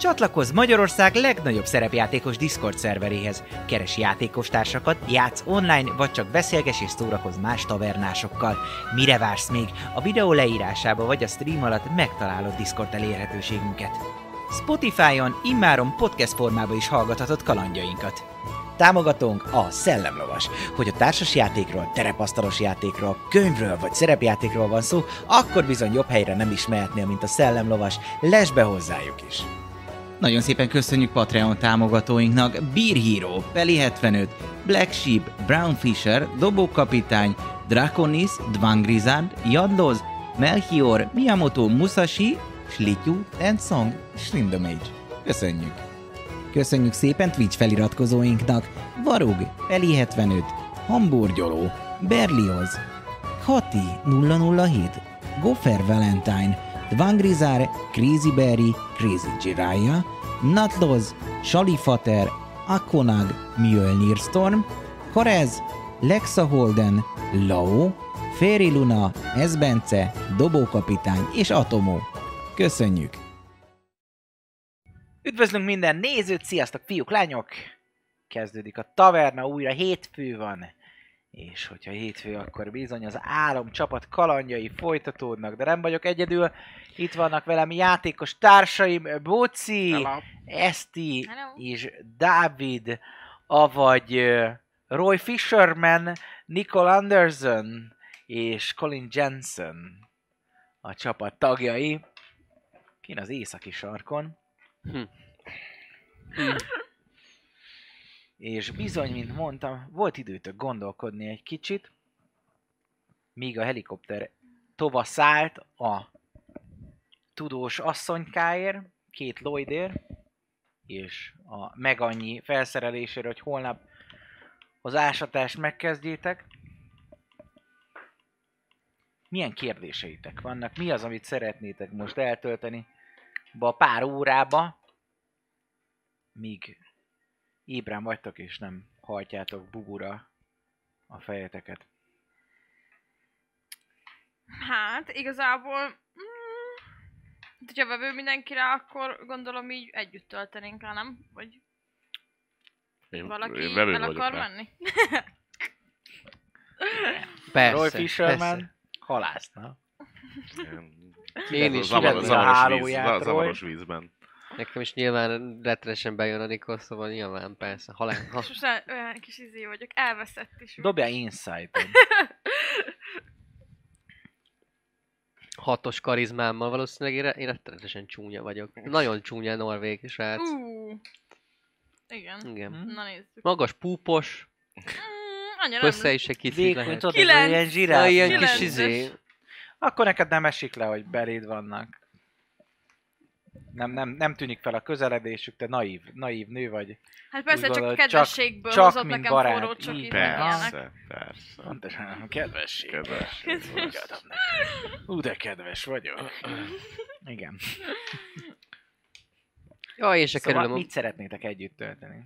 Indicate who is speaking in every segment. Speaker 1: Csatlakozz Magyarország legnagyobb szerepjátékos Discord szerveréhez. Keres játékostársakat, játsz online, vagy csak beszélges és szórakozz más tavernásokkal. Mire vársz még? A videó leírásába vagy a stream alatt megtalálod Discord elérhetőségünket. Spotify-on immáron podcast formába is hallgathatod kalandjainkat. Támogatónk a Szellemlovas. Hogy a társas játékról, terepasztalos játékról, könyvről vagy szerepjátékról van szó, akkor bizony jobb helyre nem is mehetnél, mint a Szellemlovas. Lesz be hozzájuk is!
Speaker 2: Nagyon szépen köszönjük Patreon támogatóinknak Beer Hero, Peli 75, Black Sheep, Brown Fisher, Dobókapitány, Draconis, Dvangrizard, Jadloz, Melchior, Miyamoto Musashi, Slityu, Tensong, Slindomage. Köszönjük! Köszönjük szépen Twitch feliratkozóinknak Varug, Peli 75, Hamburgyoló, Berlioz, Hati 007, Goffer Valentine, Dvangrizár, Crazy Berry, Crazy Jiraiya, Natloz, Salifater, Akonag, Mjölnir Storm, Korez, Lexa Holden, Lao, Féri Luna, Ezbence, Dobókapitány és Atomó. Köszönjük!
Speaker 1: Üdvözlünk minden nézőt, sziasztok fiúk, lányok! Kezdődik a taverna, újra hétfő van. És hogyha hétfő, akkor bizony az álom csapat kalandjai folytatódnak, de nem vagyok egyedül. Itt vannak velem játékos társaim, Boci, Eszti
Speaker 3: Hello.
Speaker 1: és Dávid, avagy ö, Roy Fisherman, Nicole Anderson és Colin Jensen a csapat tagjai. Kin az északi sarkon. Hm. És bizony, mint mondtam, volt időtök gondolkodni egy kicsit, míg a helikopter tova szállt a tudós asszonykáért, két Lloydért, és a meg annyi felszerelésére, hogy holnap az ásatást megkezdjétek. Milyen kérdéseitek vannak? Mi az, amit szeretnétek most eltölteni be a pár órába, míg ébren vagytok, és nem hajtjátok bubura a fejeteket.
Speaker 3: Hát, igazából... Mm, hát, hogyha vevő mindenkire, akkor gondolom így együtt töltenénk el, nem? Vagy
Speaker 4: Én,
Speaker 3: valaki
Speaker 4: én hát
Speaker 3: én
Speaker 4: vevő
Speaker 3: el akar
Speaker 4: már.
Speaker 3: menni?
Speaker 5: Persze,
Speaker 1: Roy Fisherman
Speaker 5: persze.
Speaker 1: halászna.
Speaker 4: Én-
Speaker 5: Én is
Speaker 4: Zavar,
Speaker 1: kivetni a
Speaker 4: zavaros, víz,
Speaker 1: hálóját,
Speaker 4: za-
Speaker 1: Roy.
Speaker 4: zavaros vízben.
Speaker 5: Nekem is nyilván rettenesen bejön a Nikol, szóval nyilván persze. Halál, ha,
Speaker 3: Sose olyan kis izé vagyok, elveszett is.
Speaker 1: Dobjál insight
Speaker 5: hatos karizmámmal valószínűleg én, re- én rettenesen csúnya vagyok. Nagyon csúnya norvég srác.
Speaker 3: Ú, Igen.
Speaker 5: Igen.
Speaker 1: Mhm.
Speaker 3: Na nézzük.
Speaker 5: Magas púpos,
Speaker 3: Mm, annyira nem
Speaker 5: össze
Speaker 3: lesz.
Speaker 5: is egy kicsit
Speaker 1: Vékony,
Speaker 5: lehet.
Speaker 1: tudod, ez
Speaker 3: Kilenc.
Speaker 1: olyan ilyen
Speaker 5: Ja,
Speaker 1: zsiráf.
Speaker 5: ilyen
Speaker 3: Kilences.
Speaker 5: kis izé.
Speaker 1: Akkor neked nem esik le, hogy beléd vannak. Nem, nem, nem tűnik fel a közeledésük, te naív, naív nő vagy.
Speaker 3: Hát persze,
Speaker 1: Úgy
Speaker 3: csak
Speaker 1: gondolod,
Speaker 3: kedvességből
Speaker 1: csak- csak
Speaker 3: csak, hozott
Speaker 1: mint
Speaker 3: nekem
Speaker 1: barát.
Speaker 3: forró csokit, meg ilyenek.
Speaker 4: Persze, persze.
Speaker 1: Pontosan, kedves.
Speaker 4: Kedves.
Speaker 1: Kedves. Ú, de kedves vagyok. Igen.
Speaker 5: Ja, én se
Speaker 1: Szóval
Speaker 5: kerülöm. a-
Speaker 1: mit szeretnétek együtt tölteni?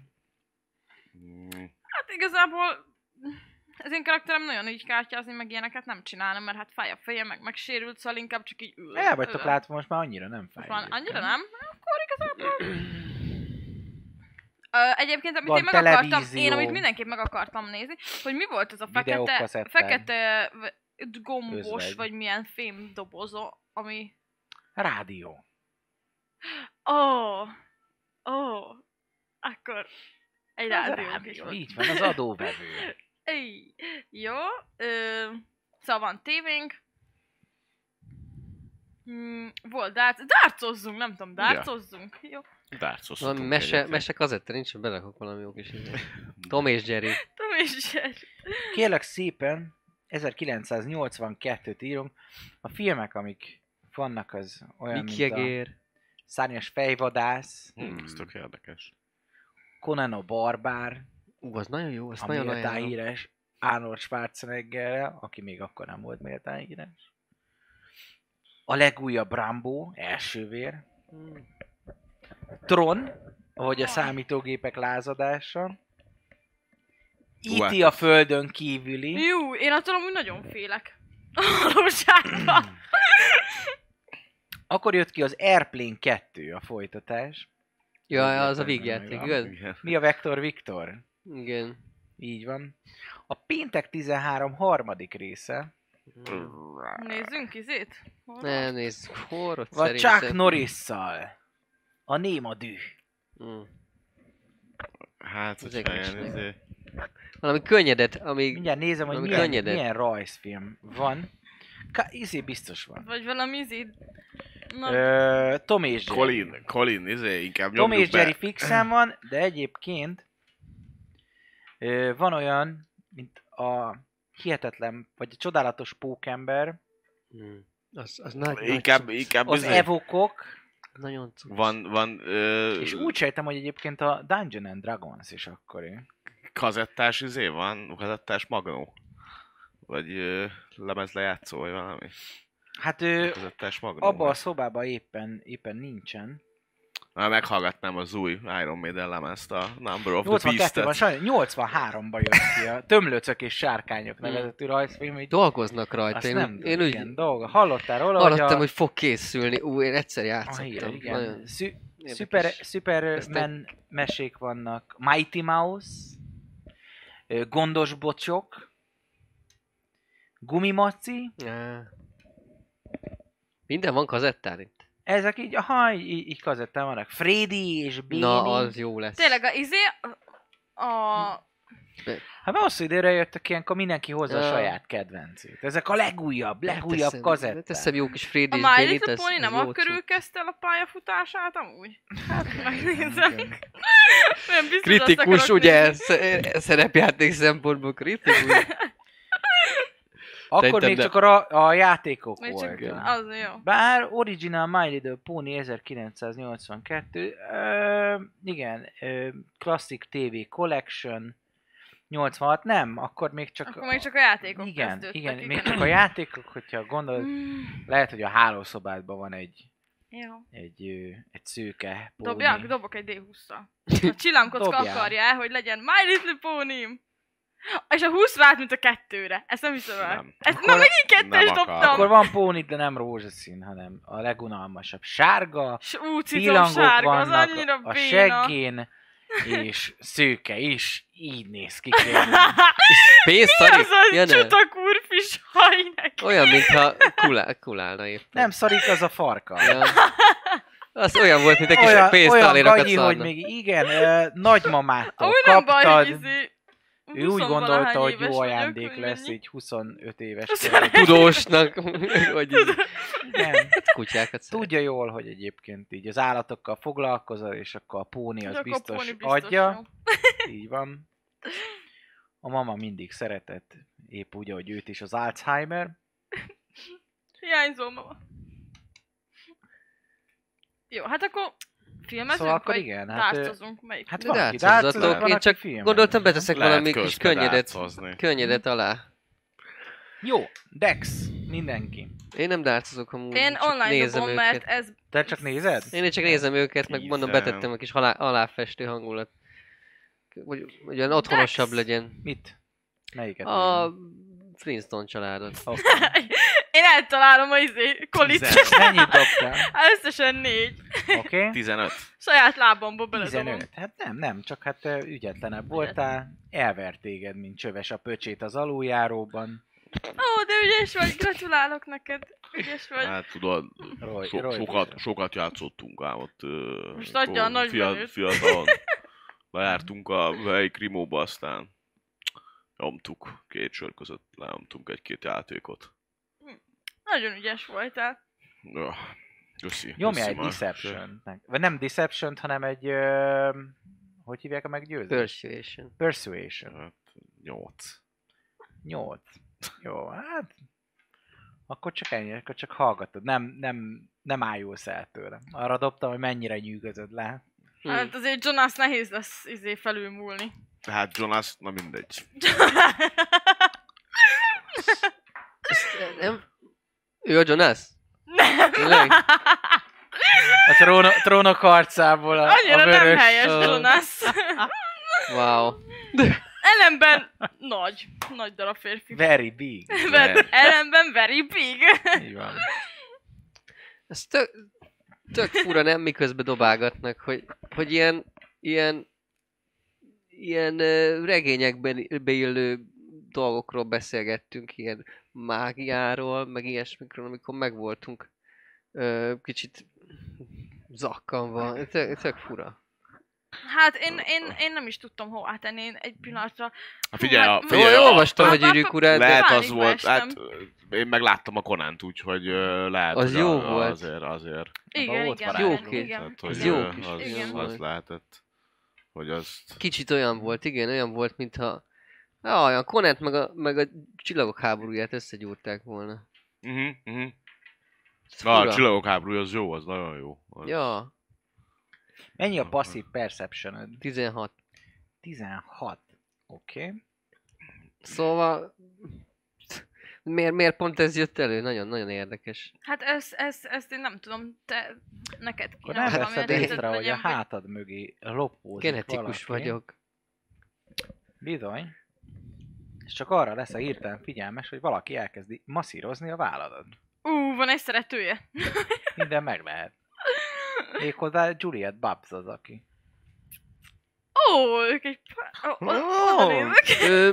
Speaker 4: Mm,
Speaker 3: Hát igazából az én karakterem nagyon így kártyázni, meg ilyeneket nem csinálom, mert hát fáj a fejem, meg megsérült, szóval inkább csak így ül.
Speaker 1: El vagytok
Speaker 3: ülök.
Speaker 1: látva, most már annyira nem fáj.
Speaker 3: Most van,
Speaker 1: egyébként.
Speaker 3: annyira nem? Akkor igazából... Ö, egyébként, amit
Speaker 1: Van
Speaker 3: én meg akartam, én
Speaker 1: televízió.
Speaker 3: amit mindenképp meg akartam nézni, hogy mi volt ez a fekete,
Speaker 1: Videókazettán.
Speaker 3: fekete v- gombos,
Speaker 1: Özvegy.
Speaker 3: vagy milyen fém dobozo, ami...
Speaker 1: Rádió.
Speaker 3: Ó, oh, ó, oh, akkor egy
Speaker 1: Az a
Speaker 3: rádió is volt.
Speaker 1: Így van, az adóvevő.
Speaker 3: Ej, jó, ö, szóval van tévénk. Mm, volt dárc, dárcozzunk, nem tudom,
Speaker 4: Ja.
Speaker 3: dárcozzunk. Jó.
Speaker 4: Dárcozhatunk
Speaker 5: Valami mese,
Speaker 4: egyébként.
Speaker 5: mese kazette nincs, belekok valami jó kis izé. Tom és Jerry.
Speaker 3: Tom és Jerry.
Speaker 1: Kérlek szépen, 1982-t írunk. A filmek, amik vannak, az olyan,
Speaker 5: Miki
Speaker 1: mint a
Speaker 5: Egér.
Speaker 1: Szárnyas fejvadász,
Speaker 4: Hmm, ez tök érdekes.
Speaker 1: Conan a barbár,
Speaker 5: Ú, az nagyon jó, azt
Speaker 1: a
Speaker 5: nagyon
Speaker 1: méltán
Speaker 5: ajánlom.
Speaker 1: híres Arnold Schwarzeneggerrel, aki még akkor nem volt méltán híres. a legújabb Rambo, első vér, Tron, vagy a számítógépek lázadása, E.T. a földön kívüli,
Speaker 3: Jú, én attól amúgy nagyon félek. A valóságban.
Speaker 1: akkor jött ki az Airplane 2, a folytatás.
Speaker 5: Ja, az a vígjáték, igaz?
Speaker 4: Igen.
Speaker 1: Mi a Vektor Viktor?
Speaker 5: Igen.
Speaker 1: Így van. A Péntek 13 harmadik része,
Speaker 3: Nézzünk izét. Hol van?
Speaker 5: Nem, nézzük, horrot
Speaker 1: vagy
Speaker 5: szerintem.
Speaker 1: Chuck Norrisszal. A Néma Düh.
Speaker 5: Mm.
Speaker 4: Hát,
Speaker 5: Az
Speaker 4: hogy
Speaker 5: egésznek.
Speaker 4: sajnálom, izé.
Speaker 5: Valami könnyedet, amíg...
Speaker 1: Mindjárt nézem, hogy
Speaker 5: Valami
Speaker 1: milyen,
Speaker 5: könnyedet.
Speaker 1: milyen rajzfilm van. Ka- izé biztos van.
Speaker 3: Vagy valami izét. Na,
Speaker 1: Ö, Tom és Jerry.
Speaker 4: Colin, Colin, izé, inkább
Speaker 1: Tom és
Speaker 4: nyomjuk
Speaker 1: Jerry
Speaker 4: be.
Speaker 1: fixen van, de egyébként ö, van olyan, mint a hihetetlen, vagy a csodálatos pókember,
Speaker 5: Mm. Az, az nagy,
Speaker 4: Inkább,
Speaker 5: nagy,
Speaker 4: inkább
Speaker 1: az
Speaker 4: izé.
Speaker 1: evokok,
Speaker 5: nagyon cucc.
Speaker 4: Van, van ö,
Speaker 1: és úgy sejtem, hogy egyébként a Dungeon and Dragons is akkori.
Speaker 4: kazettás izé van, kazettás magnó. Vagy ö, lemezlejátszó, vagy valami.
Speaker 1: Hát ő
Speaker 4: Kazettás magnó.
Speaker 1: abba a
Speaker 4: vagy.
Speaker 1: szobában éppen, éppen nincsen.
Speaker 4: Na, meghallgatnám az új Iron Maiden lemezt, a Number of the
Speaker 1: 82-ban,
Speaker 4: Beast-et.
Speaker 1: sajnos 83-ban jött ki a Tömlőcök és Sárkányok
Speaker 4: Hmm.
Speaker 5: Mm.
Speaker 1: nevezetű rajzfilm, így
Speaker 5: Dolgoznak rajta.
Speaker 1: azt
Speaker 5: Én,
Speaker 1: nem
Speaker 5: úgy- én úgy
Speaker 1: igen, dolga. Hallottál róla,
Speaker 5: hallottam,
Speaker 1: hogy
Speaker 5: hogy fog készülni. Ú, én egyszer
Speaker 1: a... Ah,
Speaker 5: játszottam.
Speaker 1: igen,
Speaker 5: Nagyon
Speaker 1: igen. Szü-
Speaker 5: érdekes.
Speaker 1: Super,
Speaker 5: Ezt nem-
Speaker 1: Superman mesék vannak. Mighty Mouse, ö, Gondos Bocsok, Gumimaci,
Speaker 5: Á. Minden van kazettán itt.
Speaker 1: ezek így, aha, így, így- így kazettán vannak. Freddy és Béni.
Speaker 5: Na, az jó lesz.
Speaker 3: tényleg a izé... A...
Speaker 1: Hát már hosszú időre jöttök ilyenkor mindenki hozza a
Speaker 5: Ja. Hát
Speaker 1: saját kedvencét. Ezek a legújabb,
Speaker 5: Ne
Speaker 1: legújabb
Speaker 5: teszem- ne
Speaker 1: kazetták.
Speaker 5: Teszem jó kis Freddy
Speaker 3: A
Speaker 5: és
Speaker 3: My
Speaker 5: Benit,
Speaker 3: Little
Speaker 5: ez-
Speaker 3: Pony
Speaker 5: ez
Speaker 3: nem
Speaker 5: jó
Speaker 3: a körül
Speaker 5: cucc.
Speaker 3: kezdte el a pályafutását amúgy? Hát megnézem. Nem biztos azt
Speaker 5: Kritikus,
Speaker 3: akarok
Speaker 5: ugye?
Speaker 3: nézni.
Speaker 5: Sz- Szerepjáték szempontból kritikus.
Speaker 1: Akkor
Speaker 5: Szerintem
Speaker 1: még
Speaker 5: nem.
Speaker 1: csak a, ra- a játékok
Speaker 3: Még
Speaker 1: voltak.
Speaker 3: csak az jó.
Speaker 1: Bár Original My Little Pony 1982, ö, igen, ö, Classic TV Collection 86, nem, akkor még csak...
Speaker 3: Akkor még csak a játékok
Speaker 1: igen,
Speaker 3: kezdődtek,
Speaker 1: igen, még csak a játékok, hogyha gondolod,
Speaker 3: Mm,
Speaker 1: lehet, hogy a hálószobádban van egy,
Speaker 3: Jó.
Speaker 1: egy, ö, egy szőke póni.
Speaker 3: Dobjak, dobok egy D20-szal. A csillámkocka
Speaker 1: Dobjál.
Speaker 3: akarja el, hogy legyen My Little pony És a 20 vált, mint a kettőre. Ezt nem hiszem el.
Speaker 4: Nem.
Speaker 3: Ezt
Speaker 1: Akkor-
Speaker 3: na, megint kettő
Speaker 4: nem
Speaker 3: is
Speaker 4: akar.
Speaker 3: dobtam.
Speaker 1: Akkor van póni, de nem rózsaszín, hanem a legunalmasabb. Sárga,
Speaker 3: S ú, cicom
Speaker 1: pillangók
Speaker 3: sárga, az
Speaker 1: vannak
Speaker 3: annyira
Speaker 1: a
Speaker 3: béna.
Speaker 1: seggén, és szőke is, így néz ki. kérlek.
Speaker 5: Pénz
Speaker 3: Mi
Speaker 5: szari?
Speaker 3: az a
Speaker 5: Ja, ne.
Speaker 3: csuta kurfis haj neki?
Speaker 5: Olyan, mintha kulá, kulálna éppen.
Speaker 1: Nem szarik, az a farka.
Speaker 5: Ja. Az olyan volt, mint egy kis
Speaker 1: olyan, olyan
Speaker 5: pénztálérakat
Speaker 1: gagyi,
Speaker 5: szarna.
Speaker 1: hogy még igen, ö, nagymamától
Speaker 3: Amúgy nem baj, hogy
Speaker 1: kaptad.
Speaker 3: izé...
Speaker 1: Ő úgy
Speaker 3: 20-valahány
Speaker 1: gondolta, hogy
Speaker 3: éves
Speaker 1: jó
Speaker 3: vagyok,
Speaker 1: ajándék
Speaker 3: hogy
Speaker 1: lesz,
Speaker 3: mennyi.
Speaker 1: így 25 éves
Speaker 3: Azt
Speaker 1: korában.
Speaker 5: Tudósnak, hogy így
Speaker 1: Nem,
Speaker 5: kutyákat szeret.
Speaker 1: tudja jól, hogy egyébként így az állatokkal foglalkozol, és akkor a póni az
Speaker 3: Csak a
Speaker 1: biztos,
Speaker 3: póni
Speaker 1: adja.
Speaker 3: jó.
Speaker 1: Így van. A mama mindig szeretett, épp úgy, ahogy őt is az Alzheimer.
Speaker 3: Hiányzó mama. Jó, hát akkor filmezünk,
Speaker 1: Szóval akkor
Speaker 3: vagy
Speaker 1: igen, hát, ö,
Speaker 3: tárcozunk? Melyik?
Speaker 1: Hát
Speaker 5: De
Speaker 1: van, aki
Speaker 5: dátszozzatok,
Speaker 1: dátszol, van,
Speaker 5: én
Speaker 1: aki
Speaker 5: csak
Speaker 1: filmez.
Speaker 5: Gondoltam, beteszek
Speaker 4: Lehet
Speaker 5: valami kis
Speaker 4: közben
Speaker 5: könnyedet,
Speaker 4: dáthozni.
Speaker 5: könnyedet alá.
Speaker 1: Jó, Dex, mindenki.
Speaker 5: Én nem dárcozok amúgy,
Speaker 3: Én
Speaker 5: csak
Speaker 3: online
Speaker 5: nézem
Speaker 3: dobom,
Speaker 5: őket.
Speaker 3: mert ez...
Speaker 1: Te csak nézed?
Speaker 5: Én én csak nézem őket, meg mondom,
Speaker 4: Ízem.
Speaker 5: betettem a kis halá, aláfestő hangulat. Hogy, hogy olyan otthonosabb
Speaker 3: Dex!
Speaker 5: legyen.
Speaker 1: Mit? Melyiket?
Speaker 5: A Flintstone családot.
Speaker 1: Okay.
Speaker 3: Én eltalálom a izé, kolit. Hát
Speaker 4: Tizen-
Speaker 1: Mennyit dobtál?
Speaker 3: Összesen négy.
Speaker 1: Oké. Okay.
Speaker 4: 15.
Speaker 3: Saját lábamba beledobom.
Speaker 1: 15. Hát nem, nem, csak hát ö, ügyetlenebb voltál, elvert téged, mint csöves a pöcsét az aluljáróban.
Speaker 3: Ó, de ügyes vagy, gratulálok neked. Ügyes vagy.
Speaker 4: Hát tudod,
Speaker 1: Roy,
Speaker 4: so,
Speaker 1: Roy
Speaker 4: sokat, sokat játszottunk ám ott.
Speaker 3: Most adja a nagy
Speaker 4: fiatal,
Speaker 3: menőt.
Speaker 4: fiatalon. Lejártunk a helyi krimóba, aztán nyomtuk két sör között, lenyomtunk egy-két játékot.
Speaker 3: Nagyon ügyes voltál.
Speaker 4: Ja, Öh, köszi.
Speaker 1: Nyomja
Speaker 4: köszi
Speaker 1: egy
Speaker 4: már.
Speaker 1: deception Vagy nem deception hanem egy... Ö, hogy hívják a meggyőző?
Speaker 5: Persuasion.
Speaker 1: Persuasion.
Speaker 4: Hát, Nyolc.
Speaker 1: 8. Jó, hát... Akkor csak ennyi, akkor csak hallgatod. Nem, nem, nem ájulsz el tőle. Arra dobtam, hogy mennyire nyűgözöd le.
Speaker 5: Hmm.
Speaker 3: Hát azért Jonas nehéz lesz izé felülmúlni.
Speaker 4: Hát Jonas, na mindegy.
Speaker 5: Nem? Ő a Jonas?
Speaker 3: Nem.
Speaker 5: Tényleg?
Speaker 1: A tróno, trónok harcából a,
Speaker 3: Annyira
Speaker 1: a
Speaker 3: nem
Speaker 1: vörös
Speaker 3: helyes,
Speaker 1: szó.
Speaker 3: Jonas.
Speaker 5: Wow.
Speaker 3: Ellenben nagy, nagy darab férfi.
Speaker 1: Very big.
Speaker 3: Ver- Ellenben very big.
Speaker 1: Így van.
Speaker 5: Ez tök, tök fura nem, miközben dobálgatnak, hogy, hogy ilyen, ilyen, ilyen ö, regényekben beillő dolgokról beszélgettünk, ilyen mágiáról, meg ilyesmikről, amikor megvoltunk ö, kicsit zakkanva. Tök, tök fura.
Speaker 3: Hát én, én, én nem is tudtam hová tenni, én egy pillanatra.
Speaker 4: Hát figyelj, a,
Speaker 3: Jó,
Speaker 4: figyelj,
Speaker 5: jól
Speaker 4: a-
Speaker 5: olvastam,
Speaker 4: a-
Speaker 5: hogy gyűrűk urát, de
Speaker 4: Lehet az
Speaker 3: pánikba
Speaker 4: volt,
Speaker 3: estem.
Speaker 4: hát ö, én meg láttam a Konánt, úgyhogy ö, lehet,
Speaker 5: Az
Speaker 4: hogy
Speaker 5: jó
Speaker 4: a,
Speaker 5: volt.
Speaker 4: Azért, azért.
Speaker 3: Igen,
Speaker 1: volt
Speaker 3: igen,
Speaker 5: varázsló.
Speaker 3: igen,
Speaker 5: Jó kép.
Speaker 3: igen.
Speaker 4: Tehát, hogy
Speaker 5: Ez jó
Speaker 4: ö,
Speaker 5: kis
Speaker 4: az,
Speaker 3: Igen.
Speaker 4: az lehetett, hogy azt...
Speaker 5: Kicsit olyan volt, igen, olyan volt, mintha Ah, olyan Conant meg a, meg a csillagok háborúját összegyúrták volna.
Speaker 4: Mhm, mhm.
Speaker 5: Ez
Speaker 4: Na, a
Speaker 5: fura.
Speaker 4: csillagok háborúja az jó, az nagyon jó. Az-
Speaker 5: Ja,
Speaker 1: Mennyi a passzív perception
Speaker 5: 16.
Speaker 1: 16. Oké. Okay.
Speaker 5: Szóval... Miért, miért pont ez jött elő? Nagyon-nagyon érdekes.
Speaker 3: Hát ezt, ezt, ezt én nem tudom, te neked
Speaker 1: Akkor
Speaker 3: kéne
Speaker 1: nem veszed
Speaker 5: de-
Speaker 3: valamilyen
Speaker 1: észre, hogy a
Speaker 3: legyen, vagy-
Speaker 1: hátad mögé lopózik
Speaker 5: Genetikus
Speaker 1: valaki.
Speaker 5: vagyok.
Speaker 1: Bizony. És csak arra lesz a hirtelen figyelmes, hogy valaki elkezdi masszírozni a válladat.
Speaker 3: Ú, van egy szeretője.
Speaker 1: Minden meg lehet. Méghozzá Juliet Babs az, aki.
Speaker 3: Ó, ők egy... pár- o- o- Oda néznek.
Speaker 5: Ö,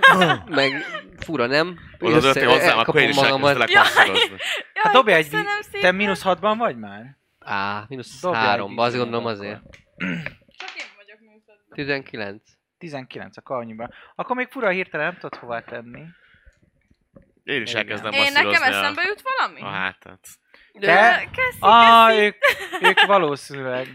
Speaker 5: meg fura, nem?
Speaker 4: Oda dönti
Speaker 5: Össze-
Speaker 4: hozzám, akkor én is
Speaker 5: elkapom
Speaker 4: elkezdtelek
Speaker 3: Jaj!
Speaker 4: masszírozni.
Speaker 3: Jaj,
Speaker 1: Hát dobj egy
Speaker 3: köszönöm
Speaker 1: Te
Speaker 3: szépen.
Speaker 1: mínusz hatban vagy már?
Speaker 5: Á, mínusz
Speaker 1: Dobjál egy
Speaker 5: három, azt
Speaker 1: izémet
Speaker 5: gondolom
Speaker 1: akkor.
Speaker 5: azért.
Speaker 3: Csak én vagyok műszerben.
Speaker 5: 19.
Speaker 1: 19 a karnyiban. Akkor még fura hirtelen nem tudod hová tenni.
Speaker 4: Én is
Speaker 1: Igen.
Speaker 4: elkezdem
Speaker 3: Én
Speaker 4: masszírozni
Speaker 3: nekem
Speaker 4: a-
Speaker 3: eszembe jut valami?
Speaker 4: a hátát.
Speaker 1: Te?
Speaker 3: Köszi,
Speaker 1: Ah,
Speaker 3: köszi.
Speaker 1: ők, ők valószínűleg.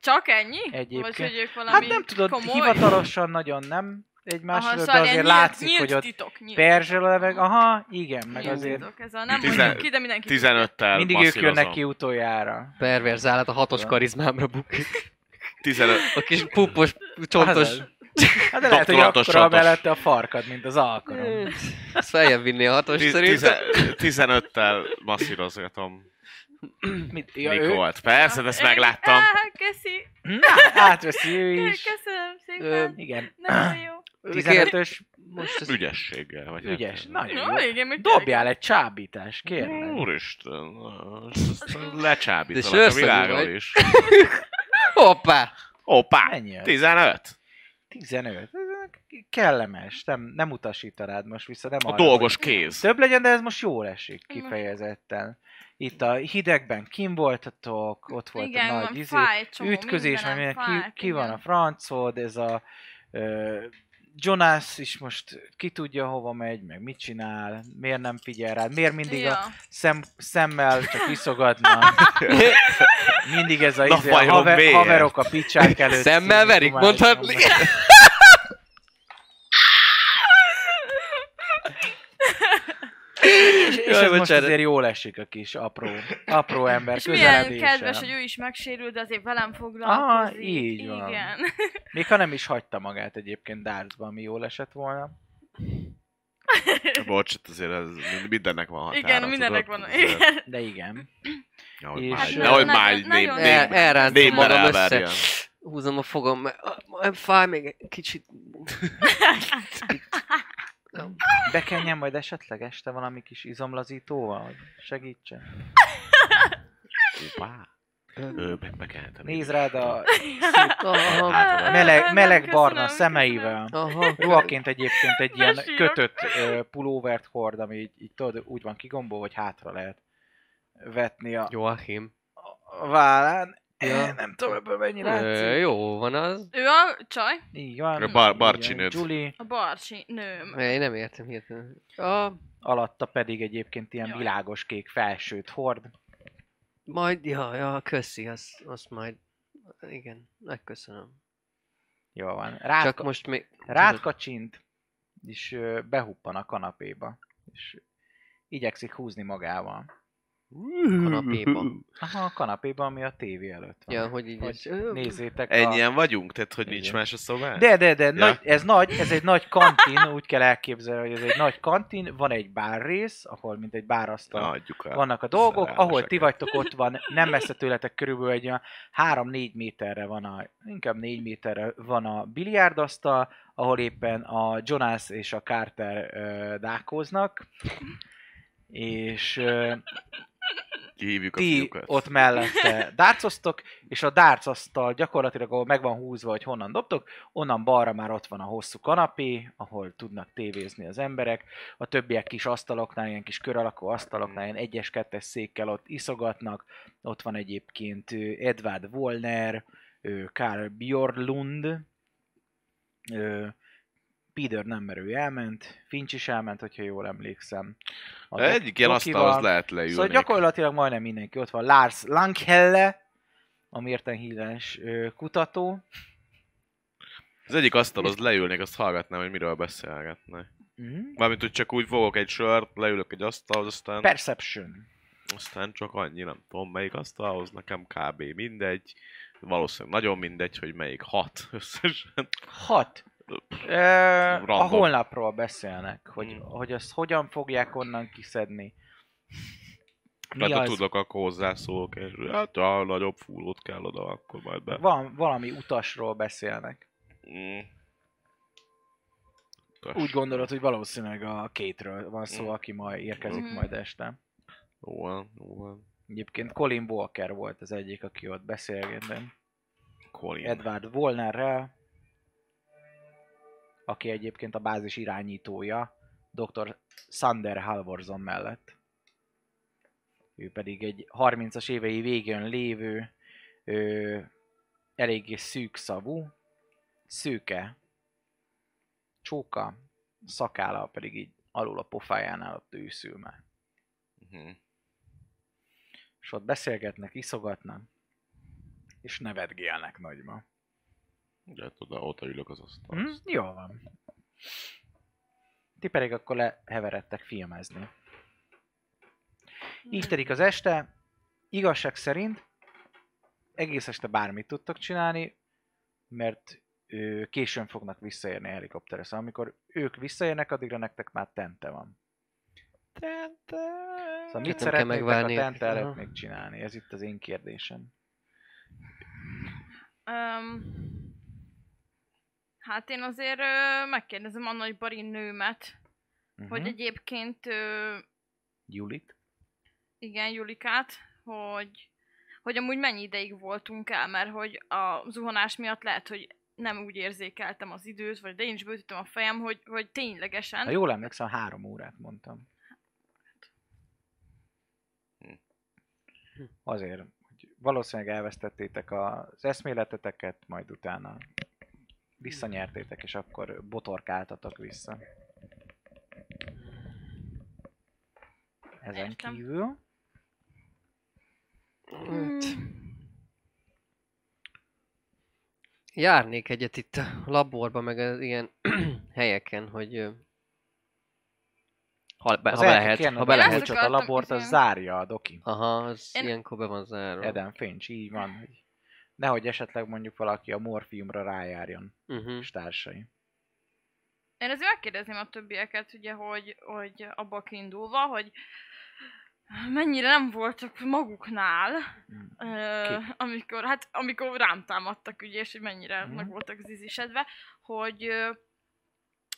Speaker 3: Csak ennyi?
Speaker 1: Egyébként.
Speaker 3: Vagy hogy ők valami
Speaker 1: Hát nem tudod,
Speaker 3: komoly?
Speaker 1: hivatalosan nagyon nem egymásról, de
Speaker 3: szóval
Speaker 1: azért
Speaker 3: ilyen
Speaker 1: látszik,
Speaker 3: nyílt,
Speaker 1: hogy
Speaker 3: nyílt
Speaker 1: ott
Speaker 3: titok, nyílt
Speaker 1: perzsel a leveg. Aha, igen, meg
Speaker 3: Nyílt
Speaker 1: azért
Speaker 3: titok, ez a nem
Speaker 4: Tizen-
Speaker 3: mondjuk ki, de mindenki tudja.
Speaker 4: 15-tel
Speaker 1: mindig ők
Speaker 4: masszírozom.
Speaker 1: jönnek ki utoljára.
Speaker 5: Perverz állat a hatos
Speaker 1: Tudom.
Speaker 5: karizmámra bukik.
Speaker 4: 15
Speaker 5: A kis pupos, csontos...
Speaker 1: Az Hát de lehet, hogy
Speaker 4: Doktoratos
Speaker 1: akkora
Speaker 4: csatos.
Speaker 1: mellette a farkad, mint az alkalom.
Speaker 5: Ezt feljebb vinni a hatos
Speaker 4: tiz-
Speaker 5: szerintem.
Speaker 4: tize- 15-tel masszírozgatom
Speaker 1: Mit, ja, ő,
Speaker 4: Nikót. Persze, de ezt
Speaker 3: Én-
Speaker 4: megláttam.
Speaker 3: Á, Köszi,
Speaker 1: na, átveszi ő is.
Speaker 3: köszönöm
Speaker 5: Ö,
Speaker 3: szépen.
Speaker 1: Igen, Ah,
Speaker 3: Nagyon jó.
Speaker 5: Kér,
Speaker 1: 15-ös
Speaker 5: most ezt
Speaker 4: Ügyességgel. Vagy nem
Speaker 1: ügyes.
Speaker 4: tudom.
Speaker 1: Nagyon
Speaker 3: Jó,
Speaker 1: jó.
Speaker 3: igen, még
Speaker 1: Dobjál egy csábítást, kérlek.
Speaker 4: Úristen, ezt lecsábítalak
Speaker 5: De
Speaker 4: a
Speaker 5: sörszagú
Speaker 4: világról
Speaker 5: vagy.
Speaker 4: is.
Speaker 5: Hoppá!
Speaker 4: Hoppá!
Speaker 1: Mennyi az?
Speaker 4: 15?
Speaker 1: 15. Kellemes, nem, nem utasítanád most vissza. Nem
Speaker 4: A
Speaker 1: arra vagy.
Speaker 4: dolgos kéz.
Speaker 1: Több legyen, de ez most jól esik
Speaker 3: Most.
Speaker 1: kifejezetten. Itt a hidegben kim voltatok, ott volt
Speaker 3: Igen,
Speaker 1: a
Speaker 3: van,
Speaker 1: nagy izé,
Speaker 3: fáj, csomó
Speaker 1: ütközés, meg
Speaker 3: mindenem
Speaker 1: minden, ki,
Speaker 3: fájt,
Speaker 1: ki van
Speaker 3: igen.
Speaker 1: a francod, ez a ö, Jonas is most ki tudja hova megy, meg mit csinál, miért nem figyel rád, miért mindig ja. a
Speaker 3: Ja.
Speaker 1: szem, szemmel csak iszogatnak. mindig ez a,
Speaker 4: Na
Speaker 1: izé, a
Speaker 4: vajon
Speaker 1: haver,
Speaker 4: miért?
Speaker 1: haverok a picsák előtt.
Speaker 5: Szemmel verik,
Speaker 1: szívni,
Speaker 5: mondhatni?
Speaker 1: És, és
Speaker 5: Jaj,
Speaker 1: ez most
Speaker 5: bocsánat.
Speaker 1: azért jól esik a kis apró, apró ember
Speaker 3: És milyen
Speaker 1: közeledése.
Speaker 3: kedves, hogy ő is megsérül, de azért velem foglalkozik.
Speaker 1: Ah, így van.
Speaker 3: Igen.
Speaker 1: Még ha nem is hagyta magát egyébként dárcba, ami jól esett volna.
Speaker 4: Bocs, hát azért ez mindennek van határa.
Speaker 3: igen, mindennek
Speaker 4: tudod?
Speaker 3: van.
Speaker 4: Azért,
Speaker 3: Igen.
Speaker 1: De igen.
Speaker 4: Nehogy
Speaker 1: És-
Speaker 4: máj,
Speaker 1: Hát,
Speaker 3: nagyon-
Speaker 4: nehogy máj,
Speaker 3: nagyon-
Speaker 4: ném-
Speaker 5: El,
Speaker 4: ném-
Speaker 5: elrántom
Speaker 4: némben
Speaker 5: magam össze.
Speaker 4: elverjen.
Speaker 5: Húzom a fogam, mert ah, fáj még egy kicsit.
Speaker 1: Bekenjen majd esetleg este valami kis izomlazítóval, hogy segítsen.
Speaker 4: Hoppá. Ő meg meg kellett
Speaker 1: Néz rád a
Speaker 5: Aha,
Speaker 4: Hátra.
Speaker 1: meleg, meleg
Speaker 3: Ah, Nem,
Speaker 1: barna
Speaker 3: köszönöm,
Speaker 1: szemeivel.
Speaker 5: aha.
Speaker 1: Ruhaként egyébként egy ilyen
Speaker 3: Mesélj.
Speaker 1: kötött ö, pulóvert hord, ami így, így tudod, úgy van kigombol, hogy hátra lehet vetni a,
Speaker 5: Joachim.
Speaker 1: a vállán.
Speaker 5: Ja.
Speaker 1: Nem tudom, ebből mennyi
Speaker 5: Ö,
Speaker 1: látszik.
Speaker 5: jó van az.
Speaker 3: Ő a csaj,
Speaker 1: Így van.
Speaker 4: Bar- barcsi nőd.
Speaker 1: Julie,
Speaker 3: a barcsi nőm.
Speaker 5: Én nem értem hirtelen. A,
Speaker 1: alatta pedig egyébként ilyen
Speaker 3: Jaj.
Speaker 1: világos kék felsőt hord.
Speaker 5: majd, ja, ja, köszi, azt, azt majd. Igen, megköszönöm.
Speaker 1: Jó van.
Speaker 5: Csak
Speaker 1: Rátka,
Speaker 5: most még...
Speaker 1: rád kacsint, és ö, behuppan a kanapéba, és igyekszik húzni magával.
Speaker 5: Kanapéban.
Speaker 1: Aha, a kanapéban, ami a tévé előtt van.
Speaker 5: Ja, hogy így
Speaker 1: Hogy
Speaker 5: is. Ö,
Speaker 1: Nézzétek a...
Speaker 4: Ennyien vagyunk? Tehát, hogy nincs
Speaker 5: Igen.
Speaker 4: más a szobán?
Speaker 1: De, de, de, ja. nagy, ez nagy, ez egy nagy kantin, úgy kell elképzelni, hogy ez egy nagy kantin, van egy bár rész, ahol mint egy
Speaker 4: Na,
Speaker 1: bárasztal
Speaker 4: adjuk el.
Speaker 1: vannak a dolgok,
Speaker 4: Szerelmesek.
Speaker 1: ahol ti vagytok, ott van, nem messze tőletek körülbelül egy olyan 3-4 méterre van a, inkább 4 méterre van a biliárdasztal, ahol éppen a Jonas és a Carter ö, dákoznak, és ö,
Speaker 4: Hívjuk a
Speaker 1: ti
Speaker 4: fiúkat.
Speaker 1: ott mellette dárcoztok, és a dárcasztal gyakorlatilag, ahol meg van húzva, hogy honnan dobtok, onnan balra már ott van a hosszú kanapé, ahol tudnak tévézni az emberek, a többiek kis asztaloknál, ilyen kis kör alakú asztaloknál, ilyen egyes, kettes székkel ott iszogatnak, ott van egyébként ö, Edvard Wolner, ö, Karl Björlund, ö, Peter nem merő elment, Finch is elment, hogyha jól emlékszem. A Dok-
Speaker 4: Egyik ilyen
Speaker 1: Dokival.
Speaker 4: asztalhoz lehet leülni.
Speaker 1: Szóval gyakorlatilag majdnem mindenki ott van. Lars Langhelle, a mérten híres ö, kutató.
Speaker 4: Az egyik asztalhoz leülnék, azt hallgatnám, hogy miről beszélgetnek.
Speaker 1: Mm.
Speaker 4: Mármint, hogy csak úgy fogok egy sört, leülök egy asztalhoz, aztán,
Speaker 1: Perception.
Speaker 4: aztán csak annyi, nem tudom melyik asztalhoz, nekem kb. mindegy. Valószínűleg nagyon mindegy, hogy melyik hat összesen.
Speaker 1: 6. A
Speaker 4: Random.
Speaker 1: honlapról beszélnek, hogy,
Speaker 4: Mm.
Speaker 1: hogy azt hogyan fogják onnan kiszedni. Mi
Speaker 4: Tehát ha
Speaker 1: az?
Speaker 4: tudok, akkor hozzászólok, és hát ha nagyobb fúlót kell oda, akkor majd be.
Speaker 1: Van, valami utasról beszélnek.
Speaker 4: Mm. Utas.
Speaker 1: Úgy gondolod, hogy valószínűleg a kétről van szó,
Speaker 4: Mm.
Speaker 1: aki ma érkezik
Speaker 3: Mm.
Speaker 1: majd este.
Speaker 4: Jó van, jó van.
Speaker 1: Egyébként Colin Walker volt az egyik, aki ott beszélgetett.
Speaker 4: Colin.
Speaker 1: Edward Wolnerrel, aki egyébként a bázis irányítója, dr. Sander Halvorson mellett. Ő pedig egy 30-as évei végén lévő, ö, eléggé szűkszavú, szőke, csóka, szakála pedig így alul a pofájánál ott őszül már.
Speaker 4: Mhm.
Speaker 1: És ott beszélgetnek, iszogatnak, és nevetgélnek nagyban.
Speaker 4: Ugye, oda, oda ülök az asztalhoz.
Speaker 1: Hm? Jó van. Ti pedig akkor leheveredtek filmezni. Így telik az este. Igazság szerint egész este bármit tudtak csinálni, mert ö, későn fognak visszaérni helikopterre. Szóval amikor ők visszaérnek, addigra nektek már tente van.
Speaker 4: Tente.
Speaker 1: Szóval
Speaker 5: Nem
Speaker 1: mit
Speaker 5: kell
Speaker 1: szeretnétek a
Speaker 5: megvárni.
Speaker 1: tente előtt
Speaker 5: Aha.
Speaker 1: még csinálni? Ez itt az én kérdésem.
Speaker 3: Um, hát én azért ö, megkérdezem a nagy barin nőmet,
Speaker 1: Uh-huh.
Speaker 3: hogy egyébként ö,
Speaker 1: Julit?
Speaker 3: igen, Julikát, hogy, hogy amúgy mennyi ideig voltunk el, mert hogy a zuhanás miatt lehet, hogy nem úgy érzékeltem az időt, vagy de én is bőtöttem a fejem, hogy, hogy ténylegesen.
Speaker 1: Ha jól emlékszem, három órát mondtam.
Speaker 5: Hm.
Speaker 1: Hm. Azért, hogy valószínűleg elvesztettétek az eszméleteteket, majd utána visszanyertétek, és akkor botorkáltatok vissza. Ezen
Speaker 3: Értem.
Speaker 1: kívül...
Speaker 5: Hmm. Járnék egyet itt a laborban, meg az ilyen helyeken, hogy ö, ha, be,
Speaker 1: Az
Speaker 5: ha
Speaker 1: el
Speaker 5: be
Speaker 1: kell
Speaker 5: lehet,
Speaker 1: kérned,
Speaker 5: ha be
Speaker 1: hogy
Speaker 5: lehet.
Speaker 3: Ezt
Speaker 1: csak a
Speaker 3: akartam,
Speaker 1: labort, az
Speaker 3: igen.
Speaker 1: zárja a doki.
Speaker 5: Aha, az
Speaker 3: Én-
Speaker 5: ilyenkor be van zárva.
Speaker 1: Eden Finch, így van. Hogy nehogy esetleg mondjuk valaki a morfiumra rájárjon,
Speaker 5: Uh-huh.
Speaker 1: és társai.
Speaker 3: Én azért megkérdezném a többieket, ugye, hogy, hogy abba kiindulva, hogy mennyire nem voltak maguknál,
Speaker 1: Mm.
Speaker 3: ö, amikor, hát, amikor rám támadtak, ugye, és hogy mennyire
Speaker 1: Mhm.
Speaker 3: meg voltak zizisedve, hogy, ö,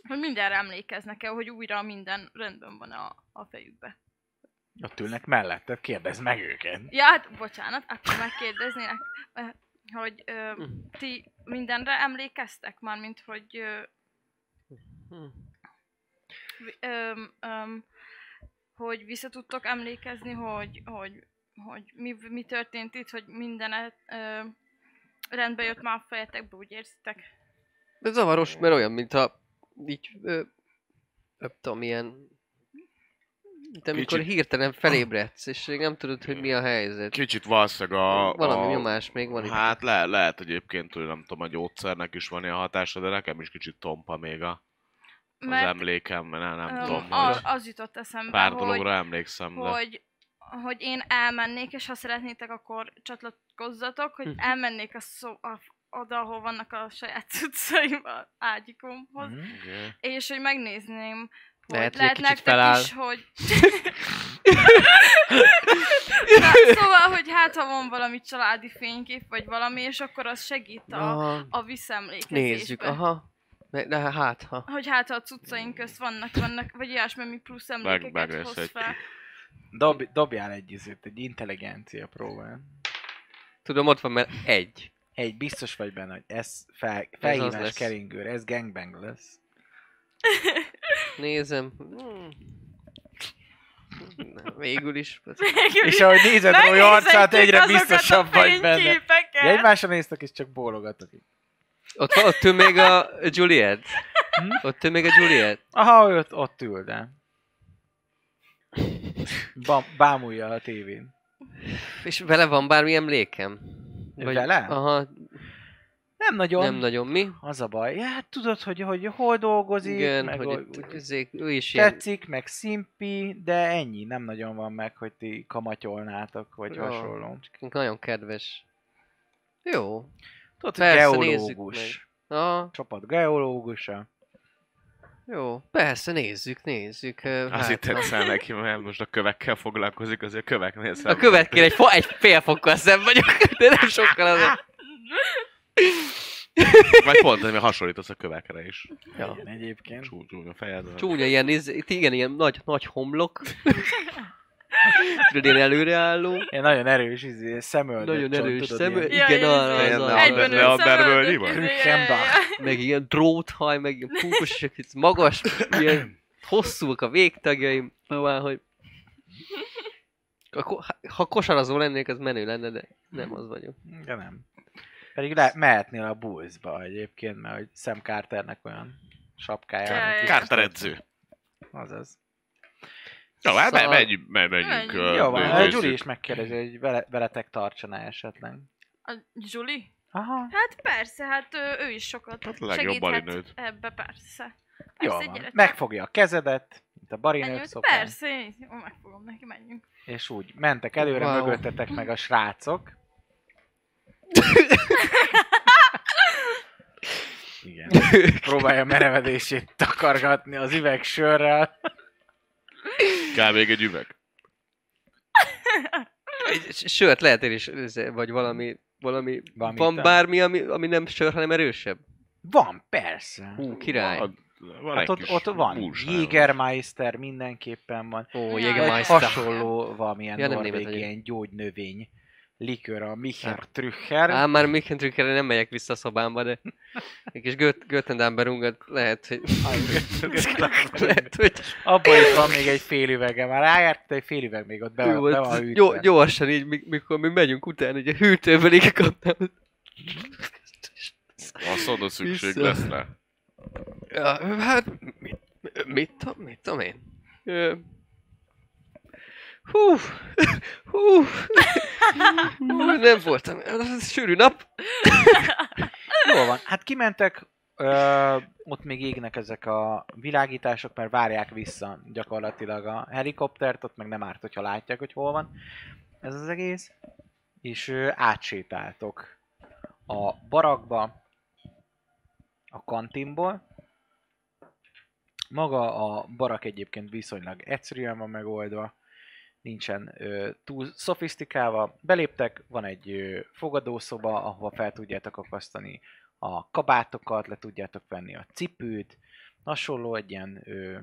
Speaker 3: hogy mindenre emlékeznek-e, hogy újra minden rendben van a, a fejükbe.
Speaker 1: Ott ülnek mellette, kérdezd meg őket.
Speaker 3: Ja, hát, bocsánat, akkor megkérdeznének, ö, hogy ö, ti mindenre emlékeztek? Mármint, hogy ö,
Speaker 5: Mhm.
Speaker 3: öm, öm, hogy vissza tudtok emlékezni, hogy, hogy, hogy mi, mi történt itt, hogy minden ö, rendbe jött már a fejetekbe, úgy érzitek?
Speaker 5: De zavaros, mert olyan, mintha így, ö, ö, tudom, ilyen... De amikor
Speaker 4: Kicsit-
Speaker 5: hirtelen felébredsz, és nem tudod, hogy mi a helyzet.
Speaker 4: Kicsit valószínűleg a...
Speaker 5: Valami
Speaker 4: a...
Speaker 5: nyomás még van itt.
Speaker 4: Hát le, lehet egyébként, hogy nem tudom, a gyógyszernek is van ilyen hatása, de nekem is kicsit tompa még a, az
Speaker 3: Mert
Speaker 4: emlékem, mert nem, nem
Speaker 3: öm,
Speaker 4: tudom,
Speaker 3: a,
Speaker 4: hogy
Speaker 3: az jutott eszembe,
Speaker 4: pár
Speaker 3: hogy,
Speaker 4: dologra emlékszem, de
Speaker 3: hogy, hogy én elmennék, és ha szeretnétek, akkor csatlakozzatok, hogy
Speaker 5: Mhm.
Speaker 3: elmennék a szó, a, oda, ahol vannak a saját cuccaim, a ágyikomhoz,
Speaker 1: Mhm.
Speaker 4: Igen.
Speaker 3: és hogy megnézném, hogy
Speaker 5: Lehet,
Speaker 3: lehet,
Speaker 5: hogy egy
Speaker 3: lehet
Speaker 5: kicsit feláll.
Speaker 3: nektek is, hogy... Na, szóval, hogy hát, ha van valami családi fénykép, vagy valami, és akkor az segít a,
Speaker 5: Aha,
Speaker 3: a visszaemlékezésben.
Speaker 5: nézzük, aha. Ne- De hát, ha.
Speaker 3: Hogy hát, ha a cuccaink közt vannak, vannak, vagy ilyesmi, mi plusz emlékeket
Speaker 4: meg lesz
Speaker 3: hoz
Speaker 4: egy
Speaker 3: fel.
Speaker 1: Dob, dobjál egy izét, egy intelligencia próbán.
Speaker 5: Tudom, ott van mert egy.
Speaker 1: Egy, biztos vagy benne, hogy ez fel, felhívás
Speaker 5: lesz.
Speaker 1: keringőr, ez gangbang lesz.
Speaker 5: Nézem. Hmm. Na, végül is.
Speaker 3: Végül
Speaker 1: És
Speaker 3: is
Speaker 1: ahogy nézed Rói arcát,
Speaker 3: megnézhetjük
Speaker 1: egyre
Speaker 3: azokat
Speaker 1: biztosabb
Speaker 3: a
Speaker 1: vagy benne.
Speaker 3: fényképeket.
Speaker 1: De egymásra néztek, és csak bólogatok.
Speaker 5: Ott, ott ő még a Juliet.
Speaker 1: Hm?
Speaker 5: Ott ő még a Juliet.
Speaker 1: Aha, ő ott, ott ül, de. Bam, bámulja a tévén.
Speaker 5: És vele van bármi emlékem?
Speaker 1: Vele?
Speaker 5: Aha,
Speaker 1: Nem nagyon.
Speaker 5: nem nagyon. Mi?
Speaker 1: Az a baj. Ja, hát tudod, hogy, hogy hol dolgozik,
Speaker 5: Igen,
Speaker 1: meg
Speaker 5: hogy
Speaker 1: hogy
Speaker 5: itt, izé, ő is ilyen
Speaker 1: tetszik, meg szimpi, de ennyi. Nem nagyon van meg, hogy ti kamatyolnátok, vagy
Speaker 5: Ja.
Speaker 1: hasonló.
Speaker 5: nagyon kedves. Jó.
Speaker 1: Tudod, hogy
Speaker 5: Persze, nézzük
Speaker 1: geológus.
Speaker 5: Na,
Speaker 1: Csapat geológusa.
Speaker 5: jó. Persze, nézzük, nézzük. ö,
Speaker 4: Azért
Speaker 5: hát,
Speaker 4: tetszel neki, mert most a kövekkel foglalkozik, azért a köveknél
Speaker 5: A
Speaker 4: szemben.
Speaker 5: követkén egy, fo- egy fél fokkal szem vagyok, de nem sokkal azért.
Speaker 4: Vagy pont, mert hasonlítasz a kövekre is.
Speaker 5: Ja.
Speaker 1: Egyébként.
Speaker 4: Csúcs a fejed.
Speaker 5: Csúnya ilyen, izé- itt igen, ilyen nagy, nagy homlok. Tudod, ilyen előreálló.
Speaker 1: Ilyen nagyon erős, izé, szemöldök.
Speaker 5: Nagyon
Speaker 1: csont,
Speaker 5: erős
Speaker 1: tudod,
Speaker 5: szemöldök.
Speaker 1: ilyen-
Speaker 3: Ja,
Speaker 5: Igen,
Speaker 3: ja,
Speaker 5: arra,
Speaker 4: ja,
Speaker 5: az
Speaker 4: ja.
Speaker 5: arra.
Speaker 4: Egyben
Speaker 3: öt
Speaker 4: Leonberg
Speaker 3: szemöldök,
Speaker 4: Bölliba?
Speaker 3: izé,
Speaker 1: Rüchenbach.
Speaker 3: jaj, jaj.
Speaker 5: meg ilyen dróthaj, meg ilyen púkos, és egy magas, ilyen hosszúak a végtagjaim, szóval, hogy... A ko- ha kosarazó lennék, az menő lenne, de nem az vagyok.
Speaker 1: De nem. Pedig le- mehetnél a bullsba egyébként, mert hogy Sam Carternek olyan sapkája.
Speaker 3: Jaj,
Speaker 1: van,
Speaker 3: jaj.
Speaker 1: kis-
Speaker 4: Kárter edző.
Speaker 1: Azaz.
Speaker 4: Jó, hát
Speaker 5: Szóval-
Speaker 4: szóval... menjünk, me- menjünk.
Speaker 3: Menjünk.
Speaker 4: ö,
Speaker 1: Jó van,
Speaker 4: nézzük.
Speaker 1: a Gyuri is megkérdezi, hogy vele, veletek tartsaná esetleg.
Speaker 3: A Zsuli?
Speaker 1: Aha.
Speaker 3: Hát persze, hát ő, ő is sokat
Speaker 4: Hát a legjobb balinőd.
Speaker 3: segíthet ebbe, persze.
Speaker 1: Jó
Speaker 3: Persze,
Speaker 1: van.
Speaker 3: gyere,
Speaker 1: Megfogja a kezedet, mint a barinők
Speaker 3: menjünk.
Speaker 1: szokás.
Speaker 3: Persze, én ó, megfogom neki, menjünk.
Speaker 1: És úgy mentek előre,
Speaker 5: Wow.
Speaker 1: wow. mögöttetek meg a srácok. Igen. Próbálja merevedését takargatni az üveg sörrel.
Speaker 4: Kell még egy üveg.
Speaker 5: Egy s- Sört lehet én is, izé, vagy valami, valami
Speaker 1: Valami
Speaker 5: van
Speaker 1: ital?
Speaker 5: bármi, ami, ami nem sör, hanem erősebb?
Speaker 1: Van, persze.
Speaker 5: Hú, király.
Speaker 4: Van, van
Speaker 1: Hát
Speaker 4: egy
Speaker 1: ott,
Speaker 4: kis
Speaker 1: ott van.
Speaker 4: búrsáros.
Speaker 1: Jägermeister mindenképpen van.
Speaker 5: Ó,
Speaker 3: Ja,
Speaker 1: Vagy
Speaker 3: Jägermeister.
Speaker 1: hasonló valamilyen
Speaker 5: Ja,
Speaker 1: ja,
Speaker 5: nem német
Speaker 1: norvég
Speaker 5: vagyok.
Speaker 1: ilyen gyógynövény likör, a Micher Trücher.
Speaker 5: Á, már Mikendrükkerre nem megyek vissza a szobámba, de egy kis Göt- Götendám berungat, lehet, hogy... lehet, hogy
Speaker 1: Abban is van még egy fél üvege, már rájárt, de egy fél üveg még ott be
Speaker 5: Jó,
Speaker 1: van, be van
Speaker 5: ez
Speaker 1: hűtve.
Speaker 5: gyó- gyorsan így, mi- mikor mi megyünk utána, így a hűtőből így kaptam.
Speaker 4: Azt mondod, szükség
Speaker 5: Vissza.
Speaker 4: lesz rá.
Speaker 5: Ja, hát, mit, mit, tudom- mit tudom én? Ö, Hú, hú, hú, nem voltam, ez sűrű nap.
Speaker 1: Jól van, hát kimentek, ö, ott még égnek ezek a világítások, mert várják vissza gyakorlatilag a helikoptert, ott meg nem árt, hogyha látják, hogy hol van ez az egész. És ö, átsétáltok a barakba, a kantinból. Maga a barak egyébként viszonylag egyszerűen van megoldva, nincsen ö, túl szofisztikálva. Beléptek, van egy ö, fogadószoba, ahova fel tudjátok akasztani a kabátokat, le tudjátok venni a cipőt, hasonló egy ilyen, ö,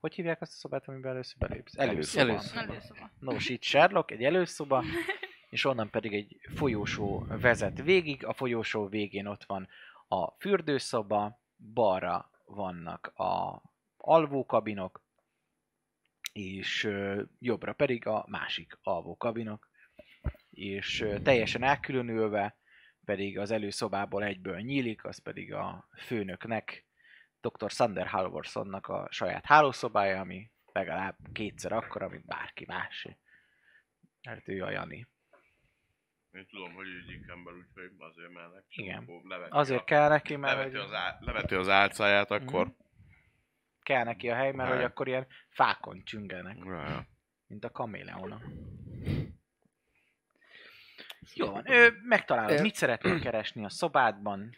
Speaker 1: hogy hívják azt a szobát, amiben először belépsz? Előszoba.
Speaker 5: Előszoba.
Speaker 3: Előszobban.
Speaker 1: Nos, itt Sherlock, egy előszoba, és onnan pedig egy folyósó vezet végig. A folyósó végén ott van a fürdőszoba, balra vannak a alvókabinok, és ö, jobbra pedig a másik alvókabinok, és ö, teljesen elkülönülve pedig az előszobából egyből nyílik, az pedig a főnöknek, dr. Sander Halvorsonnak a saját hálószobája, ami legalább kétszer akkora, mint bárki más. Mert ő a Jani.
Speaker 4: Én tudom, hogy ügyik ember, úgyhogy azért mennek.
Speaker 1: Igen.
Speaker 4: Leveti
Speaker 1: Azért kell neki, mert hogy
Speaker 4: á- leveti az álcáját,
Speaker 1: Mhm. kell neki a hely, mert hogy
Speaker 4: Hely.
Speaker 1: akkor ilyen fákon csüngelnek.
Speaker 4: Ja, ja.
Speaker 1: mint a kaméleona. Jó van, ő megtalálod,
Speaker 5: Ö.
Speaker 1: mit szeretnél keresni a szobádban.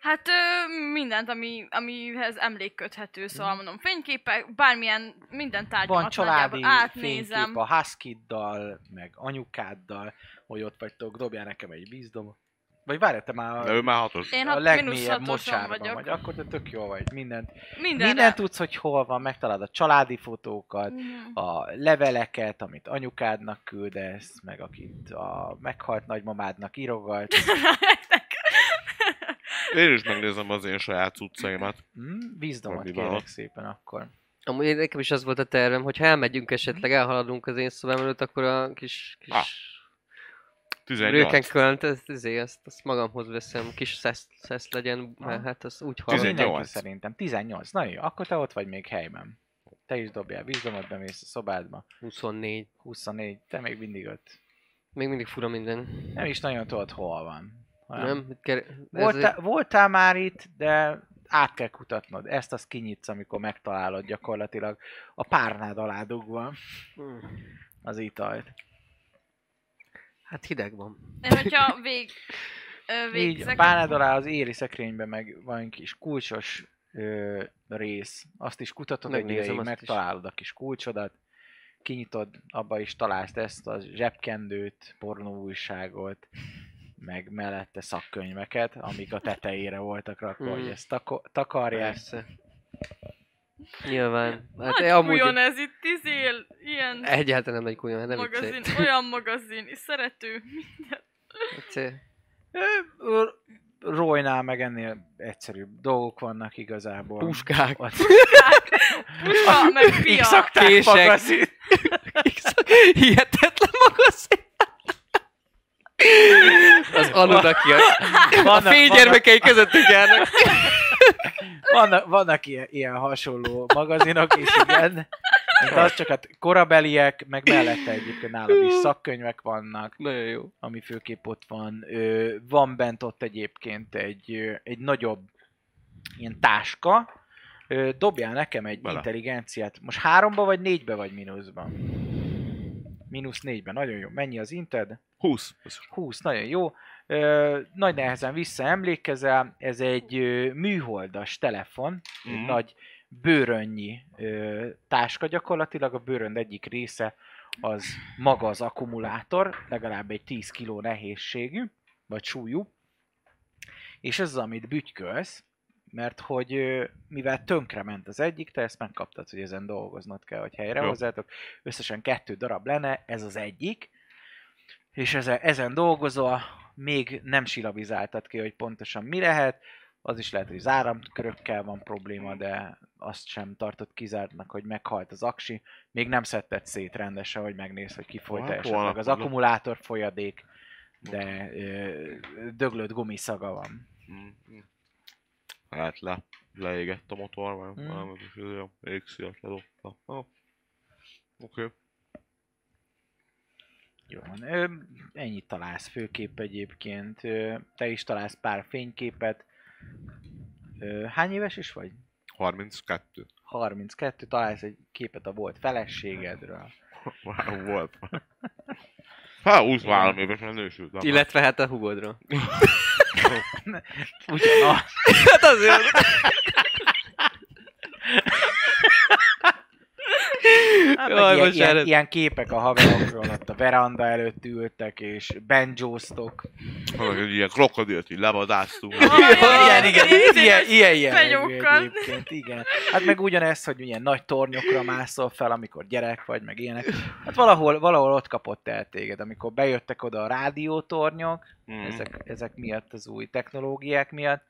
Speaker 3: Hát ö, mindent, ami, amihez emlék köthető, szóval mondom, fényképek, bármilyen, minden tárgyamat
Speaker 1: Mhm. Van családi
Speaker 3: nagyjából átnézem.
Speaker 1: fénykép a házkiddal, meg anyukáddal, hogy ott vagytok, dobjál nekem egy vízdom. Vagy várjál, te már
Speaker 4: De
Speaker 1: a,
Speaker 4: ő már hatos.
Speaker 3: Én
Speaker 1: a
Speaker 3: a
Speaker 1: legmélyebb
Speaker 3: legmélyebb
Speaker 1: mocsárban vagyok.
Speaker 3: vagyok.
Speaker 1: vagy, akkor te tök jó vagy, mindent.
Speaker 3: Mindenre.
Speaker 1: Mindent tudsz, hogy hol van, megtalálod a családi fotókat,
Speaker 3: Mhm.
Speaker 1: a leveleket, amit anyukádnak küldesz, meg akit a meghalt nagymamádnak írogat.
Speaker 4: Én is megnézem az én saját cuccaimat.
Speaker 1: Hmm, vízdomat
Speaker 4: Valami
Speaker 1: kérlek
Speaker 4: van.
Speaker 1: szépen akkor.
Speaker 5: Amúgy én- nekem is az volt a tervem, hogy ha elmegyünk esetleg, elhaladunk az én szobám előtt, akkor a kis, kis
Speaker 4: Ah,
Speaker 5: rőkenk
Speaker 4: 18.
Speaker 5: költ, ezt, ezt, ezt, izé, azt magamhoz veszem, kis szesz, szesz legyen, mert hát az úgy hallom.
Speaker 1: Mindenki
Speaker 4: 18.
Speaker 1: Szerintem 18. Na jó, akkor te ott vagy még helyben. Te is dobjál vízdomot, bemész a szobádba.
Speaker 5: 24.
Speaker 1: 24, te még mindig ott.
Speaker 5: Még mindig fura minden.
Speaker 1: Nem is nagyon tudod, hol van. Olyan.
Speaker 5: Nem? Itt Ker- ez
Speaker 1: Voltál, voltál már itt, de át kell kutatnod. Ezt azt kinyitsz, amikor megtalálod gyakorlatilag a párnád alá dugva
Speaker 5: egy-
Speaker 1: az italt.
Speaker 5: Hmm. Hát hideg van.
Speaker 3: Én, hogyha vég, ö,
Speaker 1: Így a
Speaker 3: végzek,
Speaker 1: párnád alá az éri szekrényben meg van egy kis kulcsos ö, rész. Azt is kutatod egy
Speaker 5: Megnézem
Speaker 1: ideig,
Speaker 5: azt is.
Speaker 1: megtalálod a kis kulcsodat, kinyitod, abba is találsz ezt a zsebkendőt, pornóújságot, meg mellette szakkönyveket, amik a tetejére voltak rakva,
Speaker 5: Mhm.
Speaker 1: hogy ezt tako- takarják.
Speaker 5: Persze. Nyilván. Hát
Speaker 3: hát
Speaker 5: én amúgy
Speaker 3: amúgy... ez itt izél, ilyen
Speaker 5: egyáltalán nem egy kuljon, hát nem
Speaker 3: magazin,
Speaker 5: viccelj.
Speaker 3: olyan magazin, és szerető.
Speaker 5: Viccelj.
Speaker 1: Ö, ö, Roynál meg ennél egyszerűbb dolgok vannak igazából.
Speaker 5: Puskák.
Speaker 1: Ott
Speaker 3: Pusa, Ah, meg
Speaker 1: Így
Speaker 3: fia.
Speaker 1: szokták
Speaker 5: Kések.
Speaker 1: magazin.
Speaker 5: Hihetetlen magazin. Az aludakiak. A
Speaker 1: Vannak-
Speaker 5: fénygyermekei közöttük járnak.
Speaker 1: Vannak, vannak ilyen, ilyen hasonló magazinok is, igen. De az csak hát korabeliek, meg mellette egyébként nálad is szakkönyvek vannak,
Speaker 5: Nagyon jó.
Speaker 1: ami főképp ott van. Ö, van bent ott egyébként egy, ö, egy nagyobb ilyen táska. Ö, dobjál nekem egy
Speaker 4: Bele.
Speaker 1: intelligenciát. Most háromba vagy négybe vagy mínuszban? Mínusz négyben, nagyon jó. Mennyi az inted?
Speaker 4: 20. Ez
Speaker 1: 20, nagyon jó. Ö, nagy nehezen visszaemlékezel, ez egy ö, műholdas telefon, mm. egy
Speaker 4: Mhm.
Speaker 1: nagy bőrönnyi ö, táska gyakorlatilag, a bőrönd egyik része az maga az akkumulátor, legalább egy 10 kg nehézségű, vagy súlyú, és ez az, amit bütykölsz, mert hogy ö, mivel tönkrement az egyik, te ezt megkaptad, hogy ezen dolgoznod kell, hogy
Speaker 4: Jó.
Speaker 1: helyrehozzátok, összesen kettő darab lenne, ez az egyik, és ezen, ezen dolgozol, még nem silabizáltad ki, hogy pontosan mi lehet, az is lehet, hogy az áramkörökkel van probléma, de azt sem tartott kizártnak, hogy meghalt az aksi. Még nem szedted szét rendesen, hogy megnéz, hogy kifolyt
Speaker 4: Holnap,
Speaker 1: esetleg
Speaker 4: holnap,
Speaker 1: az
Speaker 4: holnap.
Speaker 1: akkumulátor folyadék, de ö, döglött gumiszaga van.
Speaker 4: Mhm. Hát le, leégett a motor, vagy
Speaker 1: Mm.
Speaker 4: valami kis izé, idő, égszíjat ledobta. Ah. Oké.
Speaker 1: Jó van. Ö, ennyit találsz főkép egyébként. Ö, te is találsz pár fényképet. Ö, hány éves is vagy?
Speaker 4: 32.
Speaker 1: 32, találsz egy képet a volt feleségedről.
Speaker 4: Wow, volt. Hát 23 évesen nősültem.
Speaker 5: Illetve hát a hugodra.
Speaker 1: Ugyanaz.
Speaker 5: Hát azért.
Speaker 1: Hát,
Speaker 5: Jaj,
Speaker 1: Jaj, ilyen, ilyen,
Speaker 5: bocsánat.
Speaker 1: ilyen képek a haverokról, ott a veranda előtt ültek, és benjóztok.
Speaker 4: Hogy egy ilyen krokodilt így levadásztunk.
Speaker 1: Igen, igen, ilyen, ilyen, ilyen
Speaker 3: fenyókkal.
Speaker 1: jellegű egyébként, igen. Hát meg ugyanez, hogy ilyen nagy tornyokra mászol fel, amikor gyerek vagy, meg ilyenek. Hát valahol, valahol ott kapott el téged, amikor bejöttek oda a rádiótornyok,
Speaker 4: Mm.
Speaker 1: ezek, ezek miatt, az új technológiák miatt,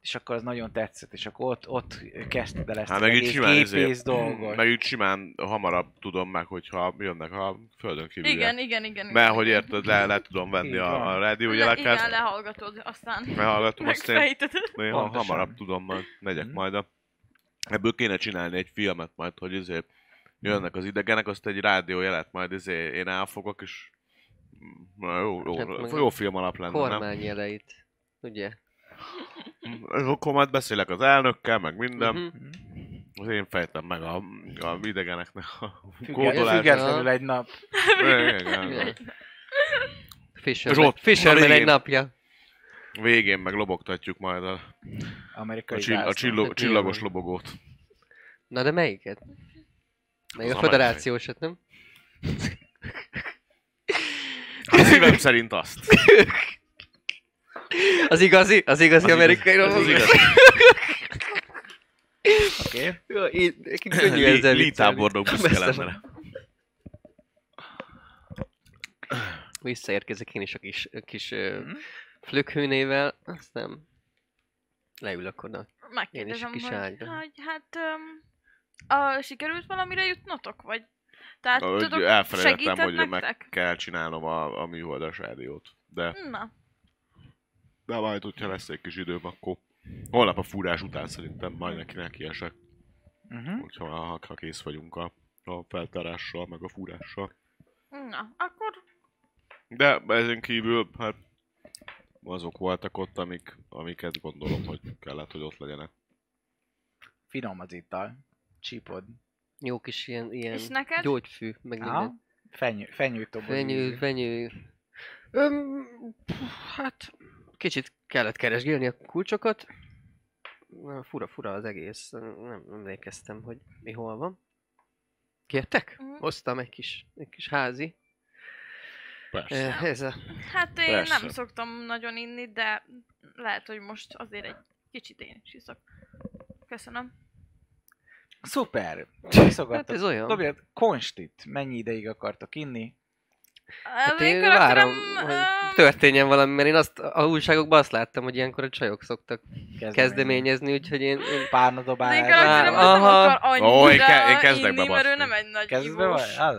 Speaker 1: és akkor az nagyon tetszett, és akkor ott, ott kezdted el ezt
Speaker 4: Hát
Speaker 1: az
Speaker 4: meg így
Speaker 1: egész
Speaker 4: simán
Speaker 1: gépész
Speaker 4: izé,
Speaker 1: dolgot.
Speaker 4: meg így simán hamarabb tudom meg, hogyha jönnek a földön kívül.
Speaker 3: Igen, igen, igen.
Speaker 4: Mert hogy érted, le, le tudom venni
Speaker 1: Így van.
Speaker 4: a, a
Speaker 3: Le, igen,
Speaker 4: rádiójeleket,
Speaker 3: lehallgatod, aztán
Speaker 4: lehallgatom, aztán én
Speaker 3: megfejted.
Speaker 4: néha
Speaker 1: Pontosan.
Speaker 4: hamarabb tudom, majd megyek
Speaker 1: Mhm.
Speaker 4: majd a... Ebből kéne csinálni egy filmet majd, hogy izé jönnek az idegenek, azt egy rádiójelet majd izé én elfogok, és Na, jó, jó,
Speaker 5: Hát meg
Speaker 4: jó, jó film alap lenne, nem? Mm,
Speaker 5: Kormány jeleit. Ugye?
Speaker 4: És akkor majd beszélek az elnökkel, meg minden.
Speaker 5: Mhm.
Speaker 1: Mhm.
Speaker 4: Az én fejtem meg a, a idegeneknek a
Speaker 1: Függetlenül,
Speaker 4: kódolását.
Speaker 1: függetlenül egy nap.
Speaker 4: Igen, igen.
Speaker 5: Fisherman,
Speaker 4: Zsolt, a
Speaker 5: Fisherman
Speaker 4: végén.
Speaker 5: egy napja.
Speaker 4: Végén meg lobogtatjuk majd a, a,
Speaker 1: Amerikai
Speaker 4: csill, a
Speaker 1: zászló.
Speaker 4: csillog, csillagos lobogót.
Speaker 5: Na de melyiket? Még
Speaker 4: Az
Speaker 5: a
Speaker 4: a
Speaker 5: föderációsat, nem?
Speaker 4: Hát szívem szerint azt.
Speaker 5: Az igazi? Az igazi
Speaker 4: Az
Speaker 5: amerikai
Speaker 4: igaz- az
Speaker 5: robotok?
Speaker 4: igaz.
Speaker 1: Oké.
Speaker 5: Jó, így- nekik Könnyű
Speaker 4: Lí,
Speaker 5: ezzel
Speaker 4: lí
Speaker 5: viccelni.
Speaker 4: tábornok büszke
Speaker 5: Persze.
Speaker 4: lenne.
Speaker 5: Visszaérkezek én is a kis, a kis
Speaker 4: Mhm.
Speaker 1: Mm-hmm.
Speaker 5: mm. flökhőnével, aztán leülök oda.
Speaker 3: Megkérdezem,
Speaker 5: Én is a kis
Speaker 3: hogy,
Speaker 5: ágyra.
Speaker 3: hogy hát... Um, a, sikerült valamire jutnotok, vagy? Tehát
Speaker 4: Ahogy
Speaker 3: tudok,
Speaker 4: elfelejtettem,
Speaker 3: segített
Speaker 4: hogy meg
Speaker 3: nektek?
Speaker 4: kell csinálnom a, a műholdas rádiót. De,
Speaker 3: Na,
Speaker 4: de majd, hogyha lesz egy kis időm, akkor holnap a fúrás után szerintem majd neki nekiesek.
Speaker 1: Mhm.
Speaker 4: Hogyha ha, ha kész vagyunk a, a feltárással, meg a fúrással.
Speaker 3: na, akkor
Speaker 4: De ezen kívül, hát azok voltak ott, amik, amiket gondolom, hogy kellett, hogy ott legyenek.
Speaker 1: Finom az ital. Csípod.
Speaker 5: Jó kis ilyen, ilyen
Speaker 3: és neked?
Speaker 5: gyógyfű, meg
Speaker 1: Aha.
Speaker 5: minden.
Speaker 1: Fenyő, izé. fenyőtobor.
Speaker 5: Fenyő,
Speaker 1: ízű.
Speaker 5: fenyő. Öm, pff, hát, kicsit kellett keresgélni a kulcsokat. Na, Fura, fura az egész. Nem emlékeztem, hogy mi hol van. Kértek?
Speaker 3: Mhm.
Speaker 5: Hoztam egy kis, egy kis házi.
Speaker 4: Persze.
Speaker 5: Eh, Ez a
Speaker 3: Hát én
Speaker 4: Persze.
Speaker 3: nem szoktam nagyon inni, de lehet, hogy most azért egy kicsit én is iszok. Köszönöm.
Speaker 1: Szuper.
Speaker 5: Hát ez
Speaker 1: Iszogattad.
Speaker 5: olyan.
Speaker 1: Dobjad, konstit. Mennyi ideig akartok inni?
Speaker 5: Hát
Speaker 3: Ö,
Speaker 5: én
Speaker 3: akkor
Speaker 5: várom,
Speaker 3: akartam,
Speaker 5: hogy
Speaker 3: ö,
Speaker 5: történjen valami, mert én azt a újságokban azt láttam, hogy ilyenkor a csajok szoktak
Speaker 1: Kezdeményezni.
Speaker 5: kezdeményezni, úgyhogy én... én...
Speaker 3: De én
Speaker 1: Párnadobálás.
Speaker 3: karakterem azt nem
Speaker 5: Aha.
Speaker 3: akar
Speaker 4: Ó, én ke- én
Speaker 3: annyira
Speaker 4: kezdek
Speaker 3: inni, mert ő
Speaker 4: bebaszni.
Speaker 3: nem egy nagy
Speaker 1: Kezdve vagy?
Speaker 3: ivós.
Speaker 1: Az?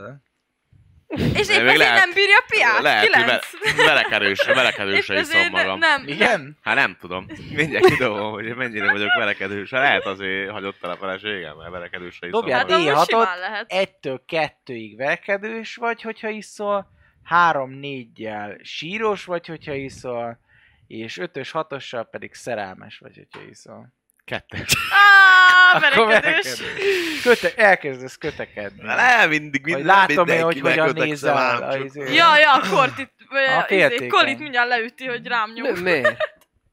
Speaker 3: És
Speaker 4: De
Speaker 5: Hát
Speaker 3: épp
Speaker 4: még
Speaker 3: ezért
Speaker 4: lehet-
Speaker 3: nem bírja a piát,
Speaker 4: Lehet, hogy
Speaker 3: kilenc.
Speaker 4: ve- velek erősre, velek
Speaker 3: Épp
Speaker 4: erősre
Speaker 3: ezért
Speaker 4: iszom
Speaker 3: ne-
Speaker 4: magam.
Speaker 3: nem.
Speaker 1: Igen?
Speaker 4: Hát nem tudom. Mindjárt kidobom, hogy én mennyire vagyok verekedős. Hát Lehet azért hagyott el a feleségem, mert verekedősre iszom.
Speaker 1: Dobjál
Speaker 4: magam.
Speaker 3: Hát amúgy
Speaker 1: D6-ot.
Speaker 3: simán lehet.
Speaker 1: Egytől kettőig verkedős vagy, hogyha iszol, három-négyel síros vagy, hogyha iszol, és ötös, hatossal pedig szerelmes vagy, hogyha iszol.
Speaker 4: Kettes.
Speaker 3: Á,
Speaker 1: Akkor
Speaker 3: verekedős.
Speaker 1: verekedős. Köte- elkezdesz kötekedni.
Speaker 4: Nem mindig,
Speaker 1: Hogy
Speaker 4: mindig
Speaker 1: látom én, hogy
Speaker 4: mindenkinek
Speaker 1: hogyan
Speaker 4: ötök
Speaker 1: nézel.
Speaker 4: szalám,
Speaker 1: a
Speaker 4: csak-
Speaker 1: izé-
Speaker 3: Ja, ja, a kortit, vagy
Speaker 1: A
Speaker 3: a izé,
Speaker 1: féltékeny.
Speaker 3: kolit mindjárt leüti, hogy rám nyom.
Speaker 5: Mi- Miért?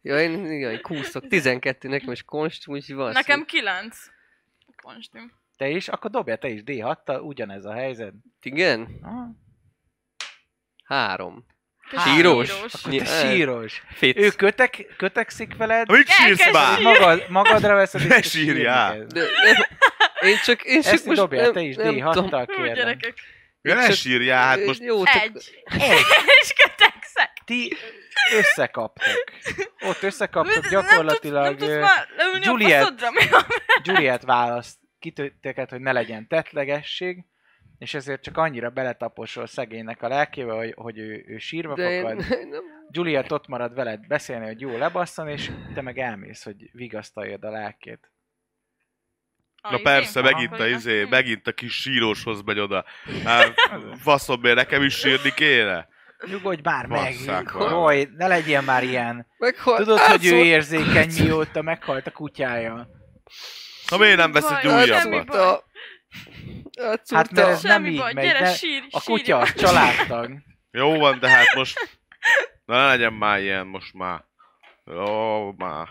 Speaker 5: Ja, én igen, kúszok. 12, nekem is konst, úgyhogy van.
Speaker 3: Nekem kilenc. Konstum.
Speaker 1: Te is? Akkor dobja te is D6-tal, ugyanez a helyzet.
Speaker 5: Igen?
Speaker 1: Ah,
Speaker 5: Három.
Speaker 3: Te
Speaker 5: Síros?
Speaker 1: akkor
Speaker 5: Ja,
Speaker 1: te síros.
Speaker 5: Fit.
Speaker 1: Ő kötek, kötekszik veled,
Speaker 4: Mit sírsz
Speaker 3: Elkezd
Speaker 4: már?
Speaker 3: sír-
Speaker 1: magad, magadra veszed és
Speaker 4: Ne
Speaker 1: te
Speaker 4: sírjál!
Speaker 1: sírni kezd.
Speaker 5: De, de, én csak, én csak
Speaker 1: Ezt
Speaker 5: most
Speaker 1: dobjál
Speaker 5: nem,
Speaker 1: te is
Speaker 5: nem tudom.
Speaker 1: D6-tal,
Speaker 3: Hú,
Speaker 1: kérlek.
Speaker 3: gyerekek.
Speaker 4: Ja, ne
Speaker 5: Csak-
Speaker 4: sírjál, hát most
Speaker 5: Jó, csak-
Speaker 3: Egy. És kötekszek.
Speaker 1: Ti összekaptok. Ott összekaptok
Speaker 3: Mi- Nem
Speaker 1: gyakorlatilag
Speaker 3: tudsz, nem
Speaker 1: ö,
Speaker 3: tudsz már leülni
Speaker 1: Juliet.
Speaker 3: a faszodra, mi van?
Speaker 1: Juliet választ kitőteket, hogy ne legyen tetlegesség, és ezért csak annyira beletaposol szegénynek a lelkébe, hogy, hogy ő, ő sírva
Speaker 5: de én,
Speaker 1: fakad.
Speaker 5: nem,
Speaker 1: Juliet ott marad veled beszélni, hogy jó lebasszon, és te meg elmész, hogy vigasztaljad a lelkét.
Speaker 3: Ah,
Speaker 4: Na
Speaker 3: izé?
Speaker 4: persze,
Speaker 3: Aha.
Speaker 4: megint a,
Speaker 3: Hogy-
Speaker 4: izé,
Speaker 3: hm.
Speaker 4: megint a kis síroshoz megy oda. Hát, faszom, miért nekem is sírni kéne?
Speaker 1: Nyugodj már meg,
Speaker 4: Basszák
Speaker 5: valamit.
Speaker 1: Roy, ne legyél már ilyen.
Speaker 5: meghal,
Speaker 1: Tudod, hogy ő
Speaker 5: átszólt-
Speaker 1: érzékeny, mióta meghalt a kutyája.
Speaker 4: Na miért nem vesz egy
Speaker 3: Baj, semmi
Speaker 4: újabbat?
Speaker 3: baj.
Speaker 5: Átszúrta. Átszúrta.
Speaker 1: Hát mert ez- nem
Speaker 3: Semmi
Speaker 1: így
Speaker 3: baj,
Speaker 1: megy,
Speaker 3: gyere,
Speaker 1: de
Speaker 3: sírj,
Speaker 1: A
Speaker 3: sírj.
Speaker 1: kutya, a családtag.
Speaker 4: Jó van, de hát most... Na ne legyen már ilyen, most már. Jó, már.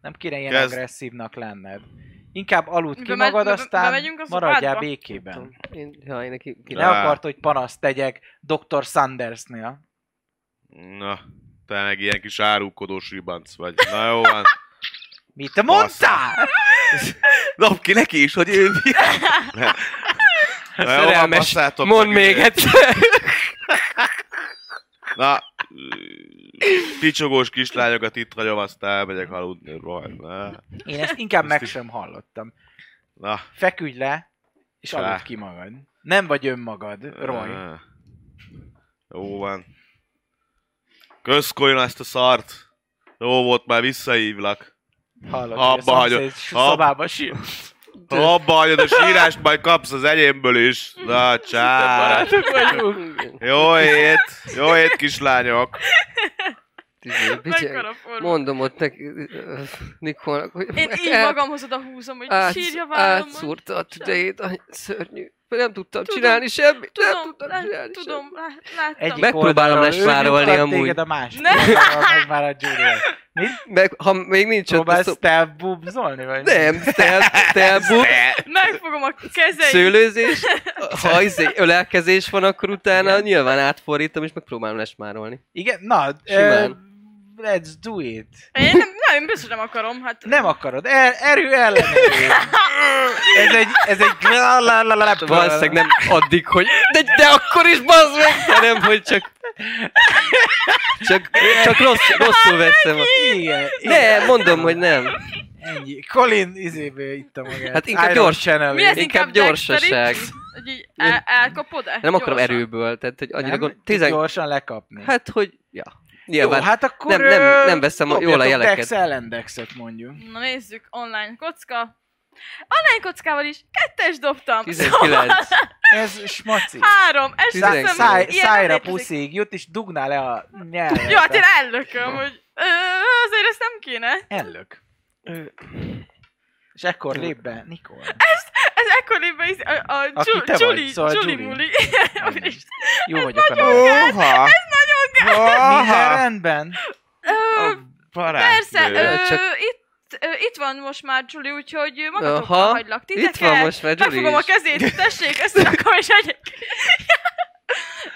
Speaker 1: Nem kéne ilyen
Speaker 4: Kezd.
Speaker 1: agresszívnak lenned. Inkább aludd ki
Speaker 3: Be- be-
Speaker 1: magad,
Speaker 3: be-
Speaker 1: aztán
Speaker 3: bemegyünk az
Speaker 1: maradjál
Speaker 3: szobádba?
Speaker 1: békében.
Speaker 5: Én, jaj, neki,
Speaker 1: Ki ne
Speaker 4: Á.
Speaker 1: akart, hogy panaszt tegyek Dr. Sandersnél.
Speaker 4: Na, te meg ilyen kis árulkodós ribanc vagy. Na jó van.
Speaker 1: Mit te mondtál?
Speaker 4: Dob ki neki is, hogy ő mi. Na jó van,
Speaker 5: Szerelmes.
Speaker 4: basszátok
Speaker 5: Mondd
Speaker 4: meg,
Speaker 5: még
Speaker 4: izé.
Speaker 5: egyszer.
Speaker 4: Na, picsogós kislányokat itt hagyom, aztán elmegyek aludni. Rohagy, Na,
Speaker 1: Én ezt inkább
Speaker 4: Ezt
Speaker 1: meg
Speaker 4: is-
Speaker 1: sem hallottam.
Speaker 4: na.
Speaker 1: Feküdj le, és
Speaker 4: Á.
Speaker 1: aludd ki magad. Nem vagy önmagad, Roy.
Speaker 4: Ah. Jó van. Köszkoljon ezt a szart. Jó volt, már visszahívlak.
Speaker 1: Hallod,
Speaker 4: Abba
Speaker 1: hogy a szomszéd
Speaker 4: hagyod.
Speaker 1: szobába sír.
Speaker 4: Ha abba hagyod a sírást, majd kapsz az enyémből is. Na, csá. Jó hét, jó hét, kislányok.
Speaker 5: izé, bicsek.
Speaker 3: Mekkora forma.
Speaker 5: Mondom ott neki, ö, Nikolnak, hogy
Speaker 3: Én így
Speaker 5: el-
Speaker 3: magamhoz oda húzom, hogy
Speaker 5: átsz-
Speaker 3: sírja vállamon.
Speaker 5: átszúrta a tüdejét, a szörnyű. Nem tudtam csinálni semmit, nem
Speaker 3: Tudom,
Speaker 5: tudtam
Speaker 3: lát-
Speaker 5: csinálni semmit.
Speaker 3: tudom, lát- láttam.
Speaker 1: Egyik
Speaker 5: Megpróbálom
Speaker 1: oldalról
Speaker 5: lesvárolni
Speaker 1: ő nyugtat
Speaker 5: amúgy.
Speaker 1: Téged a másik
Speaker 3: Ne!
Speaker 1: oldalról meg már a Julia.
Speaker 5: Meg, ha még nincs ott a
Speaker 1: Próbálsz
Speaker 5: szó...
Speaker 1: te bubzolni, vagy?
Speaker 5: Nem, tel- telbuk,
Speaker 3: Megfogom a kezeit.
Speaker 5: szőlőzés, ha izé, ölelkezés van, akkor utána
Speaker 1: Igen.
Speaker 5: nyilván átfordítom, és megpróbálom lesmárolni.
Speaker 1: Igen, na,
Speaker 5: Simán.
Speaker 1: ö, let's do it.
Speaker 3: Én nem, nem, én biztos nem akarom, hát...
Speaker 1: Nem akarod, er, erő ellenőr. Ez egy, ez egy...
Speaker 5: Valószínűleg nem addig, hogy de, de akkor is bazd meg, hanem hogy csak... Csak, csak rossz, rosszul veszem. a-
Speaker 1: Igen, igen.
Speaker 5: Ne, mondom, hogy nem.
Speaker 1: Ennyi. Colin izébe itta magát.
Speaker 5: Hát inkább
Speaker 1: Iron
Speaker 5: gyors.
Speaker 1: Channel.
Speaker 3: Mi lesz
Speaker 5: inkább
Speaker 3: inkább, dexterity?
Speaker 5: gyorsaság.
Speaker 3: Hogy így
Speaker 5: Nem.
Speaker 3: el, elkapod-e?
Speaker 5: Nem akarom
Speaker 3: Gyorsan.
Speaker 5: erőből, tehát hogy annyira
Speaker 1: Nem?
Speaker 5: gond...
Speaker 1: Tizen...
Speaker 5: Tizen...
Speaker 1: Gyorsan lekapni.
Speaker 5: Hát, hogy... Ja.
Speaker 1: Jó,
Speaker 5: Nyilván.
Speaker 1: hát akkor...
Speaker 5: nem- nem-
Speaker 1: ö,
Speaker 5: nem veszem a- jól a
Speaker 1: dobjatok
Speaker 5: jeleket.
Speaker 1: Dex ellendexet mondjuk.
Speaker 3: Na nézzük, online kocka. Online kockával is kettes dobtam. Szóval
Speaker 5: 19.
Speaker 1: Ez smaci.
Speaker 3: Három, ez
Speaker 5: Tizen-
Speaker 3: sem-
Speaker 1: Száj,
Speaker 3: Hát, ilyen
Speaker 1: szájra
Speaker 3: nem létezik.
Speaker 1: puszig jut, és dugná le a nyelvet.
Speaker 3: Jó, hát én ellököm, hogy ö, azért ezt nem kéne.
Speaker 1: Ellök. És ekkor lép be Nikol.
Speaker 3: Ez ekkoriban is a, a,
Speaker 1: Aki
Speaker 3: Ju-
Speaker 1: te vagy,
Speaker 3: Juli,
Speaker 1: szóval
Speaker 3: Juli
Speaker 1: Juli.
Speaker 3: Muli. Úristen.
Speaker 1: Jó vagyok a nagyon
Speaker 4: Óha! Ez
Speaker 1: Minden
Speaker 4: Óha!
Speaker 1: rendben?
Speaker 3: Ö, Hm, Persze,
Speaker 4: barátnő.
Speaker 3: ö,
Speaker 5: Csak-
Speaker 3: itt, ö, itt van most már Juli, úgyhogy magatokra
Speaker 5: Aha,
Speaker 3: hagylak titeket.
Speaker 5: Itt van most már Gyuri
Speaker 3: Megfogom a
Speaker 5: is.
Speaker 3: kezét, tessék, ezt rakom és egyek.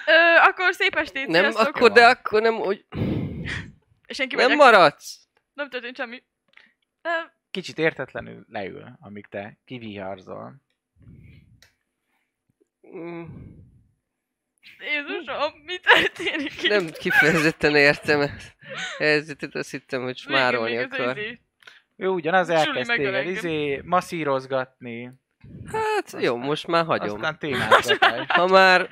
Speaker 3: Ö, akkor szép estét,
Speaker 5: Nem,
Speaker 3: sziasztok.
Speaker 5: akkor, de akkor nem, hogy
Speaker 3: És én kimegyek.
Speaker 5: nem
Speaker 3: Nem, ma...
Speaker 5: maradsz.
Speaker 3: nem történt semmi. Ö,
Speaker 1: Kicsit értetlenül leül, amíg te kiviharzol.
Speaker 5: Mm,
Speaker 3: Jézusom, mi történik itt?
Speaker 5: Nem kifejezetten értem ezt. Helyzetet, azt hittem, hogy
Speaker 3: Végén
Speaker 5: smárolni
Speaker 3: még ez az
Speaker 5: akar.
Speaker 3: izé.
Speaker 1: Ő ugyanaz
Speaker 3: Csuli
Speaker 1: elkezd
Speaker 3: megölel
Speaker 1: téged
Speaker 3: engem.
Speaker 1: izé, masszírozgatni,
Speaker 5: Hát jó, most már hagyom.
Speaker 1: aztán témázgatás.
Speaker 5: Ha már...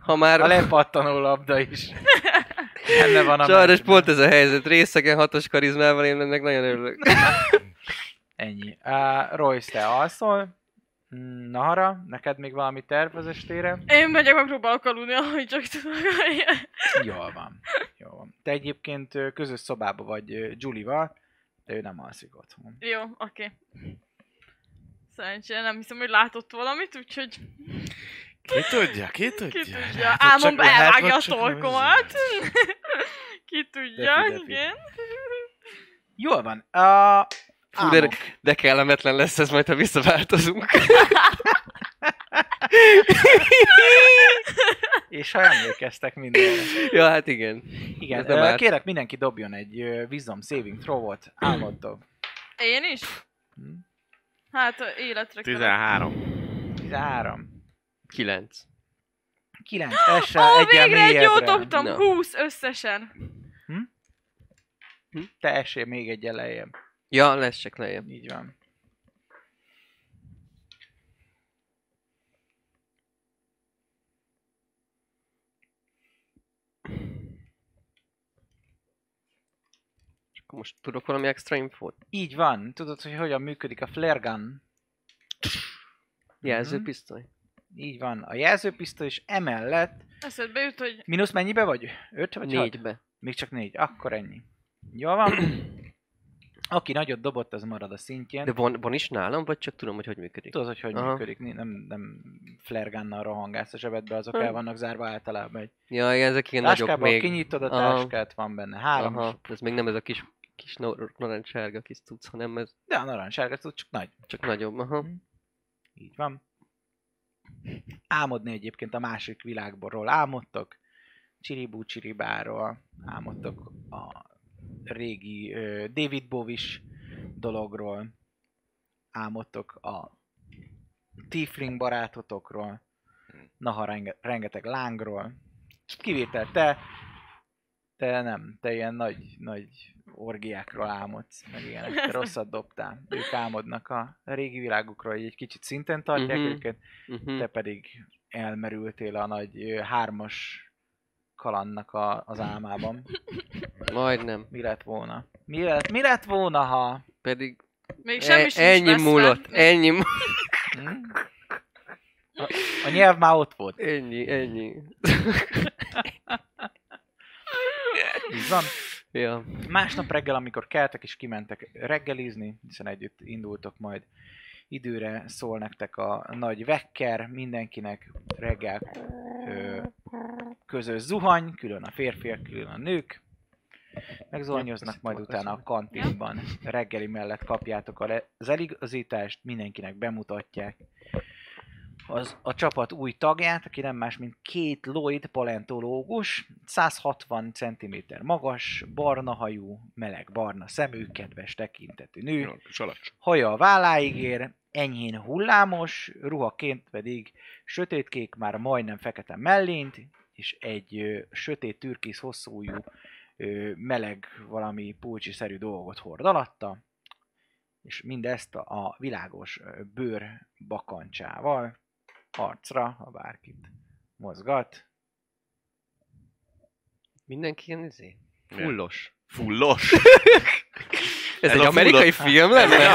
Speaker 5: Ha már...
Speaker 1: A lepattanó labda is. Benne van a
Speaker 5: Sajnos
Speaker 1: meccsben.
Speaker 5: pont ez a helyzet. Részegen hatos karizmával én ennek nagyon örülök.
Speaker 1: Ennyi. Uh, Royce, te alszol. Mm, Nahara, neked még valami terv az estére?
Speaker 3: Én megyek, megpróbálok aludni, ahogy csak tudok.
Speaker 1: Jól van. Jól van. Te egyébként ö, közös szobába vagy ö, Julie-val, de ő nem alszik otthon.
Speaker 3: Jó, oké. Szerencsére nem hiszem, hogy látott valamit, úgyhogy
Speaker 4: Ki tudja, ki tudja?
Speaker 3: ki tudja.
Speaker 4: Lehet, hogy csak-
Speaker 3: Álmomba
Speaker 4: lehet, hogy
Speaker 3: elvágja a
Speaker 4: csak nem
Speaker 3: torkomat.
Speaker 4: ez.
Speaker 3: Ki tudja,
Speaker 1: Defi, defi.
Speaker 3: igen.
Speaker 1: Jól van. Uh,
Speaker 5: Fú, de, de kellemetlen lesz ez majd, ha visszaváltozunk.
Speaker 1: És ha emlékeztek mindenre.
Speaker 5: ja, hát igen. Ez
Speaker 1: Igen,
Speaker 5: nem
Speaker 1: ö,
Speaker 5: árt. Hmm.
Speaker 1: kérek mindenki dobjon egy ö, Wisdom Saving Throw-ot, álmodtok.
Speaker 3: Én is?
Speaker 1: Hm.
Speaker 3: Hát ö, életre kell.
Speaker 4: 13.
Speaker 1: 13.
Speaker 5: 9.
Speaker 1: 9 esre,
Speaker 3: Ó,
Speaker 1: oh, egyen
Speaker 3: végre egy jót
Speaker 1: mélyebbre.
Speaker 3: dobtam,
Speaker 5: Na.
Speaker 3: 20 összesen.
Speaker 1: Te esél még egy elejjebb.
Speaker 5: Ja, lesz csak lejjebb.
Speaker 1: Így van.
Speaker 5: És akkor most tudok valami extra infót?
Speaker 1: Így van. Tudod, hogy hogyan működik a flare gun? Mm-hmm.
Speaker 5: Jelzőpisztoly?
Speaker 1: Így van. A jelzőpisztoly és emellett...
Speaker 3: Eszedbe jut, hogy
Speaker 1: Minusz mennyibe vagy? 5 vagy hat?
Speaker 5: Négybe.
Speaker 1: Még csak négy, akkor ennyi. Jó van. Aki nagyot dobott, az marad a szintjén.
Speaker 5: De van, van is nálam, vagy csak tudom, hogy hogy működik?
Speaker 1: Tudod, hogy hogy
Speaker 5: Aha.
Speaker 1: működik, Ni- nem, nem flergánnal rohangálsz a zsebedbe, azok
Speaker 5: Hm.
Speaker 1: el vannak zárva általában. Egy
Speaker 5: Ja, igen, ezek ilyen nagyok
Speaker 1: táskában
Speaker 5: még.
Speaker 1: kinyitod a
Speaker 5: Aha.
Speaker 1: táskát, van benne három,
Speaker 5: Aha, ez még nem ez a kis, kis nor- narancssárga kis tudsz, hanem ez
Speaker 1: de a narancssárga, tudod, csak nagy.
Speaker 5: csak nagyobb. Aha.
Speaker 1: Így van. Álmodni egyébként a másik világból álmodtok, Csiribú Csiribáról, álmodtok a régi ö, David Bovis dologról, álmodtok a Tiefling barátotokról, naha renge, rengeteg lángról, és kivétel te, te nem, te ilyen nagy, nagy orgiákról álmodsz, meg ilyenek, te rosszat dobtál. Ők álmodnak a régi világukról, hogy egy kicsit szinten tartják
Speaker 5: Mhm.
Speaker 1: mm-hmm. őket,
Speaker 5: Uh-huh.
Speaker 1: te pedig elmerültél a nagy ö, hármas kalannak a, az álmában.
Speaker 5: Majdnem.
Speaker 1: Mi lett volna? Mi lett, mi lett volna, ha...
Speaker 5: Pedig
Speaker 3: még
Speaker 5: e-
Speaker 3: semmi sincs
Speaker 5: ennyi
Speaker 3: veszve.
Speaker 5: múlott. E- Ennyi, mu-
Speaker 1: Hm? A, a nyelv már ott volt.
Speaker 5: ennyi, ennyi.
Speaker 1: Így van.
Speaker 5: Ja.
Speaker 1: Másnap reggel, amikor keltek és kimentek reggelizni, hiszen együtt indultok majd, időre szól nektek a nagy vekker, mindenkinek reggel ö, közös zuhany, külön a férfiak, külön a nők. Megzolnyoznak majd utána a kantinban. Reggeli mellett kapjátok a le- az eligazítást, mindenkinek bemutatják. Az a csapat új tagját, aki nem más, mint két Lloyd palentológus, 160 cm magas, barna hajú, meleg barna szemű, kedves tekintetű nő
Speaker 4: Jó, kis alacs.
Speaker 1: haja a válláig ér, enyhén hullámos, ruhaként pedig sötétkék, már majdnem fekete mellényt, és egy ö, sötét türkisz hosszújú, ö, meleg, valami pulcsiszerű dolgot hord alatta, és mindezt a, a világos ö, bőr bakancsával arcra, ha bárkit mozgat.
Speaker 5: Mindenki ilyen izé?
Speaker 4: Milyen?
Speaker 5: Fullos.
Speaker 4: Fullos.
Speaker 5: Ez,
Speaker 4: Ez
Speaker 5: egy
Speaker 4: a
Speaker 5: amerikai
Speaker 4: fullos-
Speaker 5: film lenne?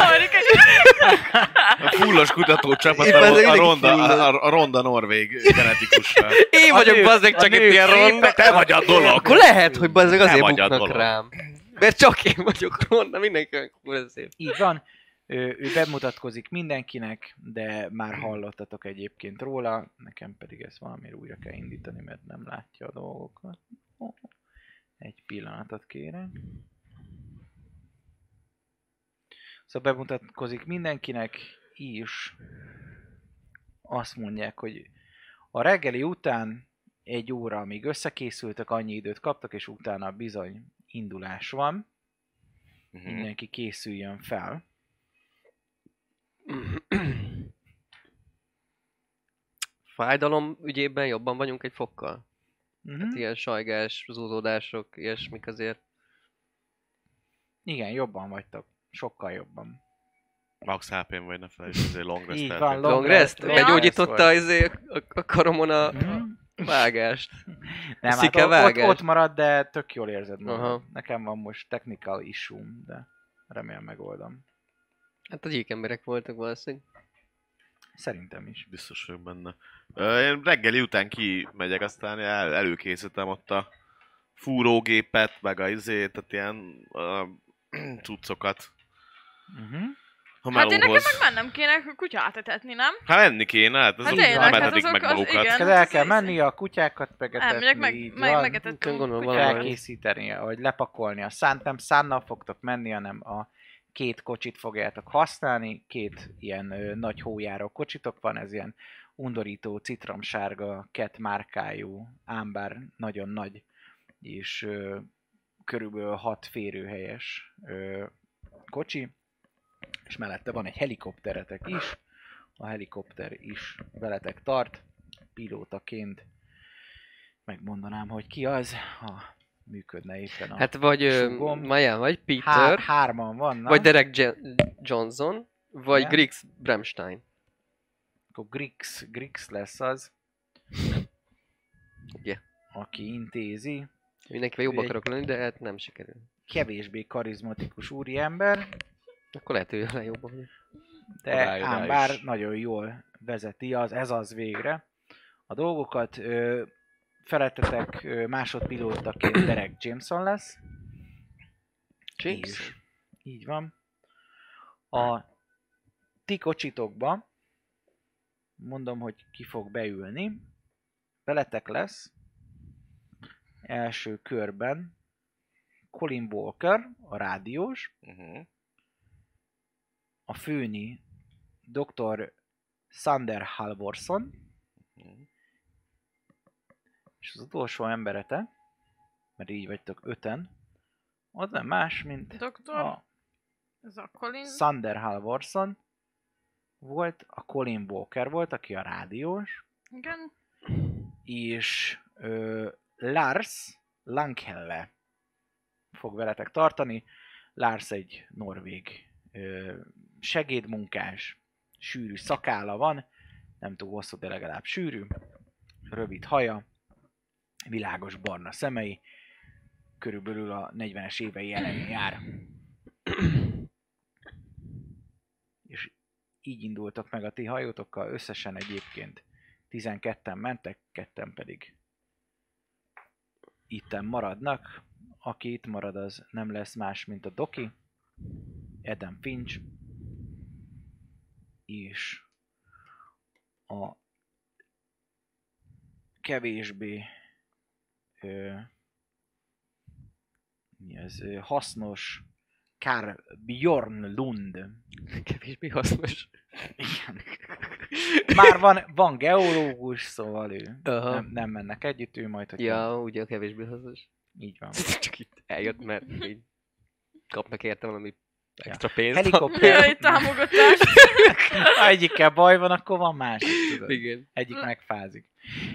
Speaker 4: A fullos kutatócsapat
Speaker 5: Épp
Speaker 4: a,
Speaker 5: ezért
Speaker 4: ro- a,
Speaker 5: mindenki
Speaker 4: ronda,
Speaker 5: fullos.
Speaker 4: a, a ronda norvég genetikusra.
Speaker 5: Én
Speaker 1: A
Speaker 5: vagyok
Speaker 1: nők-
Speaker 5: bazdmeg
Speaker 1: a
Speaker 5: csak
Speaker 1: nők
Speaker 5: egy ilyen ronda.
Speaker 4: Te vagy a dolog.
Speaker 5: Akkor lehet, hogy bazdmeg
Speaker 4: Te
Speaker 5: azért
Speaker 4: vagy a
Speaker 5: buknak
Speaker 4: dolog.
Speaker 5: rám. Mert csak én vagyok ronda, mindenki olyan kurva szép.
Speaker 1: Így van. Ő, ő bemutatkozik mindenkinek, de már hallottatok egyébként róla, nekem pedig ezt valamiért újra kell indítani, mert nem látja a dolgokat. Ó, Egy pillanatot kérem. Szóval bemutatkozik mindenkinek is. Azt mondják, hogy a reggeli után egy óra, amíg összekészültök, annyi időt kaptak, és utána bizony indulás van
Speaker 4: Mhm.
Speaker 1: mindenki készüljön fel.
Speaker 5: Fájdalom ügyében jobban vagyunk egy fokkal.
Speaker 1: Uh-huh.
Speaker 5: Ilyen sajgás, zúdódások, ilyesmik azért.
Speaker 1: Igen, jobban vagytok. Sokkal jobban.
Speaker 4: Max hp vagy ne felejtsd, ezért long rest
Speaker 1: Így van,
Speaker 4: eltét.
Speaker 1: long-
Speaker 5: Long rest?
Speaker 1: rest, long rest
Speaker 5: Begyógyította
Speaker 1: volt.
Speaker 5: izé a, a karomon a
Speaker 1: Mhm.
Speaker 5: vágást.
Speaker 1: Nem, hát
Speaker 5: szike
Speaker 1: ott, ott,
Speaker 5: vágás.
Speaker 1: ott marad, de tök jól érzed magad.
Speaker 5: Aha.
Speaker 1: Nekem van most technical issue de remélem megoldom.
Speaker 5: Hát a gyík emberek voltak valószínűleg.
Speaker 1: Szerintem is.
Speaker 4: Biztos vagyok benne. Ö, Én reggeli után kimegyek, aztán el, előkészítem ott a fúrógépet, meg a izét, tehát ilyen ö, cuccokat
Speaker 1: Uh-huh.
Speaker 4: a
Speaker 3: Hát én nekem meg
Speaker 4: melóhoz.
Speaker 3: mennem kéne kutyát etetni, nem?
Speaker 4: Hát enni kéne, hát ez
Speaker 3: Hát
Speaker 4: hát
Speaker 1: tényleg,
Speaker 4: nem
Speaker 1: hát
Speaker 4: etetik
Speaker 3: azok
Speaker 4: meg
Speaker 3: az-
Speaker 4: magukat.
Speaker 3: igen.
Speaker 1: Ez
Speaker 3: hát
Speaker 1: el
Speaker 3: ez
Speaker 1: kell
Speaker 3: az-
Speaker 1: menni, a kutyákat megetetni,
Speaker 3: Elmegyek,
Speaker 1: így
Speaker 3: meg, meg,
Speaker 1: van.
Speaker 3: megetettem.
Speaker 5: Gondolom,
Speaker 3: kutyát.
Speaker 5: valami.
Speaker 1: felkészíteni, hogy lepakolni a szánt, nem szánnal fogtok menni, hanem a két kocsit fogjátok használni, két ilyen ö, nagy hójáró kocsitok van, ez ilyen undorító, citromsárga, ket márkájú, ám bár nagyon nagy, és ö, körülbelül hat férőhelyes ö, kocsi, és mellette van egy helikopteretek is, a helikopter is veletek tart, pilótaként megmondanám, hogy ki az, ha működne éppen a...
Speaker 5: Hát vagy ö,
Speaker 1: Sugom. Hát,
Speaker 5: Mayan, vagy
Speaker 1: Hár,
Speaker 5: Peter,
Speaker 1: hárman vannak,
Speaker 5: vagy Derek Je- Johnson, vagy
Speaker 1: Igen.
Speaker 5: Griggs Bramstein.
Speaker 1: akkor Grix, Grix lesz az,
Speaker 5: Ugye.
Speaker 1: aki intézi.
Speaker 5: Mindenkivel jobb
Speaker 1: Ő egy-
Speaker 5: akarok lenni, de hát nem sikerül.
Speaker 1: Kevésbé karizmatikus úriember,
Speaker 5: Akkor lehet, hogy vele jobban vagyok.
Speaker 1: de
Speaker 4: Rájön rá
Speaker 1: ám
Speaker 4: is.
Speaker 1: bár nagyon jól vezeti az, ez az végre. A dolgokat ö, felettetek ö, másodpilótaként Derek Jameson lesz,
Speaker 5: Jameson.
Speaker 1: És így van. A ti kocsitokba mondom, hogy ki fog beülni. Veletek lesz első körben Colin Walker, a rádiós,
Speaker 4: Uh-huh.
Speaker 1: a főni dr. Sander Halvorson, és az utolsó emberete, mert így vagytok öten, az nem más, mint
Speaker 3: Doktor,
Speaker 1: a
Speaker 3: ez a Colin.
Speaker 1: Sander Halvorson volt, a Colin Walker volt, aki a rádiós,
Speaker 3: Igen.
Speaker 1: és ö, Lars Lankelle fog veletek tartani. Lars egy norvég ö, segédmunkás, sűrű szakála van, nem túl hosszú, de legalább sűrű, rövid haja, világos barna szemei, körülbelül a 40-es évei elején jár. És így indultak meg a ti hajótokkal, összesen egyébként 12-en mentek, ketten pedig itten maradnak, aki itt marad, az nem lesz más, mint a Doki, Adam Finch, és a kevésbé ö, mi ez, ö, hasznos Karl Bjorn Lund.
Speaker 5: Kevésbé hasznos.
Speaker 1: Igen. Már van, van geológus, szóval ő
Speaker 5: Aha.
Speaker 1: nem, nem mennek együtt, ő majd, hogy
Speaker 5: Ja, ugye a kevésbé hasznos.
Speaker 1: így van.
Speaker 5: Csak itt eljött, mert így kapnak érte valami extra pénzt.
Speaker 1: Helikopter.
Speaker 3: Jaj, támogatás.
Speaker 1: Ha egyikkel baj van, akkor van másik, tudod.
Speaker 5: Igen.
Speaker 1: Egyik megfázik.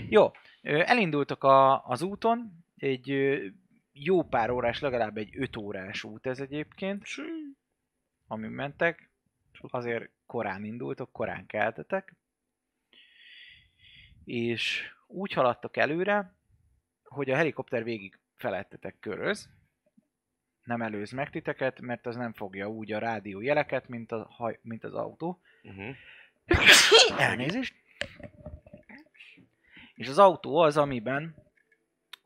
Speaker 1: Jó, ö, elindultok a, az úton, egy ö, jó pár órás, legalább egy 5 órás út ez egyébként, ami mentek. Azért korán indultok, korán keltetek. És úgy haladtok előre, hogy a helikopter végig felettetek köröz. Nem előz meg titeket, mert az nem fogja úgy a rádió jeleket, mint, a haj, mint az autó.
Speaker 4: Uh-huh.
Speaker 1: Elnézést. És az autó az, amiben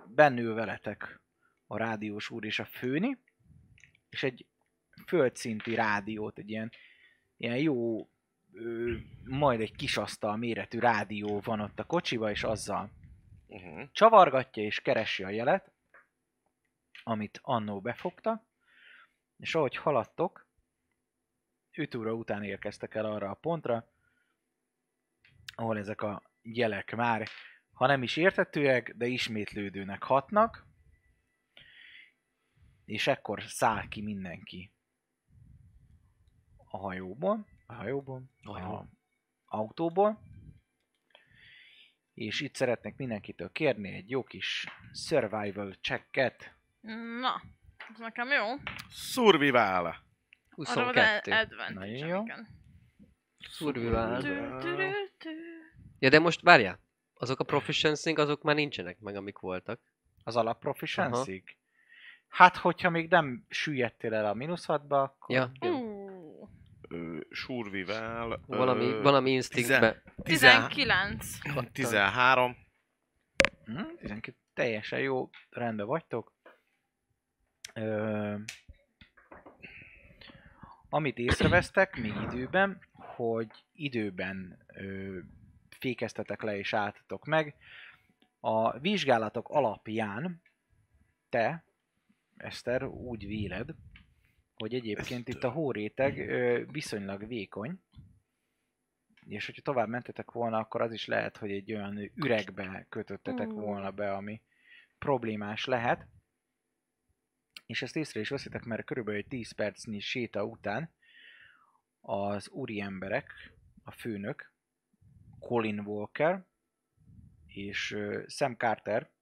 Speaker 1: bennül veletek a rádiós úr és a főni, és egy földszinti rádiót, egy ilyen, ilyen jó, ö, majd egy kis asztal méretű rádió van ott a kocsiba, és azzal
Speaker 4: Uh-huh.
Speaker 1: csavargatja és keresi a jelet, amit annó befogta, és ahogy haladtok, 5 óra után érkeztek el arra a pontra, ahol ezek a jelek már, ha nem is értetőek, de ismétlődőnek hatnak, és ekkor száll ki mindenki a hajóból, a hajóból, a autóból, és itt szeretnék mindenkitől kérni egy jó kis survival checket.
Speaker 3: Na, ez nekem jó.
Speaker 4: Survival.
Speaker 3: Arra van el-
Speaker 5: 22.
Speaker 3: advantage,
Speaker 1: Nagyon jó.
Speaker 3: igen.
Speaker 5: Survival.
Speaker 3: Tü- tü- tü.
Speaker 5: Ja, de most várjál. Azok a proficiency azok már nincsenek meg, amik voltak.
Speaker 1: Az alapproficiency Hát, hogyha még nem süllyedtél el a mínusz hatba, akkor...
Speaker 5: Ja,
Speaker 3: Hm.
Speaker 5: jó.
Speaker 3: Ú,
Speaker 4: Ö, Survival. ö,
Speaker 5: Valami, valami instinctbe.
Speaker 3: 19.
Speaker 4: 13.
Speaker 1: Hm? 12. Teljesen jó, rendben vagytok. Ö... Amit észrevesztek még időben, hogy időben ö, fékeztetek le és álltatok meg. A vizsgálatok alapján te, Eszter, úgy véled, hogy egyébként itt a hóréteg ö, viszonylag vékony, és hogyha tovább mentetek volna, akkor az is lehet, hogy egy olyan üregbe kötöttetek
Speaker 3: Ú.
Speaker 1: volna be, ami problémás lehet. És ezt észre is veszitek, mert körülbelül egy 10 percnyi séta után az úri emberek, a főnök, Colin Walker és ö, Sam Carter,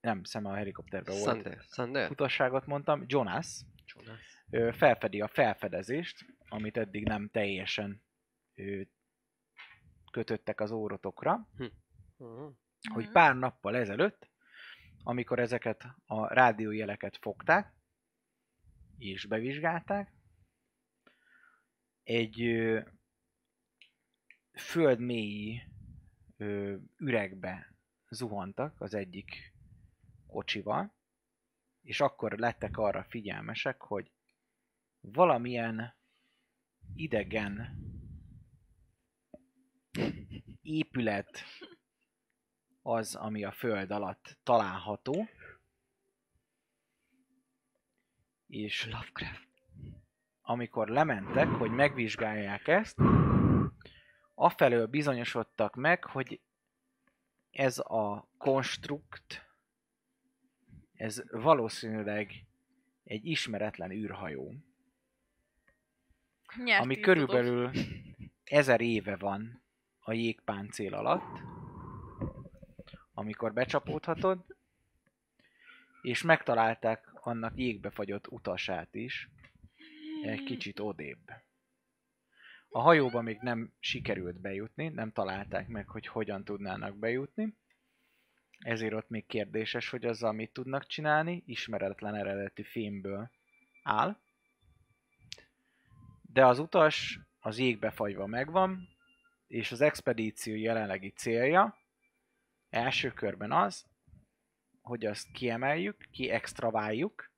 Speaker 1: nem, Sam a helikopterben volt,
Speaker 5: Thunder. Thunder.
Speaker 1: utasságot mondtam, Jonas, ö, felfedi a felfedezést, amit eddig nem teljesen ö, kötöttek az órotokra,
Speaker 5: Mhm.
Speaker 1: hogy
Speaker 3: Mhm.
Speaker 1: pár nappal ezelőtt, amikor ezeket a rádiójeleket fogták, és bevizsgálták, egy ö, földmélyi ö, üregbe zuhantak az egyik kocsival, és akkor lettek arra figyelmesek, hogy valamilyen idegen épület az, ami a föld alatt található. És Lovecraft. Amikor lementek, hogy megvizsgálják ezt, afelől bizonyosodtak meg, hogy ez a konstrukt, ez valószínűleg egy ismeretlen űrhajó
Speaker 3: Nyert
Speaker 1: ami
Speaker 3: így tudod.
Speaker 1: körülbelül ezer éve van a jégpáncél alatt, amikor becsapódhatod, és megtalálták annak jégbe fagyott utasát is, egy kicsit odébb. A hajóba még nem sikerült bejutni, nem találták meg, hogy hogyan tudnának bejutni, ezért ott még kérdéses, hogy azzal mit tudnak csinálni, ismeretlen eredetű fémből áll, de az utas az jégbe fagyva megvan, és az expedíció jelenlegi célja első körben az, hogy azt kiemeljük, kiextraváljuk,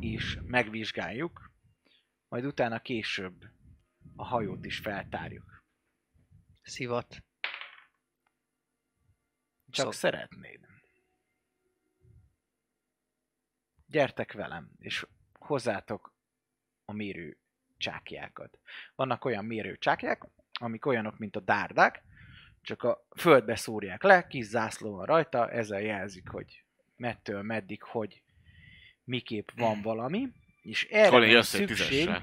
Speaker 1: és megvizsgáljuk, majd utána később a hajót is feltárjuk.
Speaker 5: Szivat.
Speaker 1: Csak
Speaker 4: Szóval-
Speaker 5: Szok-
Speaker 1: szeretnéd. Gyertek velem, és hozzátok a mérő csákjákat. Vannak olyan mérő csákják, amik olyanok, mint a dárdák, csak a földbe szúrják le, kis zászló van rajta, ezzel jelzik, hogy mettől meddig, hogy miképp van valami, és erre
Speaker 4: Colin,
Speaker 1: van
Speaker 4: jössz egy
Speaker 1: szükség,
Speaker 4: tízesre.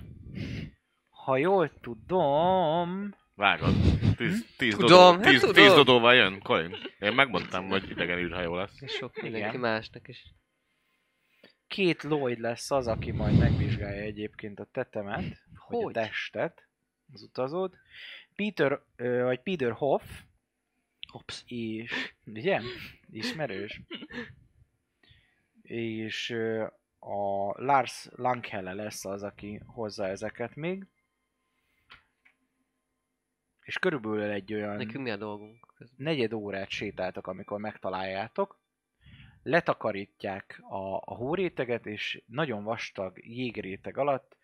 Speaker 1: ha jól tudom,
Speaker 4: Vágod.
Speaker 3: Mhm.
Speaker 4: Tíz, tíz,
Speaker 5: Tudom,
Speaker 4: dodó,
Speaker 5: hát
Speaker 4: tíz,
Speaker 5: tudom.
Speaker 4: tíz dodóval jön, Colin. Én megmondtam, hogy idegen űrhajó lesz.
Speaker 5: És sok mindenki
Speaker 1: Igen.
Speaker 5: másnak is.
Speaker 1: két Lloyd lesz az, aki majd megvizsgálja egyébként a tetemet, hogy a
Speaker 5: Hogy?
Speaker 1: testet, az utazód. Peter, ö, vagy Peter Hoff, Hops. és, ugye, ismerős, és ö, a Lars Langhelle lesz az, aki hozza ezeket még. És körülbelül egy olyan
Speaker 5: Nekünk mi a dolgunk? közben?
Speaker 1: negyed órát sétáltak, amikor megtaláljátok, letakarítják a, a hóréteget, és nagyon vastag jégréteg alatt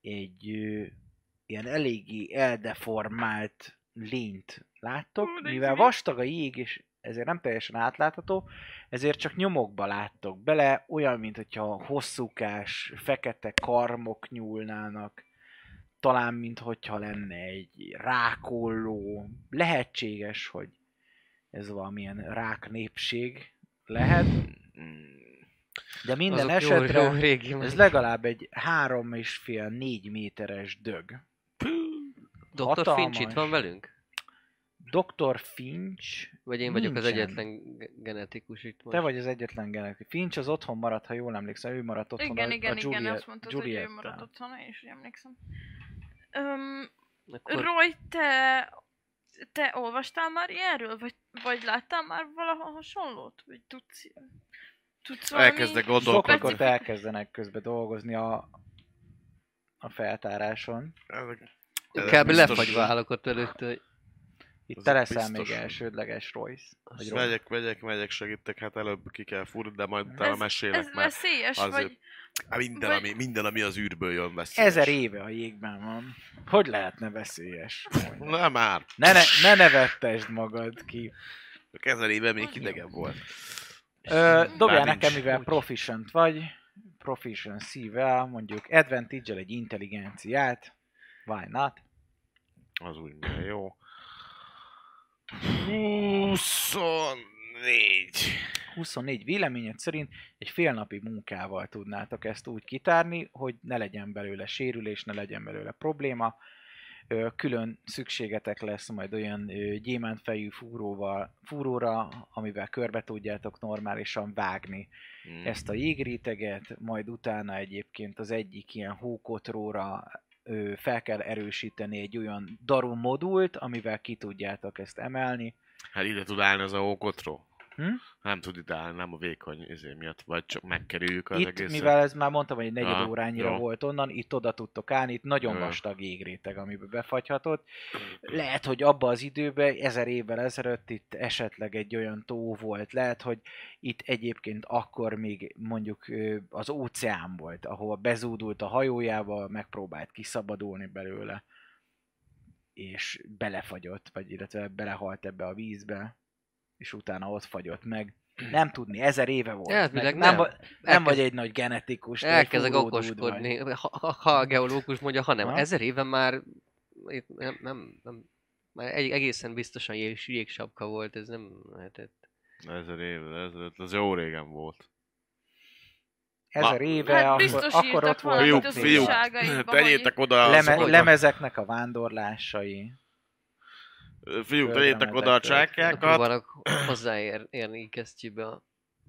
Speaker 1: egy ö, ilyen eléggé eldeformált lényt láttok,
Speaker 3: Ú, de
Speaker 1: mivel
Speaker 3: izgi.
Speaker 1: vastag a jég, és ezért nem teljesen átlátható, ezért csak nyomokba láttok bele, olyan, mint hogyha hosszúkás, fekete karmok nyúlnának, talán, mint hogyha lenne egy rákolló. Lehetséges, hogy ez valamilyen rák népség lehet,
Speaker 4: Mhm.
Speaker 1: de minden
Speaker 5: Azok jó-
Speaker 1: esetre
Speaker 5: Jó, régi
Speaker 1: ez
Speaker 5: ez le...
Speaker 1: legalább egy három és fél, négy méteres dög.
Speaker 5: Dr. Finch itt
Speaker 1: hatalmas.
Speaker 5: van velünk?
Speaker 1: Dr. Finch,
Speaker 5: Vagy én vagyok az
Speaker 1: Nincsen.
Speaker 5: egyetlen ge- genetikus itt most?
Speaker 1: te vagy az egyetlen genetikus. Finch az otthon maradt, ha jól emlékszem, ő maradt otthon
Speaker 3: igen,
Speaker 1: a,
Speaker 3: igen,
Speaker 1: a
Speaker 3: igen,
Speaker 1: Juliet-
Speaker 3: azt mondtad, hogy ő
Speaker 1: Juliettel.
Speaker 3: maradt otthon, és így emlékszem. Um,
Speaker 5: Akkor
Speaker 3: Roy, te, te olvastál már ilyenről? Vagy, vagy láttál már valaha hasonlót? Vagy tudsz, tudsz valami...
Speaker 4: Elkezdek
Speaker 1: Szoktak
Speaker 4: gondolkodni.
Speaker 1: ott elkezdenek közben dolgozni a, a feltáráson.
Speaker 5: inkább
Speaker 4: biztos-
Speaker 5: lefagyva állok ott előtt, hogy
Speaker 1: Itt te
Speaker 4: Azok
Speaker 1: leszel még
Speaker 4: biztos.
Speaker 1: elsődleges Royce. Vagy Roy.
Speaker 4: Megyek, megyek, megyek, segítek, hát előbb ki kell fúrni, de majd utána
Speaker 3: Ez-
Speaker 4: mesélek,
Speaker 3: Ez
Speaker 4: mert
Speaker 3: veszélyes,
Speaker 4: azért-
Speaker 3: vagy...
Speaker 4: Hát minden,
Speaker 3: vagy-
Speaker 4: ami, minden, ami az űrből jön, veszélyes.
Speaker 1: Ezer éve a jégben van. Hogy lehetne veszélyes?
Speaker 4: Na már,
Speaker 1: Ne, ne, ne nevettesd magad ki.
Speaker 4: csak ezer éve még idegen volt.
Speaker 1: Ö, dobjál
Speaker 4: Már
Speaker 1: nekem,
Speaker 4: nincs.
Speaker 1: mivel proficient vagy, proficiency-vel, mondjuk advantage egy intelligenciát, why not?
Speaker 4: Az úgy milyen jó. 24.
Speaker 1: 24 véleményed szerint egy fél napi munkával tudnátok ezt úgy kitárni, hogy ne legyen belőle sérülés, ne legyen belőle probléma. Ö, Külön szükségetek lesz majd olyan ö, gyémántfejű fúróval, fúróra, amivel körbe tudjátok normálisan vágni
Speaker 4: Mm.
Speaker 1: ezt a jégréteget, majd utána egyébként az egyik ilyen hókotróra ö, fel kell erősíteni egy olyan daru modult, amivel ki tudjátok ezt emelni.
Speaker 4: Hát ide tud állni az a ókotró.
Speaker 1: Hm?
Speaker 4: Nem tud ide állni, nem a vékony izé miatt, vagy csak megkerüljük az
Speaker 1: Itt,
Speaker 4: egészet.
Speaker 1: mivel ez már mondtam, hogy egy negyed
Speaker 4: Aha,
Speaker 1: órányira
Speaker 4: jó.
Speaker 1: volt onnan, itt oda tudtok állni, itt nagyon
Speaker 4: Jó.
Speaker 1: vastag jégréteg, amiben befagyhatott. Lehet, hogy abba az időben, ezer évvel ezelőtt itt esetleg egy olyan tó volt, lehet, hogy itt egyébként akkor még mondjuk ö, az óceán volt, ahova bezúdult a hajójába, megpróbált kiszabadulni belőle, és belefagyott, vagy illetve belehalt ebbe a vízbe, és utána ott fagyott meg. Nem tudni, ezer éve volt.
Speaker 5: Elvileg
Speaker 1: meg
Speaker 5: nem.
Speaker 1: va- nem
Speaker 5: Elkezd-
Speaker 1: vagy egy nagy genetikus. te egy
Speaker 5: elkezdek
Speaker 1: fúró dúd
Speaker 5: okoskodni.
Speaker 1: vagy.
Speaker 5: Ha, ha- ha a geológus mondja, ha nem.
Speaker 1: Ha?
Speaker 5: Ezer éve már itt nem, nem, nem már egy, egészen biztosan jég, jégsapka volt, ez nem lehetett.
Speaker 4: Ezer évvel ezelőtt, az jó régen volt.
Speaker 1: Ezer
Speaker 4: Ma-
Speaker 1: éve,
Speaker 3: Hát
Speaker 1: akkor,
Speaker 3: biztos
Speaker 1: akkor ott
Speaker 3: írtak
Speaker 1: volt.
Speaker 4: Fiúk,
Speaker 3: valamit az
Speaker 4: fiúk,
Speaker 3: újságaiba,
Speaker 4: tegyétek oda a
Speaker 1: Leme,
Speaker 4: szokotra.
Speaker 1: lemezeknek a vándorlásai.
Speaker 4: Fiúk, tegyétek oda
Speaker 1: Földemetek.
Speaker 4: a csákjákat.
Speaker 5: Próbálok hozzáérni kesztyűbe a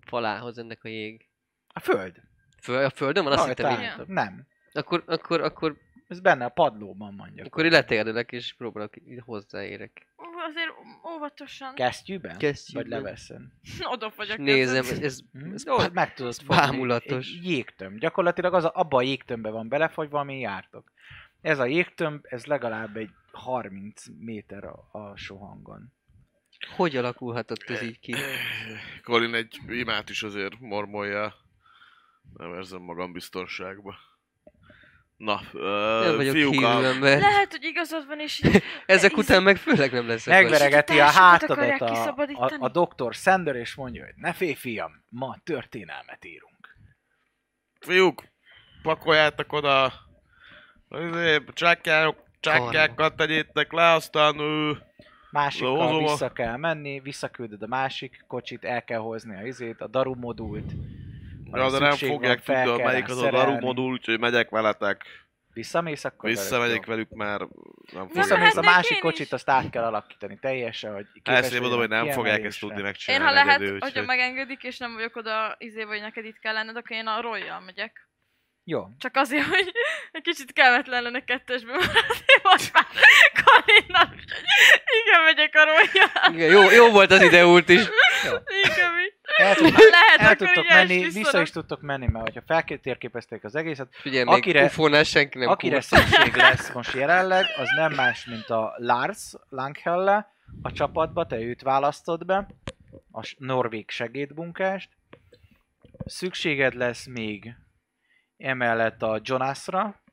Speaker 5: falához ennek a jég.
Speaker 1: A föld.
Speaker 5: Föl, a földön van? Azt
Speaker 1: Rajta
Speaker 5: hittem, így-
Speaker 3: így-
Speaker 1: álltok. Nem.
Speaker 5: akkor, akkor, akkor,
Speaker 1: Ez benne a padlóban mondja.
Speaker 5: akkor így letérdelek és próbálok így hozzáérek.
Speaker 3: Ú, Azért óvatosan
Speaker 1: Kesztyűben?
Speaker 5: Kesztyűben.
Speaker 1: Vagy leveszen.
Speaker 3: oda
Speaker 5: És
Speaker 3: fagyok.
Speaker 5: nézem, ez, ez
Speaker 1: Hm?
Speaker 5: Ez
Speaker 1: Jó,
Speaker 5: bá-
Speaker 1: meg tudod fogni.
Speaker 5: bámulatos.
Speaker 1: Egy jégtömb. Gyakorlatilag az a, abba a jégtömbbe van belefagyva, ami jártok. Ez a jégtömb, ez legalább egy 30 méter a, a sohangon.
Speaker 5: Hogy alakulhatott ez így ki?
Speaker 4: Colin egy imát is azért mormolja. Nem érzem magam biztonságban. Na,
Speaker 5: Nem
Speaker 4: ö,
Speaker 5: vagyok
Speaker 4: fiúk,
Speaker 5: hívő
Speaker 4: a,
Speaker 5: ember.
Speaker 3: Lehet, hogy igazad van, és így
Speaker 5: Ezek
Speaker 3: hisz-
Speaker 5: után meg főleg nem leszek Megvereg.
Speaker 1: Megveregeti a
Speaker 3: Kicsit a
Speaker 1: hátadat
Speaker 3: társakat akarják
Speaker 1: a, a,
Speaker 3: kiszabadítani.
Speaker 1: a doktor Sander, és mondja, hogy ne félj fiam, ma történelmet írunk.
Speaker 4: fiúk, pakoljátok oda a izé, csákják, csákjákat tegyétek le, aztán ő...
Speaker 1: Másikkal
Speaker 4: Lózom a-
Speaker 1: vissza kell menni, visszaküldöd a másik kocsit, el kell hozni a izét, a daru modult,
Speaker 4: Ja, de nem
Speaker 1: szükség van,
Speaker 4: fogják
Speaker 1: fel
Speaker 4: tudni, hogy
Speaker 1: kell
Speaker 4: melyik az a
Speaker 1: szerelni.
Speaker 4: daru modul, úgyhogy megyek veletek.
Speaker 1: visszamész, akkor velük.
Speaker 4: Visszamegyek velük, mert nem
Speaker 1: jó.
Speaker 3: Na,
Speaker 4: fogják.
Speaker 1: Visszamész a
Speaker 3: mehetnék
Speaker 1: másik
Speaker 3: én
Speaker 1: kocsit,
Speaker 3: is.
Speaker 1: azt át kell alakítani teljesen, hogy képes
Speaker 4: Ezt én mondom, hogy
Speaker 1: legyen
Speaker 4: nem fogják ezt
Speaker 1: kiemelésre.
Speaker 4: tudni
Speaker 3: Én
Speaker 4: megcsinálni.
Speaker 3: ha lehet,
Speaker 4: egyedül,
Speaker 3: hogyha
Speaker 4: úgyhogy-
Speaker 3: megengedik, és nem vagyok oda izé, vagy neked itt kell lenned, akkor én a royal megyek.
Speaker 1: Jó,
Speaker 3: Csak azért, hogy egy kicsit kellemetlen lenne kettesben maradni, most már Karinnak, úgyhogy igen, megyek a royal.
Speaker 5: Igen, jó, jó volt az ide út is.
Speaker 3: Igen, mi?
Speaker 1: el, tud, el
Speaker 3: Lehet, Hát akkor
Speaker 1: tudtok
Speaker 3: ugye ezt
Speaker 1: menni, vissza is
Speaker 3: visszarak-
Speaker 1: tudtok menni, mert hogyha feltérképezték az egészet,
Speaker 5: Figyelj, még
Speaker 1: Akire-
Speaker 5: Akire... ufonál senki nem
Speaker 1: Akire
Speaker 5: kúrt.
Speaker 1: szükség lesz most jelenleg, az nem más, mint a Lars Langhelle a csapatba, te őt választod be, a s- norvég segédmunkást. Szükséged lesz még emellett a Jonasra,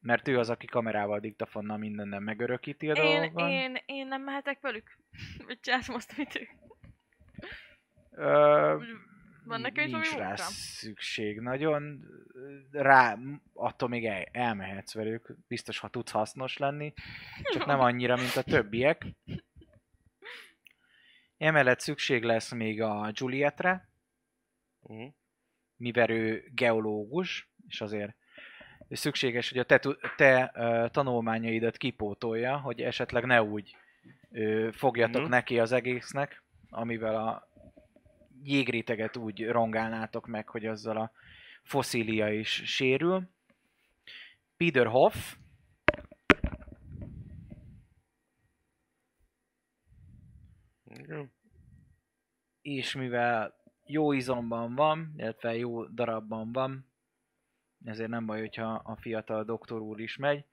Speaker 1: mert ő az, aki kamerával, diktafonnal mindennel megörökíti a
Speaker 3: Én,
Speaker 1: dolgokat.
Speaker 3: én, én nem mehetek velük. Mit csinálsz most, mit ők?
Speaker 1: Ö,
Speaker 3: Van neki itt
Speaker 1: nincs
Speaker 3: valami
Speaker 1: rá
Speaker 3: munka?
Speaker 1: szükség nagyon. Rá, attól még el, elmehetsz velük, biztos, ha tudsz hasznos lenni, csak nem annyira, mint a többiek. Emellett szükség lesz még a Julietre,
Speaker 4: Mhm.
Speaker 1: mivel ő geológus, és azért szükséges, hogy a te, tu- te ö, tanulmányaidat kipótolja, hogy esetleg ne úgy ö, fogjatok
Speaker 4: Mhm.
Speaker 1: neki az egésznek, amivel a jégréteget úgy rongálnátok meg, hogy azzal a foszília is sérül. Peter Hoff,
Speaker 4: Igen.
Speaker 1: és mivel jó izomban van, illetve jó darabban van, ezért nem baj, hogyha a fiatal doktor úr is megy.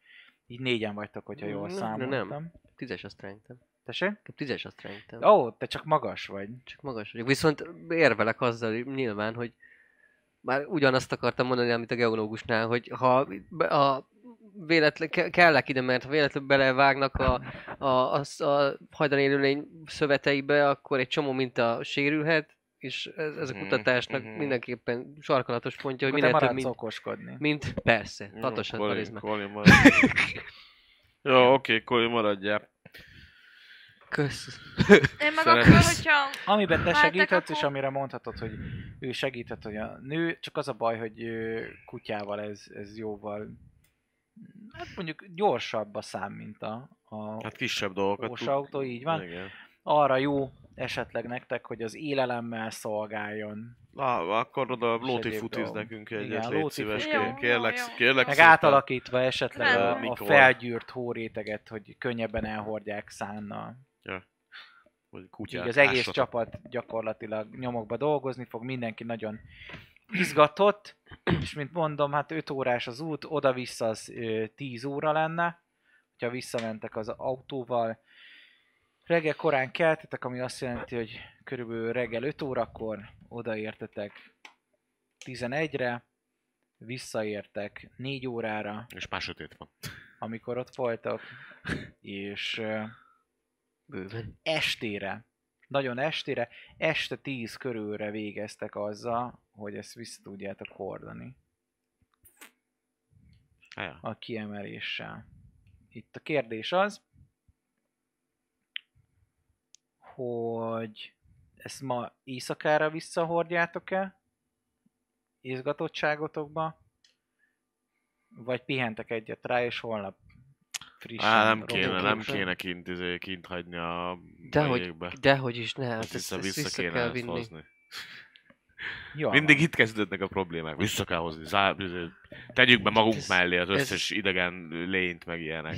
Speaker 1: Így négyen vagytok, hogyha jól
Speaker 5: Nem,
Speaker 1: számoltam.
Speaker 5: nem. Tízes azt ránytam.
Speaker 1: Tessék?
Speaker 5: Tízes azt ránytam.
Speaker 1: Ó, oh, te csak magas vagy.
Speaker 5: Csak magas vagyok. Viszont érvelek azzal nyilván, hogy már ugyanazt akartam mondani, amit a geológusnál, hogy ha be- a véletlen, ke- kellek ide, mert ha véletlenül belevágnak a, a, a, a hajdan élőlény szöveteibe, akkor egy csomó minta sérülhet, és ez, ez a
Speaker 4: Mhm,
Speaker 5: kutatásnak
Speaker 4: mhm.
Speaker 5: mindenképpen sarkalatos pontja, hogy
Speaker 1: Akkor te
Speaker 5: minél több
Speaker 1: maradsz
Speaker 5: mint,
Speaker 1: okoskodni.
Speaker 5: mint persze,
Speaker 4: Jó,
Speaker 5: tatosan
Speaker 4: Colin-
Speaker 5: karizma.
Speaker 4: Colin marad. Jó, oké, Colin maradjál.
Speaker 5: Kösz.
Speaker 3: Én meg
Speaker 4: Szeretem.
Speaker 3: akkor, hogyha...
Speaker 1: Amiben te
Speaker 3: Váltak
Speaker 1: segíthetsz,
Speaker 3: akkor.
Speaker 1: és amire mondhatod, hogy ő segíthet, hogy a nő, csak az a baj, hogy ö, kutyával ez, ez jóval, hát mondjuk gyorsabb a szám, mint a, a
Speaker 4: Hát kisebb dolgokat
Speaker 1: Okos
Speaker 4: tud-
Speaker 1: autó, így van.
Speaker 4: Igen.
Speaker 1: arra jó esetleg nektek, hogy az élelemmel szolgáljon.
Speaker 4: Na, akkor oda Lóti
Speaker 1: egyéb
Speaker 4: futiz
Speaker 1: dolog.
Speaker 4: nekünk
Speaker 1: Igen,
Speaker 4: egyet, Igen, légy
Speaker 1: Lóti
Speaker 4: szíves,
Speaker 3: fut-
Speaker 4: kér-
Speaker 3: Jó,
Speaker 4: kérlek,
Speaker 3: jó,
Speaker 4: jó,
Speaker 3: jó.
Speaker 4: kérlek
Speaker 1: Meg
Speaker 4: szépen.
Speaker 1: átalakítva esetleg
Speaker 3: Rendben.
Speaker 1: a, a
Speaker 4: Mikor?
Speaker 1: felgyűrt hóréteget, hogy könnyebben elhordják szánnal.
Speaker 4: Vagy
Speaker 1: Így
Speaker 4: kutyát
Speaker 1: az egész
Speaker 4: ássatok.
Speaker 1: csapat gyakorlatilag nyomokba dolgozni fog, mindenki nagyon izgatott, és mint mondom, hát 5 órás az út, oda-vissza az 10 óra lenne, hogyha visszamentek az autóval. Reggel korán keltetek, ami azt jelenti, hogy körülbelül reggel 5 órakor odaértetek 11-re, visszaértek 4 órára,
Speaker 4: És már sötét van.
Speaker 1: amikor ott voltak, és ö,
Speaker 5: Bőven.
Speaker 1: estére, nagyon estére, este 10 körülre végeztek azzal, hogy ezt vissza tudjátok hordani
Speaker 4: Há, Ja.
Speaker 1: a kiemeléssel. Itt a kérdés az, hogy ezt ma éjszakára visszahordjátok-e izgatottságotokba, vagy pihentek egyet rá, és holnap frissen
Speaker 4: Á, nem
Speaker 1: rohantok
Speaker 4: kéne, nem
Speaker 1: vissza?
Speaker 4: kéne kint, izé, kint hagyni a a
Speaker 5: Dehogy,
Speaker 4: jégbe.
Speaker 5: dehogy is ne,
Speaker 4: Ezt
Speaker 5: hát ezt,
Speaker 4: vissza,
Speaker 5: ezt
Speaker 4: vissza,
Speaker 5: vissza
Speaker 4: kéne
Speaker 5: kell
Speaker 4: ezt
Speaker 5: vinni.
Speaker 4: hozni.
Speaker 1: Jól van.
Speaker 4: Mindig itt kezdődnek a problémák, vissza kell hozni. Zá, izé, tegyük
Speaker 1: Hát
Speaker 4: be magunk
Speaker 5: Ez-
Speaker 4: mellé az
Speaker 5: ez-
Speaker 4: összes idegen lényt, meg ilyenek.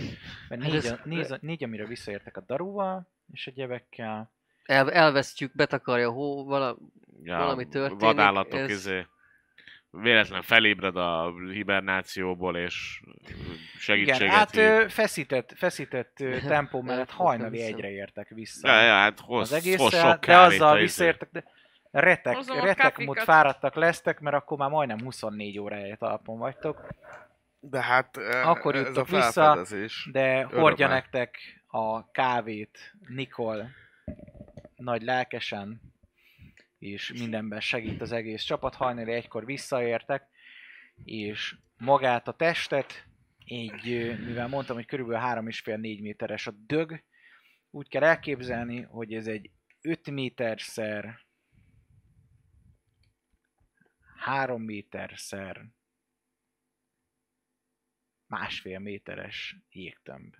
Speaker 1: Mert
Speaker 5: Hát
Speaker 1: négy,
Speaker 5: ez-
Speaker 1: a, négy, a- négy, amire visszaértek a daruval, és a gyebekkel.
Speaker 5: El, elvesztjük, betakarja a hó, vala,
Speaker 4: Ja,
Speaker 5: Valami történik,
Speaker 4: Vadállatok,
Speaker 5: ez-
Speaker 4: izé, véletlen felébred a hibernációból, és segítséget
Speaker 1: Igen, hát
Speaker 4: hív.
Speaker 1: ö, feszített, feszített ö, tempó mellett
Speaker 5: Nem
Speaker 1: hajnali
Speaker 5: hiszem.
Speaker 1: egyre értek vissza.
Speaker 4: Ja, ja, hát
Speaker 1: az
Speaker 4: hoz,
Speaker 1: egész,
Speaker 4: hoz sok
Speaker 1: hát, de
Speaker 4: kávét. a
Speaker 1: azzal
Speaker 4: izé.
Speaker 1: visszaértek, de retek,
Speaker 3: Hozom a
Speaker 1: retek
Speaker 3: kapikat.
Speaker 1: mód fáradtak lesztek, mert akkor már majdnem 24 órája talpon vagytok,
Speaker 4: De hát eh,
Speaker 1: Akkor
Speaker 4: ez
Speaker 1: juttok
Speaker 4: a
Speaker 1: vissza.
Speaker 4: felfedezés.
Speaker 1: de hordja
Speaker 4: már.
Speaker 1: nektek a kávét Nikol nagy lelkesen, és mindenben segít az egész csapat, hajnali egykor visszaértek, és magát a testet, így, ö, mivel mondtam, hogy körülbelül 3,5-4 méteres a dög, úgy kell elképzelni, hogy ez egy 5 méter szer 3 méter szer másfél méteres jégtömb.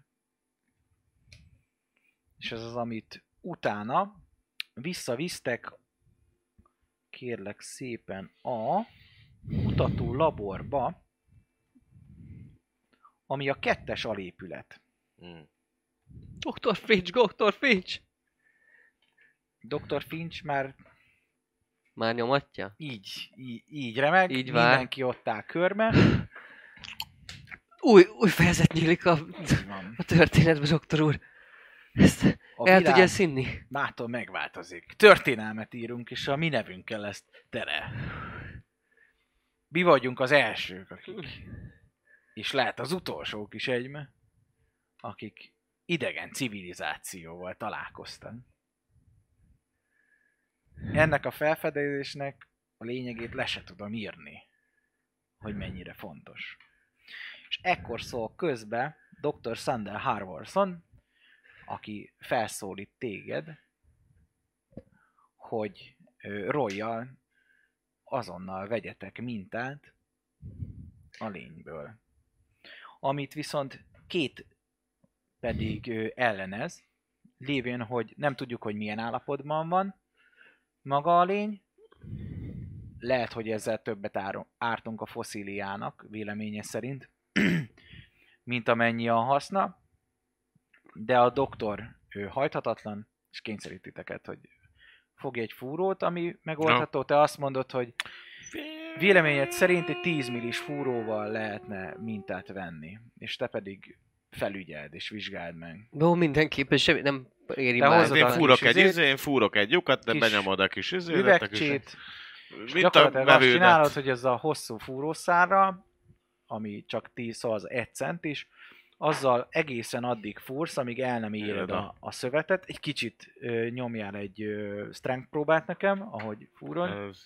Speaker 1: És ez az, amit utána visszavisztek, kérlek szépen, a kutató laborba, ami a kettes alépület.
Speaker 4: Mm.
Speaker 5: Doktor Finch, Doktor Finch!
Speaker 1: Dr. Finch már
Speaker 5: Már nyomatja?
Speaker 1: így, így, így remeg,
Speaker 5: Így vár.
Speaker 1: mindenki ott áll körbe.
Speaker 5: Új, új fejezet nyílik a,
Speaker 1: Így van.
Speaker 5: a történetben, doktor úr. Ezt
Speaker 1: A
Speaker 5: el
Speaker 1: világ
Speaker 5: tudja ezt hinni?
Speaker 1: mától megváltozik. Történelmet írunk, és a mi nevünkkel lesz tere. Mi vagyunk az elsők, akik, és lehet az utolsók is egyme, akik idegen civilizációval találkoztak. Ennek a felfedezésnek a lényegét le se tudom írni, hogy mennyire fontos. És ekkor szól közbe Dr. Sander Harvorson, aki felszólít téged, hogy ö, royal azonnal vegyetek mintát a lényből. Amit viszont két pedig ö, ellenez, lévén, hogy nem tudjuk, hogy milyen állapotban van maga a lény, lehet, hogy ezzel többet áro- ártunk a foszíliának, véleménye szerint, mint amennyi a haszna, de a doktor ő hajthatatlan, és kényszerít titeket, hogy fogj egy fúrót, ami megoldható. Te azt mondod, hogy véleményed szerint egy 10 millis fúróval lehetne mintát venni, és te pedig felügyeld és vizsgáld meg.
Speaker 5: No, mindenképpen semmi, nem éri
Speaker 1: De
Speaker 5: már.
Speaker 4: Hát
Speaker 1: hozod
Speaker 4: én
Speaker 1: a
Speaker 4: fúrok
Speaker 1: kis
Speaker 4: egy
Speaker 1: izét,
Speaker 4: izé, én fúrok egy lyukat, de
Speaker 1: kis
Speaker 4: benyomod a kis izé,
Speaker 1: Üvegcsét, és
Speaker 4: mint a
Speaker 1: gyakorlatilag azt csinálod,
Speaker 4: vevődet.
Speaker 1: hogy ez a hosszú fúrószárral, ami csak 10, szóval az 1 cent is, azzal egészen addig fúrsz, amíg el nem éred
Speaker 4: Éred
Speaker 1: a, a szövetet. Egy kicsit ö, nyomjál egy ö, strength próbát nekem, ahogy fúrod.
Speaker 4: Ez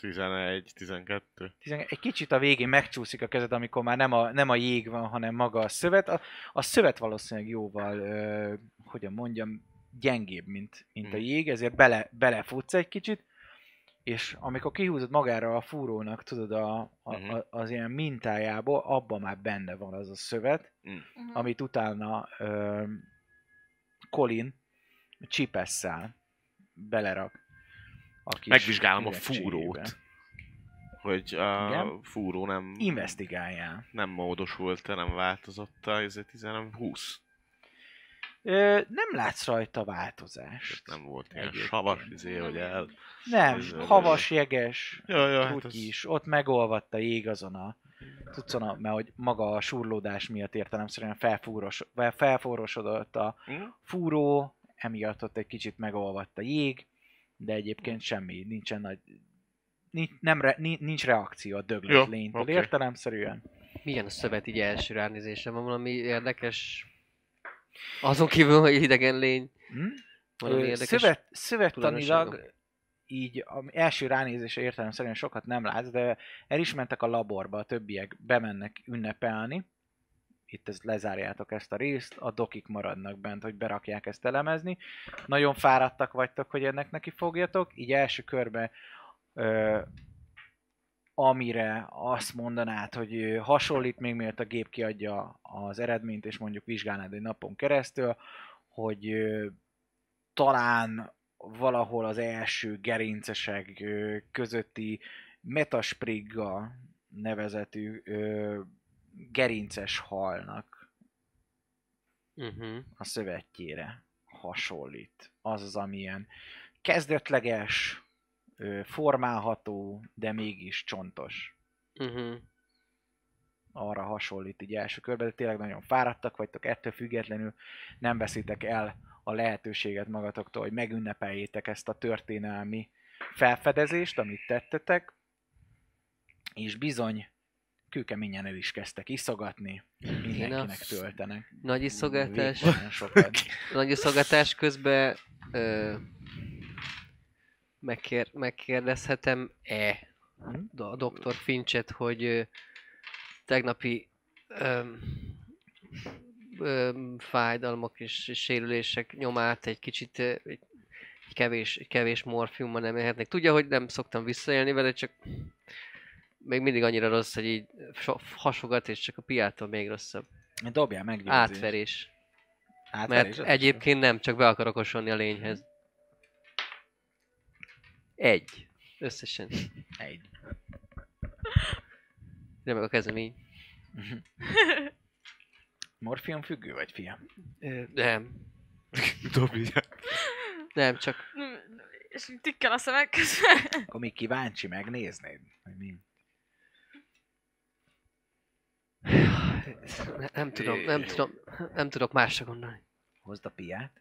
Speaker 4: 11, 12.
Speaker 1: Tizen- Egy kicsit a végén megcsúszik a kezed, amikor már nem a, nem a jég van, hanem maga a szövet. A, a szövet valószínűleg jóval, ö, hogyan mondjam, gyengébb, mint, mint a
Speaker 4: Mhm.
Speaker 1: jég, ezért bele, belefutsz egy kicsit, és amikor kihúzod magára a fúrónak, tudod, a, a,
Speaker 4: Mhm.
Speaker 1: a, az ilyen mintájából, abban már benne van az a szövet,
Speaker 3: Mhm.
Speaker 1: amit utána ö, Colin csipesszel belerak. A kis
Speaker 4: Megvizsgálom a
Speaker 1: üvegcséjébe.
Speaker 4: fúrót. Hogy a
Speaker 1: Igen.
Speaker 4: fúró nem,
Speaker 1: Investigáljál.
Speaker 4: nem módosult, nem változott a izé 13, 20.
Speaker 1: Ö, nem látsz rajta változást.
Speaker 4: Nem volt ilyen
Speaker 1: Egyébként.
Speaker 4: savas izé,
Speaker 3: Nem
Speaker 4: hogy
Speaker 3: ilyen.
Speaker 4: el...
Speaker 1: Nem,
Speaker 4: Ez-
Speaker 1: havas, jeges,
Speaker 4: Jó, jó, hát
Speaker 1: úgy
Speaker 4: ez...
Speaker 1: is. Ott megolvadt a jég azon a tudszon, a- mert hogy maga a surlódás miatt értelemszerűen felfúros, fel- felforrosodott a
Speaker 4: Hm?
Speaker 1: fúró, emiatt ott egy kicsit megolvadt a jég, de egyébként semmi, nincsen nagy, nincs, nem re, ni- nincs reakció a döglött
Speaker 4: Jó,
Speaker 1: lénytől
Speaker 4: oké.
Speaker 1: értelemszerűen.
Speaker 5: Milyen a szövet így első ránézésem? Van valami érdekes... Azon kívül, hogy idegen lény.
Speaker 1: Hm?
Speaker 5: Valami
Speaker 1: Ö,
Speaker 5: érdekes...
Speaker 1: Szövet, szövettanilag
Speaker 5: tulajdonságok.
Speaker 1: így a első ránézése értelemszerűen sokat nem látsz, de el is mentek a laborba, a többiek bemennek ünnepelni. Itt ez, lezárjátok ezt a részt, a dokik maradnak bent, hogy berakják ezt elemezni. Nagyon fáradtak vagytok, hogy ennek neki fogjatok. Így első körben ö, amire azt mondanád, hogy ö, hasonlít még mielőtt a gép kiadja az eredményt, és mondjuk vizsgálnád egy napon keresztül, hogy ö, talán valahol az első gerincesek ö, közötti metasprigga nevezetű ö, gerinces halnak
Speaker 5: Uh-huh.
Speaker 1: a szövetjére hasonlít. Az az, amilyen kezdetleges, ö, formálható, de mégis csontos.
Speaker 5: Uh-huh.
Speaker 1: arra hasonlít így első körben, de tényleg nagyon fáradtak vagytok, ettől függetlenül nem veszitek el a lehetőséget magatoktól, hogy megünnepeljétek ezt a történelmi felfedezést, amit tettetek, és bizony kőkeményen el is kezdtek iszogatni, mindenkinek
Speaker 5: azt-
Speaker 1: töltenek.
Speaker 5: Nagy iszogatás.
Speaker 1: Végtelen sokat.
Speaker 5: Nagy iszogatás közben ö, megkér, megkérdezhetem-e
Speaker 1: Hm?
Speaker 5: a doktor Finchet, hogy ö, tegnapi ö, ö, fájdalmak és és sérülések nyomát egy kicsit ö, egy egy kevés, egy kevés morfiummal nem élhetnek. Tudja, hogy nem szoktam visszaélni vele, csak még mindig annyira rossz, hogy így so- hasogat, és csak a piától még rosszabb.
Speaker 1: Dobjál meg
Speaker 5: Átverés. Mert egyébként nem, csak be akarok osolni a lényhez. Egy. Összesen.
Speaker 1: Egy.
Speaker 5: De meg a kezem így.
Speaker 1: Morfium függő vagy, fiam?
Speaker 5: Ö, Nem.
Speaker 4: Dobj.
Speaker 5: Nem, csak
Speaker 3: Nem- És így tikkel a szemek
Speaker 1: Akkor még kíváncsi, megnéznéd, hogy mi.
Speaker 5: ne, nem tudom, nem tudom, nem tudok másra gondolni.
Speaker 1: Hozd a piát,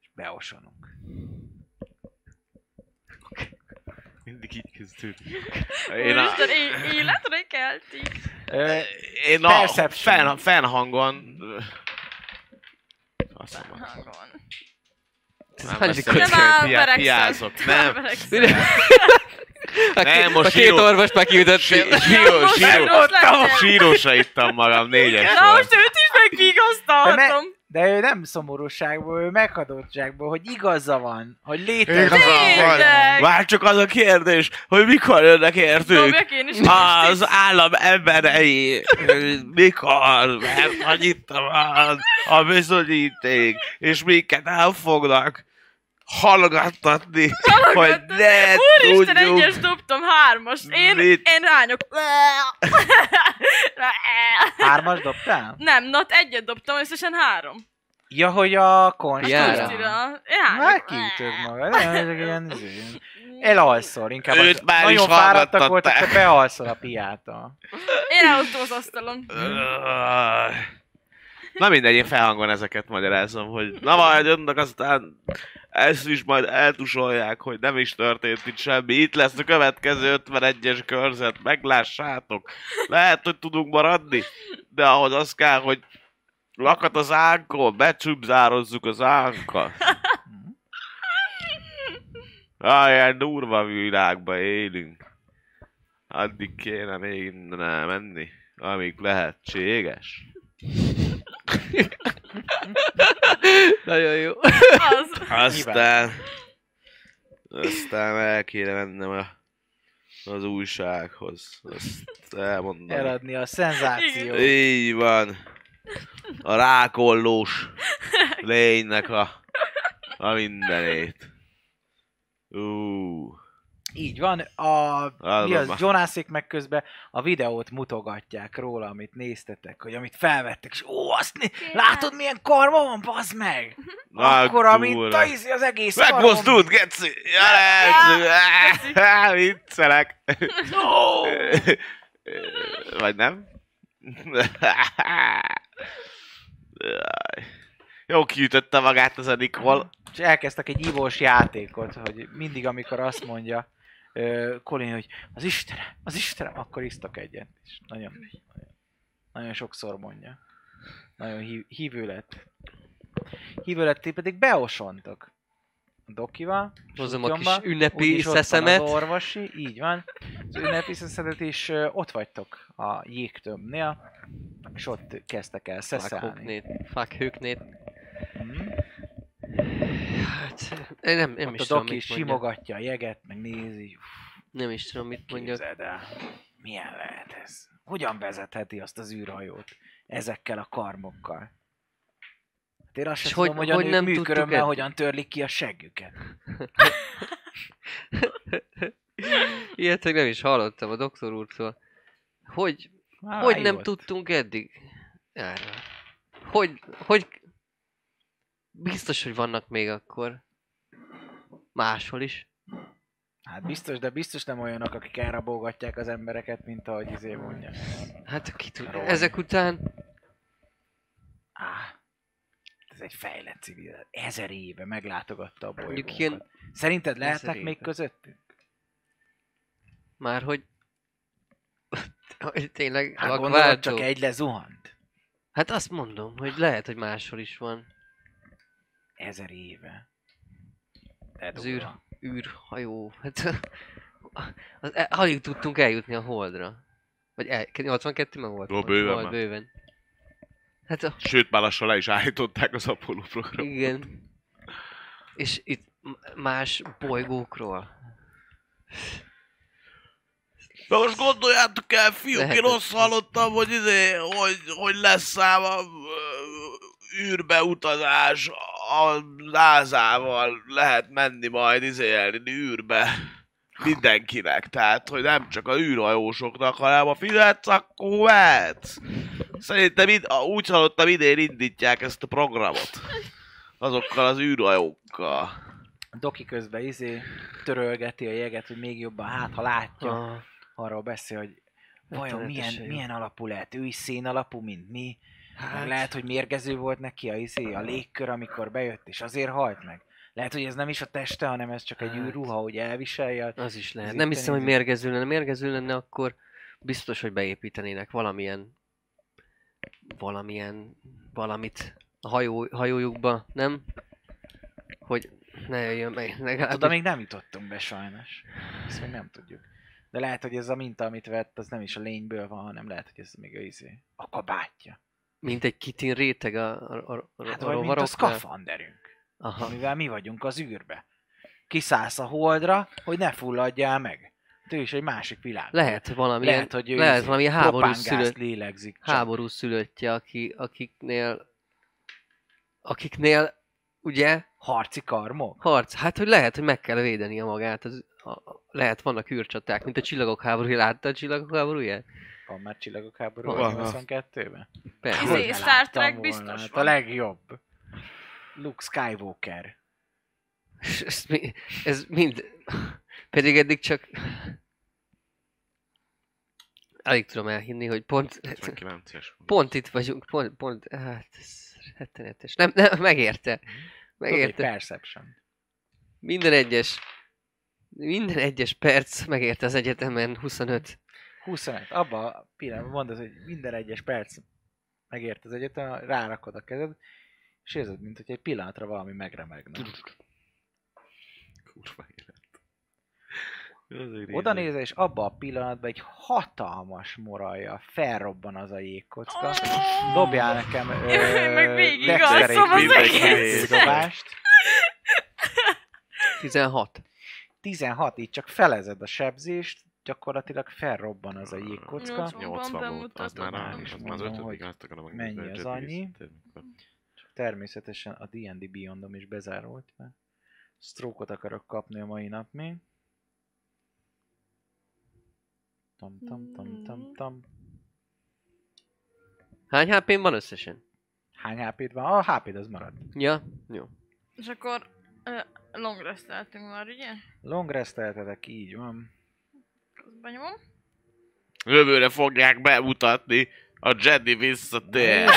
Speaker 1: és beosonunk.
Speaker 4: Mindig így kezdődik. Én a,
Speaker 3: Úristen, é- életre keltik.
Speaker 1: Ö,
Speaker 4: én a
Speaker 1: Perception.
Speaker 4: fenn, fennhangon... ö, Azt mondom.
Speaker 3: Hangon.
Speaker 5: Ez
Speaker 4: Nem
Speaker 5: annyi
Speaker 4: lesz
Speaker 5: kö-
Speaker 4: elég.
Speaker 3: Nem
Speaker 4: Köcsög,
Speaker 3: áll,
Speaker 4: piá-
Speaker 3: beregszem.
Speaker 4: piázok, nem.
Speaker 3: Beregszem.
Speaker 5: A,
Speaker 4: Nem,
Speaker 5: két,
Speaker 4: most
Speaker 5: a két
Speaker 4: író-
Speaker 5: orvost már
Speaker 4: Sí-
Speaker 5: kiütöttél.
Speaker 4: Síró,
Speaker 3: Most
Speaker 4: síró.
Speaker 3: rossz lettem.
Speaker 4: Sírósra ittam magam, négyes
Speaker 3: Na most
Speaker 4: volt.
Speaker 3: őt is megvigasztalhatom.
Speaker 1: De ő nem szomorúságból, ő meghadottságból, hogy igaza van, hogy létezik.
Speaker 4: Igaza van.
Speaker 3: Tényleg.
Speaker 4: Vár csak az a kérdés, hogy mikor jönnek értünk.
Speaker 3: Dobjak én is.
Speaker 4: Az állam emberei, mikor, mert hogy itt van a bizonyíték, és minket elfognak hallgattatni, hogy
Speaker 3: Hallgattatni.
Speaker 4: ne
Speaker 3: Úristen,
Speaker 4: tudjuk.
Speaker 3: egyes dobtam hármas. Én,
Speaker 4: Mit?
Speaker 3: én rányok.
Speaker 1: Hármas dobtál?
Speaker 3: Nem, not egyet dobtam, összesen három.
Speaker 1: Ja, hogy a
Speaker 5: Piára.
Speaker 1: konstitúra.
Speaker 3: Kustira. Én hármat.
Speaker 1: Már kiütöd magad. Nem, ezek ilyen izé. Elalszol, inkább
Speaker 4: Őt
Speaker 1: az-
Speaker 4: már is
Speaker 1: nagyon fáradtak
Speaker 4: hallgattatták.
Speaker 1: voltak, te bealszol a piától.
Speaker 3: Én eladtam az asztalon.
Speaker 4: Na mindegy, én felhangon ezeket magyarázom, hogy na majd jönnek, aztán ezt is majd eltusolják, hogy nem is történt itt semmi. Itt lesz a következő 51-es körzet, meglássátok. Lehet, hogy tudunk maradni, de ahhoz az kell, hogy lakat az ánkon, becsübzározzuk az ánkat. Á, ilyen durva világba élünk. Addig kéne még innen elmenni, amíg lehetséges.
Speaker 5: Nagyon jó.
Speaker 3: Az.
Speaker 4: Aztán... Aztán el kéne mennem a, az újsághoz. Azt elmondom.
Speaker 1: Eladni a szenzáció.
Speaker 4: Így van. A rákollós lénynek a, a mindenét. Ú,
Speaker 1: Így van, a, mi
Speaker 4: Állom
Speaker 1: az,
Speaker 4: már.
Speaker 1: Jonászék meg közben a videót mutogatják róla, amit néztetek, hogy amit felvettek, és ó, azt né- látod milyen karma van, bazd meg!
Speaker 4: nagy
Speaker 1: Akkor, amit
Speaker 4: durva.
Speaker 1: a izi az egész karmom.
Speaker 4: Megmozdult, geci! Ja, Viccelek! Vagy nem? Jaj. Jó kiütötte magát az a Nikol.
Speaker 1: És elkezdtek egy ivós játékot, hogy mindig, amikor azt mondja ö, Colin, hogy az Istenem, az Istenem, akkor isztak egyet. És nagyon, nagyon, nagyon sokszor mondja. Nagyon hív, hívő lett. Hívő lett, ti pedig beosontok. A dokival.
Speaker 5: Hozom a kis
Speaker 1: sutyomba.
Speaker 5: ünnepi
Speaker 1: Úgyis ott van Az
Speaker 5: szeszemet.
Speaker 1: orvosi, így van. Az ünnepi szeszedet is ö, ott vagytok a jégtömbnél, és ott kezdtek el
Speaker 5: Fuck
Speaker 1: szeszelni.
Speaker 5: hőknét. Fuck hőknét.
Speaker 1: Mhm.
Speaker 5: Hát, én nem, nem
Speaker 1: Ott a
Speaker 5: is tudom,
Speaker 1: doki
Speaker 5: mit mondjak.
Speaker 1: simogatja a jeget, meg nézi.
Speaker 5: Nem is tudom, mit mondjak.
Speaker 1: Képzeld el, milyen lehet ez? Hogyan vezetheti azt az űrhajót ezekkel a karmokkal? Hát én azt
Speaker 5: És
Speaker 1: sem
Speaker 5: hogy-
Speaker 1: tudom, hogy,
Speaker 5: hogy
Speaker 1: a nem
Speaker 5: nem tudtuk
Speaker 1: műkörömmel
Speaker 5: eddig?
Speaker 1: hogyan törlik ki a seggüket.
Speaker 5: Ilyet még nem is hallottam a doktor úrtól. Hogy,
Speaker 1: Már
Speaker 5: hogy nem
Speaker 1: volt.
Speaker 5: tudtunk eddig erről? Hogy, hogy... Biztos, hogy vannak még akkor. Máshol is.
Speaker 1: Hát biztos, de biztos nem olyanok, akik elrabolgatják az embereket, mint ahogy izé mondja.
Speaker 5: Hát ki tudja.
Speaker 1: Roy.
Speaker 5: Ezek után
Speaker 1: Áh, ez egy fejlett civil. Ezer éve meglátogatta a
Speaker 5: Mondjuk
Speaker 1: bolygónkat.
Speaker 5: ilyen-
Speaker 1: Szerinted
Speaker 5: Ezer
Speaker 1: lehetnek
Speaker 5: éve. Hát
Speaker 1: még közöttünk?
Speaker 5: már, hogy hogy tényleg
Speaker 1: Hát
Speaker 5: hát
Speaker 1: gondolod,
Speaker 5: váltó.
Speaker 1: csak
Speaker 5: Egy...
Speaker 1: egy lezuhant.
Speaker 5: Hát azt mondom, hogy lehet, hogy máshol is van
Speaker 1: Ezer éve. De
Speaker 5: az
Speaker 1: durva.
Speaker 5: űr, űrhajó. Hát az, e- alig tudtunk eljutni a holdra. Vagy el, 82 meg volt?
Speaker 4: Jó,
Speaker 5: Hold,
Speaker 4: bőven
Speaker 5: hold,
Speaker 4: már.
Speaker 5: bőven. Hát a,
Speaker 4: Sőt, már lassan le is állították az Apollo programot.
Speaker 5: igen. És itt m- más bolygókról.
Speaker 4: Na most gondoljátok el, fiúk, én
Speaker 5: Lehetetlen.
Speaker 4: azt hallottam, hogy, izé, hogy, hogy lesz száma űrbe utazás a lázával lehet menni majd izélni űrbe mindenkinek. Tehát, hogy nem csak a űrhajósoknak, hanem a fizetsz, akkor vehetsz. Szerintem id- a- úgy hallottam, idén indítják ezt a programot. Azokkal az űrhajókkal.
Speaker 1: Doki közben izé törölgeti a jeget, hogy még jobban, hát ha látja.
Speaker 5: Ah,
Speaker 1: arról beszél, hogy vajon
Speaker 5: Rettenetesen
Speaker 1: milyen,
Speaker 5: jó.
Speaker 1: milyen alapú lehet, ő is szén alapú, mint mi. Hát.
Speaker 5: Hát.
Speaker 1: Lehet, hogy mérgező volt neki a, izé, a légkör, amikor bejött, és azért halt meg. Lehet, hogy ez nem is a teste, hanem ez csak egy
Speaker 5: Hát.
Speaker 1: hát. ruha, hogy elviselje.
Speaker 5: az is lehet.
Speaker 1: Ez
Speaker 5: Nem
Speaker 1: itt
Speaker 5: hiszem, hogy
Speaker 1: nézzük.
Speaker 5: mérgező lenne. Mérgező lenne, akkor biztos, hogy beépítenének valamilyen valamilyen valamit a hajó, hajójukba, nem? Hogy ne jöjjön meg legalább.
Speaker 1: Oda még nem jutottunk be sajnos. Ezt még nem tudjuk. De lehet, hogy ez a minta, amit vett, az nem is a lényből van, hanem lehet, hogy ez még a izé, a kabátja.
Speaker 5: Mint egy kitin réteg a, a, a, a,
Speaker 1: Hát
Speaker 5: a
Speaker 1: vagy mint a
Speaker 5: rovaroknál.
Speaker 1: szkafanderünk.
Speaker 5: Aha.
Speaker 1: amivel mi vagyunk az űrbe. Kiszállsz a holdra, hogy ne fulladjál meg. Hát Ő is egy másik világ.
Speaker 5: Lehet valami
Speaker 1: lehet, hogy ő
Speaker 5: lehet
Speaker 1: izé
Speaker 5: valami háborús
Speaker 1: propángázt
Speaker 5: szülött,
Speaker 1: lélegzik. csak.
Speaker 5: háborús szülöttje, aki, akiknél akiknél ugye
Speaker 1: Harci karmok.
Speaker 5: harc, hát hogy lehet, hogy meg kell védenie magát, az, a, a, lehet vannak űrcsaták, mint a csillagok háborúja, látta a csillagok háborúja?
Speaker 1: Van már csillagok háború
Speaker 4: Van.
Speaker 1: 82-ben?
Speaker 5: Persze.
Speaker 3: Izé,
Speaker 1: Hogy ne
Speaker 3: Star
Speaker 1: láttam
Speaker 3: Trek
Speaker 1: volna,
Speaker 3: biztos
Speaker 1: hát a
Speaker 3: van.
Speaker 1: legjobb. Luke Skywalker.
Speaker 5: És Ez, mi- ez mind... Pedig eddig csak... Alig tudom elhinni, hogy pont...
Speaker 4: 19 éves.
Speaker 5: Pont itt vagyunk, pont... pont hát, ez rettenetes. Nem, nem, megérte.
Speaker 1: Tudod, egy
Speaker 5: Megérte.
Speaker 1: Perception.
Speaker 5: Minden egyes... Minden egyes perc megérte az egyetemen 25.
Speaker 1: 25. Abba a pillanatban mondod, hogy minden egyes perc megért az egyetem, rárakod a kezed, és érzed, mint hogy egy pillanatra valami megremegne.
Speaker 4: Kurva élet.
Speaker 1: Oda nézel, és abban a pillanatban egy hatalmas morajja felrobban az a jégkocka. Dobjál nekem ö,
Speaker 3: Én meg végig
Speaker 1: dexterity
Speaker 4: alszom az
Speaker 1: dexterity
Speaker 4: egész.
Speaker 1: dobást.
Speaker 5: 16.
Speaker 1: 16, így csak felezed a sebzést, gyakorlatilag felrobban az a jégkocka.
Speaker 4: 80 volt, az már,
Speaker 3: bemutatottam.
Speaker 4: a, és az már az
Speaker 1: Mondom,
Speaker 4: ötödik,
Speaker 1: hogy
Speaker 4: azt akarom meg.
Speaker 1: mennyi
Speaker 4: megnézni,
Speaker 1: az
Speaker 4: hogy
Speaker 1: annyi.
Speaker 4: visszatérünk.
Speaker 1: Csak természetesen a D&D Beyondom is bezárult, mert stroke akarok kapni a mai nap még. Tam tam tam tam tam.
Speaker 5: Hány hp van összesen?
Speaker 1: Hány HP-d van? A HP-d az marad.
Speaker 5: Ja, jó.
Speaker 3: És akkor ö, long resteltünk már, ugye?
Speaker 1: Long resteltetek, így van.
Speaker 3: Azt benyomom.
Speaker 4: Jövőre fogják bemutatni a Jedi visszatér.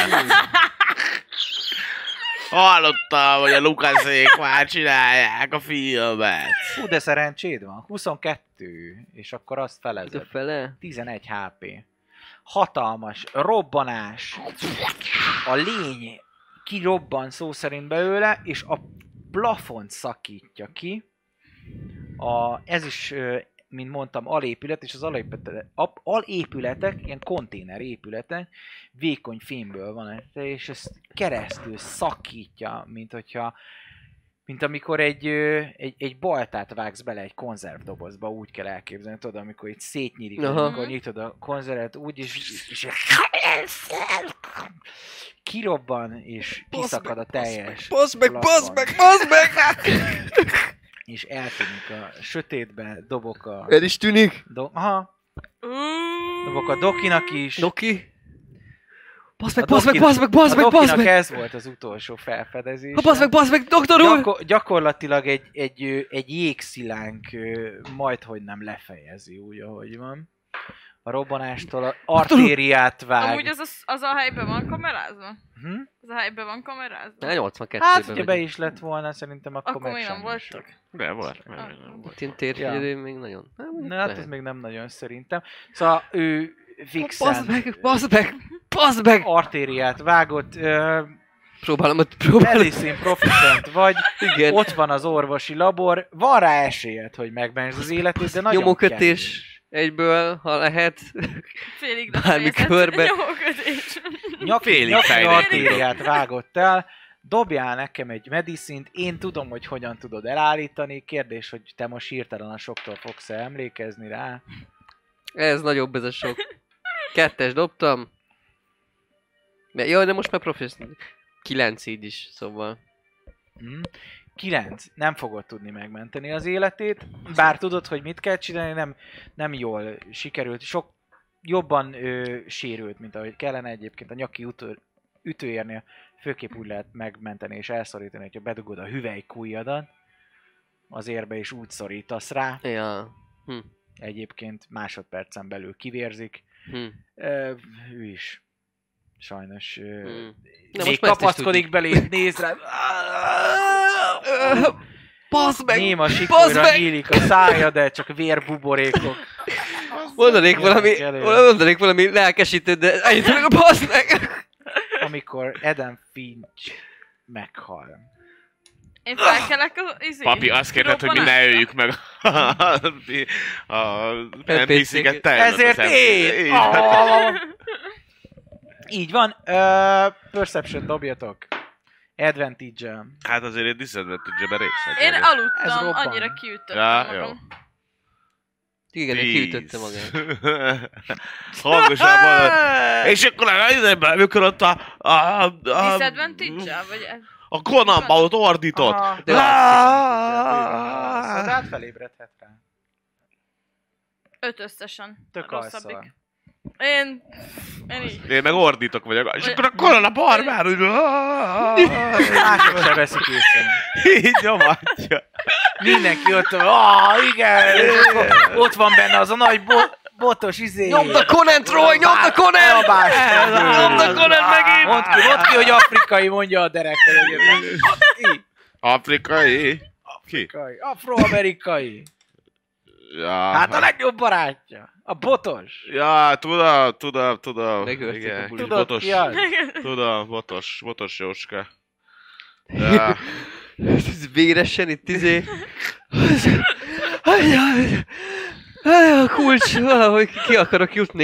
Speaker 4: Hallottam, hogy a Lukaszék már csinálják a filmet.
Speaker 1: Hú, de szerencséd van. 22, és akkor azt
Speaker 5: Ez a
Speaker 1: felezed.
Speaker 5: fele?
Speaker 1: 11 HP. Hatalmas robbanás. A lény kirobban szó szerint belőle, és a plafont szakítja ki. A, ez is, ö, mint mondtam, alépület, és az alépület, ap- alépületek, ilyen konténer épületek, vékony fémből van, és ezt keresztül szakítja, mint hogyha mint amikor egy, ö, egy, egy baltát vágsz bele egy konzervdobozba, úgy kell elképzelni, tudod, amikor itt szétnyílik,
Speaker 5: Aha.
Speaker 1: amikor nyitod a konzervet, úgy, és, és kirobban, és kiszakad a teljes.
Speaker 5: Basz
Speaker 1: meg, basz meg, hát!
Speaker 5: basz meg!
Speaker 1: És eltűnik a sötétbe, dobok a...
Speaker 5: El is tűnik!
Speaker 1: Do, aha, dobok a dokinak is.
Speaker 5: Doki? Basz meg,
Speaker 1: A
Speaker 5: basz meg,
Speaker 1: Dobkinak-
Speaker 5: basz meg, basz
Speaker 1: a
Speaker 5: meg, basz
Speaker 1: Dokinak
Speaker 5: meg!
Speaker 1: ez volt az utolsó felfedezés.
Speaker 5: Ha basz meg, basz meg, doktor úr!
Speaker 1: Gyakor- gyakorlatilag egy, egy, ö, egy jégszilánk ö, majd hogy nem lefejezi úgy, ahogy van. A robbanástól a artériát
Speaker 3: Amúgy
Speaker 1: vág.
Speaker 3: az, az, az a helyben van kamerázva?
Speaker 1: Hm?
Speaker 3: Az a helyben van kamerázva?
Speaker 5: Na, 82
Speaker 1: Hát, hogyha be is lett volna, szerintem akkor,
Speaker 3: Akkor
Speaker 1: meg
Speaker 3: még nem
Speaker 1: sem
Speaker 3: voltak.
Speaker 4: De volt, nem, nem, nem volt.
Speaker 5: Itt én térfigyelő még nagyon.
Speaker 1: Na, hát ez még nem nagyon szerintem. Szóval ő
Speaker 5: Basz
Speaker 1: fixen
Speaker 5: meg, basz meg, basz meg!
Speaker 1: artériát vágott, ö,
Speaker 5: Próbálom, hogy próbálom.
Speaker 1: medicine proficient vagy,
Speaker 5: Igen.
Speaker 1: ott van az orvosi labor, van rá esélyed, hogy megmentsd az életét, de nagyon
Speaker 5: Nyomókötés egyből, ha lehet.
Speaker 3: Félig de
Speaker 5: Bármi
Speaker 3: fejezett
Speaker 5: körbe.
Speaker 3: nyomkodás.
Speaker 1: kevés. Nyaki,
Speaker 4: Félig
Speaker 1: nyaki
Speaker 4: fejlett.
Speaker 1: artériát vágott el, dobjál nekem egy medicint, én tudom, hogy hogyan tudod elállítani, kérdés, hogy te most hirtelen a soktól fogsz-e emlékezni rá.
Speaker 5: Ez nagyobb ez a sok. Kettes dobtam. De, jó, de most már professzionális. Kilenc így is, szóval.
Speaker 1: Hm? 9. Nem fogod tudni megmenteni az életét, bár tudod, hogy mit kell csinálni, nem, nem jól sikerült. Sok jobban ö, sérült, mint ahogy kellene egyébként a nyaki ütő, ütőérnél. Főképp úgy lehet megmenteni és elszorítani, hogyha bedugod a hüvelykújjadat az érbe is úgy szorítasz rá.
Speaker 5: Ja. Hm.
Speaker 1: Egyébként másodpercen belül kivérzik.
Speaker 5: Hm.
Speaker 1: Ö, ő is sajnos ö,
Speaker 5: Hm.
Speaker 1: De még
Speaker 5: De most már ezt is
Speaker 1: kapaszkodik
Speaker 5: tudjuk.
Speaker 1: belé, néz rá.
Speaker 5: Basz meg!
Speaker 1: Néma
Speaker 5: Bazd
Speaker 1: sikújra
Speaker 5: meg!
Speaker 1: nyílik a szája, de csak vérbuborékok.
Speaker 5: Mondanék valami,
Speaker 1: Jelöl.
Speaker 5: mondanék valami lelkesítő, de ennyit tudok, basz meg!
Speaker 1: Amikor Adam Finch meghal.
Speaker 3: Én felkelek az izé.
Speaker 4: Papi azt kérted, hogy mi ne
Speaker 3: robbanásra.
Speaker 4: öljük meg a, a NPC-ket. te ölöd
Speaker 1: Ezért
Speaker 4: az NPC-t.
Speaker 1: én!
Speaker 4: Így van.
Speaker 1: Ah! Így van. Ö, perception dobjatok. Advantage-el.
Speaker 4: Hát azért én disadvantage-be részt.
Speaker 3: Én
Speaker 4: vagyok.
Speaker 1: Ez
Speaker 3: aludtam,
Speaker 1: robban.
Speaker 3: annyira kiütöttem
Speaker 4: Ja,
Speaker 3: magam.
Speaker 5: Igen, de
Speaker 4: Tíz.
Speaker 5: kiütötte magát.
Speaker 4: Hangosan mondod. És akkor a időben, amikor ott a... a, a
Speaker 5: Um,
Speaker 3: Disadvantage-el, vagy e- ez?
Speaker 4: A konamba ott ordított.
Speaker 1: Ah,
Speaker 5: De-
Speaker 1: Szóval rád felébredhet rá.
Speaker 3: Öt összesen.
Speaker 1: Tök
Speaker 3: Rosszabbik.
Speaker 1: alszol.
Speaker 3: Én... Én így.
Speaker 4: Én meg ordítok vagyok. És akkor a korona barbár úgy...
Speaker 1: Mások se veszik észre.
Speaker 4: Így nyomatja.
Speaker 1: Mindenki ott, ah, igen, ott van benne az a nagy bo- botos izé.
Speaker 5: Nyomd a Conant, Roy, nyomd a Conant!
Speaker 1: Elbás.
Speaker 5: Nyomd a Conant megint!
Speaker 1: Mondd ki, mondd ki, hogy afrikai mondja a derekkel egyébként. Így,
Speaker 4: Afrikai. Ki?
Speaker 1: afrikai, Afroamerikai.
Speaker 4: Ja,
Speaker 1: Hát a legjobb barátja. A botos.
Speaker 4: Ja, tudom, tudom, tudom.
Speaker 5: Megölték a
Speaker 4: Igen,
Speaker 5: bulit.
Speaker 4: kis
Speaker 1: Tudod
Speaker 4: botos.
Speaker 1: ki az?
Speaker 4: Tudom, botos, botos Jóska. Ja.
Speaker 5: Ez véresen itt izé... Ajaj, ajaj, A kulcs, valahogy ki akarok jutni.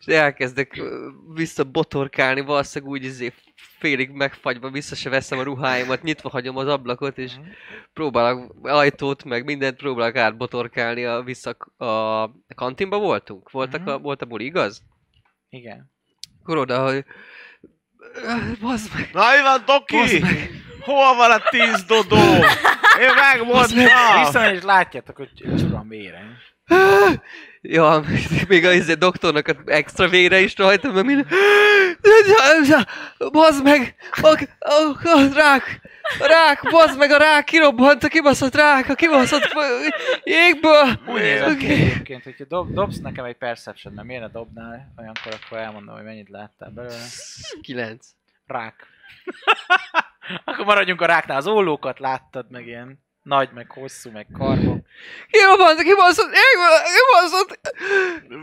Speaker 5: És elkezdek ö, visszabotorkálni, valószínűleg úgy izé félig megfagyva, vissza se veszem a ruháimat, nyitva hagyom az ablakot, és próbálok ajtót, meg mindent próbálok átbotorkálni a vissza a a kantinba voltunk? Voltak a,
Speaker 1: Mhm.
Speaker 5: volt a buli, igaz?
Speaker 1: Igen.
Speaker 5: Akkor oda, hogy... Bazd meg!
Speaker 4: Na, mi van, Doki?
Speaker 5: Bazd meg!
Speaker 4: Hol van a tíz dodó? Én megmondtam!
Speaker 1: Viszont is látjátok, hogy csuram vére.
Speaker 5: Ja, még a izé, doktornak a extra vére is rajta, mert minden... Bazd meg! A, a, a rák! A rák! Bazd meg! A rák kirobbant! A kibaszott rák! A kibaszott f- jégből!
Speaker 1: Úgy nézett ki
Speaker 5: Oké.
Speaker 1: egyébként, hogyha dob, dobsz nekem egy perception, mert miért ne dobnál, olyankor akkor elmondom, hogy mennyit láttál belőle.
Speaker 5: Kilenc.
Speaker 1: Rák. Akkor maradjunk a ráknál. Az ollókat láttad, meg ilyen nagy, meg hosszú, meg karmok.
Speaker 5: Kirobbant! A kibaszott jégből! A kibaszott...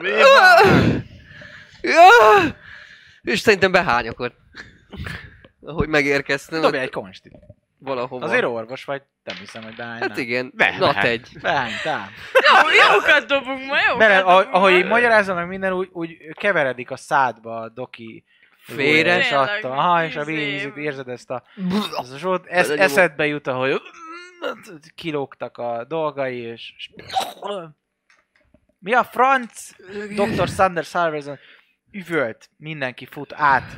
Speaker 4: Mi van?
Speaker 5: Ah! És szerintem behányokod. Ahogy megérkeztem,
Speaker 1: Dobj egy konstit.
Speaker 5: valahova.
Speaker 1: Azért orvos vagy, nem hiszem, hogy beállnál.
Speaker 5: Hát igen,
Speaker 4: Ne,
Speaker 5: na
Speaker 4: ne.
Speaker 5: egy.
Speaker 1: Beálltál.
Speaker 3: Jó, jókat dobunk ma, jókat
Speaker 1: Bele, ahogy,
Speaker 3: dobunk ma.
Speaker 1: ahogy így magyarázom meg minden, úgy, úgy keveredik a szádba a doki
Speaker 5: Fére.
Speaker 1: és adta. Aha, és a
Speaker 3: Tényleg,
Speaker 1: vízit
Speaker 3: izé.
Speaker 1: érzed ezt a... Ez a zsolt, ez,
Speaker 5: Belenyomom.
Speaker 1: eszedbe jut, ahogy kilógtak a dolgai, és... és- Mi a franc? Dr. Sanders Salverson üvölt, mindenki fut át.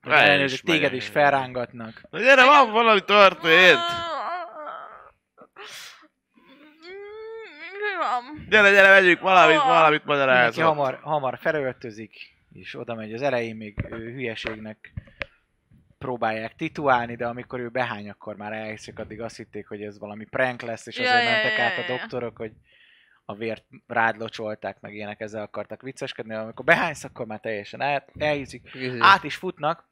Speaker 4: Rá is
Speaker 1: Elnézést,
Speaker 4: megy.
Speaker 1: téged is felrángatnak.
Speaker 4: Na gyere, van valami történt!
Speaker 3: Mi van?
Speaker 4: Gyere, gyere, vegyük valamit, valamit
Speaker 1: Mindenki
Speaker 4: magyarázom.
Speaker 1: hamar, hamar felöltözik, és oda megy az elején, még ő hülyeségnek próbálják tituálni, de amikor ő behány, akkor már elhiszik, addig azt hitték, hogy ez valami prank lesz, és
Speaker 3: Ja,
Speaker 1: azért
Speaker 3: ja,
Speaker 1: mentek
Speaker 3: ja,
Speaker 1: át a
Speaker 3: ja, ja.
Speaker 1: doktorok, hogy a vért rád locsolták, meg ilyenek, ezzel akartak vicceskedni, de amikor behánysz, akkor már teljesen el, elhiszik. Át is futnak,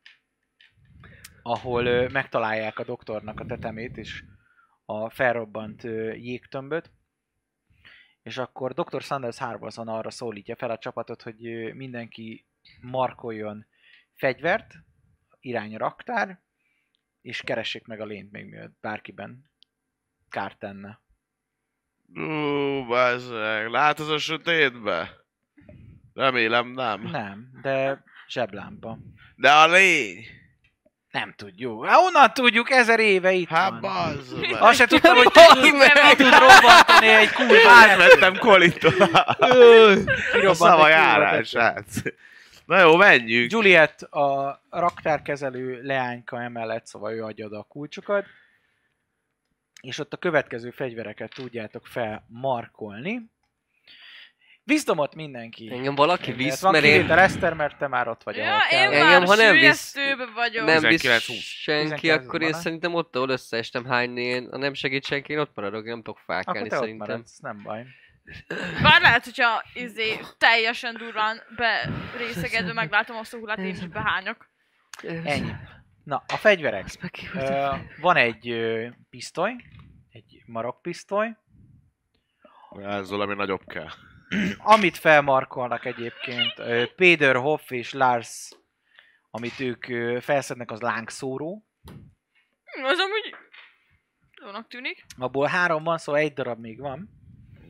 Speaker 1: ahol ö, megtalálják a doktornak a tetemét, és a felrobbant ö, jégtömböt, és akkor Dr. Sanders Harborson arra szólítja fel a csapatot, hogy ö, mindenki markoljon fegyvert, irány a raktár, és keressék meg a lényt még mielőtt bárkiben kárt tenne.
Speaker 4: Ú, bazzeg. Látod a sötétbe? Remélem nem.
Speaker 1: Nem, de zseblámpa.
Speaker 4: De a lény!
Speaker 1: Nem tudjuk. Hát honnan tudjuk? Ezer éve itt
Speaker 4: Hát
Speaker 1: van.
Speaker 4: bazd meg.
Speaker 1: Azt se tudtam, hogy
Speaker 5: Bazd meg!
Speaker 1: ki tud robbantani egy kurvát.
Speaker 4: Átvettem Kolitól. A szava járását. Na jó, menjünk.
Speaker 1: Juliet a raktárkezelő leányka emellett, szóval ő adja oda a kulcsokat, és ott a következő fegyvereket tudjátok felmarkolni. Vizdomot mindenki.
Speaker 5: Engem valaki visz,
Speaker 1: Mert van
Speaker 5: mert én
Speaker 1: kivétel Eszter, mert te már ott vagy
Speaker 3: Ja,
Speaker 1: alatt.
Speaker 3: én
Speaker 5: Engem,
Speaker 3: már
Speaker 5: ha nem visz-
Speaker 3: sűjesztőbe vagyok.
Speaker 5: nem visz
Speaker 4: 19-20.
Speaker 5: senki,
Speaker 1: 19-20
Speaker 5: akkor én
Speaker 1: van-e?
Speaker 5: szerintem ott, ahol összeestem hányni, én, ha nem segít senki, én ott maradok, én nem tudok
Speaker 1: Akkor
Speaker 5: fákálni
Speaker 1: te ott
Speaker 5: szerintem.
Speaker 1: maradsz, nem baj.
Speaker 3: Bár lehet, hogyha izé, teljesen durván berészegedve meglátom azt a hullát, én is behányok.
Speaker 1: Ennyi. Na, a fegyverek.
Speaker 5: Azt meg kívültem.
Speaker 1: Ö, van egy ö, pisztoly, egy marokpisztoly,
Speaker 4: Ez valami nagyobb kell.
Speaker 1: Amit felmarkolnak egyébként, ö, Péter Hoff és Lars, amit ők ö, felszednek, az lángszóró.
Speaker 3: Hm, az amúgy jónak tűnik.
Speaker 1: Abból három van, szóval egy darab még van.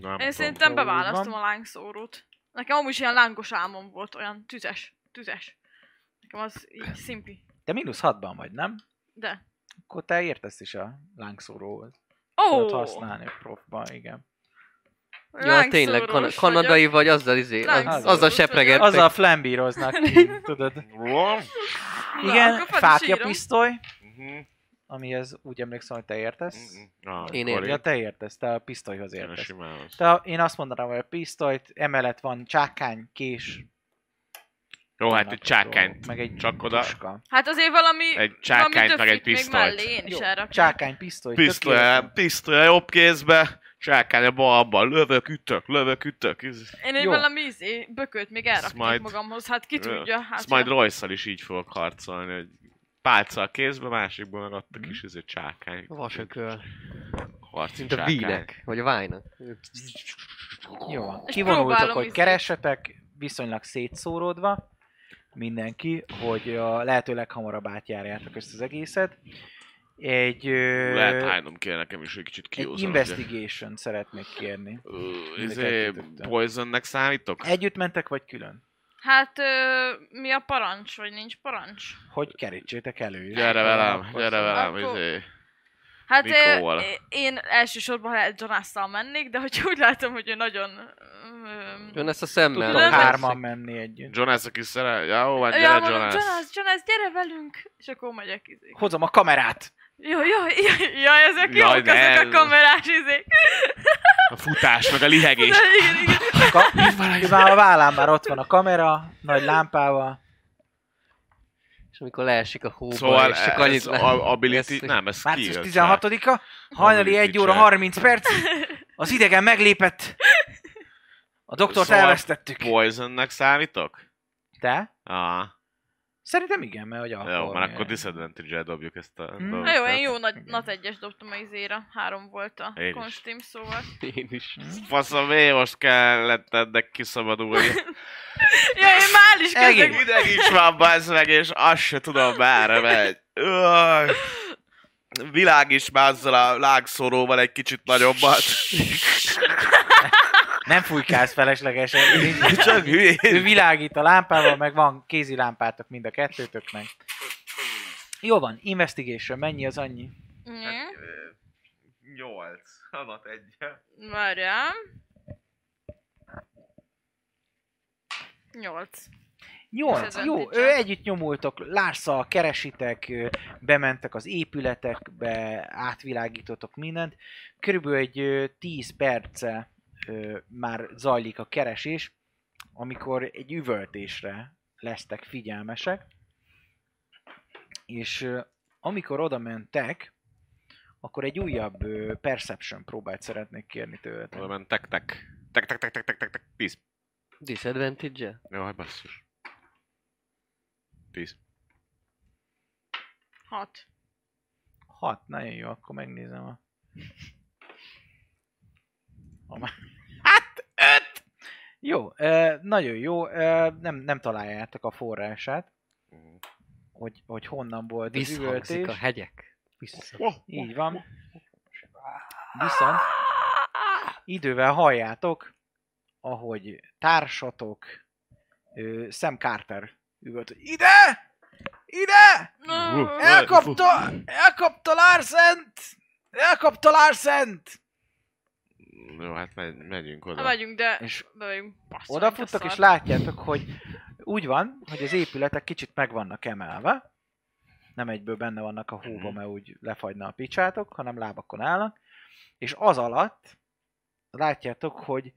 Speaker 4: Nem
Speaker 3: Én
Speaker 4: tudom.
Speaker 3: szerintem
Speaker 1: jó, úgy
Speaker 3: beválasztom
Speaker 1: van.
Speaker 3: a lángszórót. Nekem amúgy is ilyen lángos álmom volt, olyan tüzes, tüzes. Nekem az így szimpi.
Speaker 1: Te mínusz hatban vagy, nem?
Speaker 3: De.
Speaker 1: Akkor te értesz is a lángszóróhoz.
Speaker 3: Ó,
Speaker 1: Tudod
Speaker 3: oh,
Speaker 1: használni a profban, igen.
Speaker 5: Ja, hát tényleg, kana- kanadai vagy, azzal izé, az-
Speaker 3: Lángszórós
Speaker 5: azzal
Speaker 3: vagyok.
Speaker 5: sepregettek.
Speaker 1: Azzal flambíroznak ki, tudod. Igen,
Speaker 3: akkor fel is
Speaker 1: fákja
Speaker 3: írom.
Speaker 1: pisztoly,
Speaker 4: Mhm.
Speaker 1: amihez úgy emlékszem, hogy te értesz.
Speaker 4: Mhm. Na,
Speaker 5: Én
Speaker 4: akkor
Speaker 1: Ja, te értesz, te a pisztolyhoz
Speaker 4: én
Speaker 1: értesz.
Speaker 4: simán az.
Speaker 1: Te, én azt mondanám, hogy a pisztolyt, emellett van csákány, kés,
Speaker 4: Jó, hát
Speaker 1: vannak
Speaker 4: egy
Speaker 1: ott
Speaker 4: csákányt.
Speaker 1: dolgok, Meg egy
Speaker 4: Csak oda.
Speaker 1: Tuska.
Speaker 3: Hát azért valami...
Speaker 4: Egy
Speaker 3: valami
Speaker 4: csákányt, meg egy
Speaker 3: döflit Még
Speaker 4: pisztolyt.
Speaker 3: mellé én is
Speaker 1: Jó,
Speaker 3: elraknám.
Speaker 1: Csákány, pisztoly,
Speaker 4: Pisztolya,
Speaker 1: tökéletes.
Speaker 4: pisztolya jobb kézbe, csákány a balban, lövök, ütök, lövök, ütök. Ez,
Speaker 3: Én egy
Speaker 1: Jó.
Speaker 3: valami izé, bököt még elraknék
Speaker 4: majd-
Speaker 3: magamhoz, hát ki
Speaker 4: Ö,
Speaker 3: tudja. Hát,
Speaker 4: ezt majd royce is így fogok harcolni, hogy pálca a kézbe, másikban meg adta kis ez egy csákány.
Speaker 5: Vasököl.
Speaker 4: Harci
Speaker 5: Mhm. Mint a
Speaker 4: csákány.
Speaker 5: vínek, vagy a vájnak.
Speaker 1: Jó van.
Speaker 3: És
Speaker 1: Kivonultak,
Speaker 3: próbálom
Speaker 1: hogy
Speaker 3: is.
Speaker 1: keresetek, viszonylag szétszóródva mindenki, hogy a lehető leghamarabb átjárjátok ezt az egészet. Egy, ö,
Speaker 4: Lehet hánynom kell nekem is, hogy kicsit
Speaker 1: egy
Speaker 4: kihúzom.
Speaker 1: investigation szeretnék kérni. Mind a
Speaker 4: Izé,
Speaker 1: kettőt.
Speaker 4: poisonnek számítok?
Speaker 1: Együtt mentek, vagy külön?
Speaker 3: hát ö, mi a parancs, vagy nincs parancs?
Speaker 1: Hogy kerítsétek elő.
Speaker 4: Gyere velem,
Speaker 1: Akkor
Speaker 4: gyere
Speaker 1: szóval-
Speaker 4: velem,
Speaker 3: Akkor-
Speaker 4: izé.
Speaker 3: Hát
Speaker 4: Mikóval?
Speaker 3: ö, én elsősorban lehet Jonásszal mennék, de hogyha úgy látom, hogy ő nagyon... mm, öm,
Speaker 5: Jön ezt a szemmel.
Speaker 1: Tudtok
Speaker 3: Külön vagy-
Speaker 1: hárman menni együtt.
Speaker 4: Jonas, aki szere... Ja, jó, hát
Speaker 3: ja,
Speaker 4: gyere,
Speaker 3: mondom,
Speaker 4: Jonas.
Speaker 3: Jonász, Jonász, gyere velünk! És akkor megyek izé.
Speaker 1: Hozom a kamerát!
Speaker 3: Jaj, jaj, jaj, jaj, ezek
Speaker 4: Jaj,
Speaker 3: jók,
Speaker 4: ne.
Speaker 3: ezek a kamerás izék.
Speaker 4: A futás, meg a lihegés.
Speaker 3: De igen, igen.
Speaker 1: Ka- már a vállán már ott van a kamera, nagy lámpával.
Speaker 5: És amikor leesik a hóba,
Speaker 4: Szóval
Speaker 5: és csak
Speaker 4: ez,
Speaker 5: annyit
Speaker 4: ez a, ability,
Speaker 5: lesz-
Speaker 4: nem, ez
Speaker 1: Március
Speaker 4: kijött.
Speaker 1: 16-a, hajnali
Speaker 4: Hajnali
Speaker 1: 1 óra
Speaker 4: kicsit.
Speaker 1: 30 perc. Az idegen meglépett. A doktort
Speaker 4: Szóval-
Speaker 1: elvesztettük.
Speaker 4: Poisonnek számítok?
Speaker 1: Te?
Speaker 4: Ah,
Speaker 1: Szerintem igen, mert hogy alkohol.
Speaker 4: jó, mert akkor disadvantage dobjuk ezt a
Speaker 1: Hmm.
Speaker 4: dolgot. Hát,
Speaker 3: Na jó, én jó nagy,
Speaker 1: Igen.
Speaker 3: nat egyes dobtam a izére, három volt a
Speaker 4: Én is.
Speaker 3: konstim, szóval.
Speaker 5: Én is.
Speaker 4: Faszom, miért most kellett ennek kiszabadulni?
Speaker 3: Ja, én már is
Speaker 4: Hideg,
Speaker 3: kezdek.
Speaker 4: hideg is van, bazd meg, és azt se tudom, merre megy. Öj. Világ is már azzal a lágszóróval egy kicsit nagyobbat.
Speaker 1: Nem fújkálsz feleslegesen.
Speaker 4: Csak
Speaker 1: Ő
Speaker 4: hülyén.
Speaker 1: világít a lámpával, meg van kézi lámpátok mind a kettőtöknek. Jó van, investigation, mennyi az annyi?
Speaker 3: Mhm.
Speaker 4: Nyolc. Hanat egy.
Speaker 3: Várjál. Nyolc.
Speaker 1: Nyolc.
Speaker 3: Disadvantage-el.
Speaker 1: Jó, ő együtt nyomultok, Lárszal keresitek, ö, bementek az épületekbe, átvilágítotok mindent. Körülbelül egy ö, 10 perce ö, már zajlik a keresés, amikor egy üvöltésre lesztek figyelmesek, és ö, amikor oda mentek, akkor egy újabb ö, perception próbát szeretnék kérni tőletek.
Speaker 4: Oda ment tek tek. Tek tek tek tek tek tek tek. Tíz.
Speaker 5: Disadvantage-e?
Speaker 4: Jó, hát basszus. Tíz.
Speaker 3: Hat.
Speaker 1: Hat, nagyon jó, akkor megnézem a... a má- hát, öt! Jó, ö, nagyon jó, ö, nem, nem találjátok a forrását, hogy, hogy honnan volt az
Speaker 5: Hát Visszhangzik a
Speaker 1: üvöltés.
Speaker 5: hegyek. Vissza.
Speaker 1: Így van. Viszont idővel halljátok, ahogy társatok ö, Sam Carter üvölt, hogy ide! Ide!
Speaker 3: No.
Speaker 1: Elkapta! Elkapta Larsent! Elkapta Larsent!
Speaker 4: Jó, hát megy, megyünk
Speaker 3: Na,
Speaker 4: oda.
Speaker 3: vagyunk, de...
Speaker 1: És
Speaker 3: Be vagyunk. passzolni a
Speaker 1: odafuttok, és
Speaker 3: szart.
Speaker 1: látjátok, hogy úgy van, hogy az épületek kicsit meg vannak emelve. Nem egyből benne vannak a hóba,
Speaker 4: Mhm.
Speaker 1: mert úgy lefagyna a picsátok, hanem lábakon állnak. És az alatt látjátok, hogy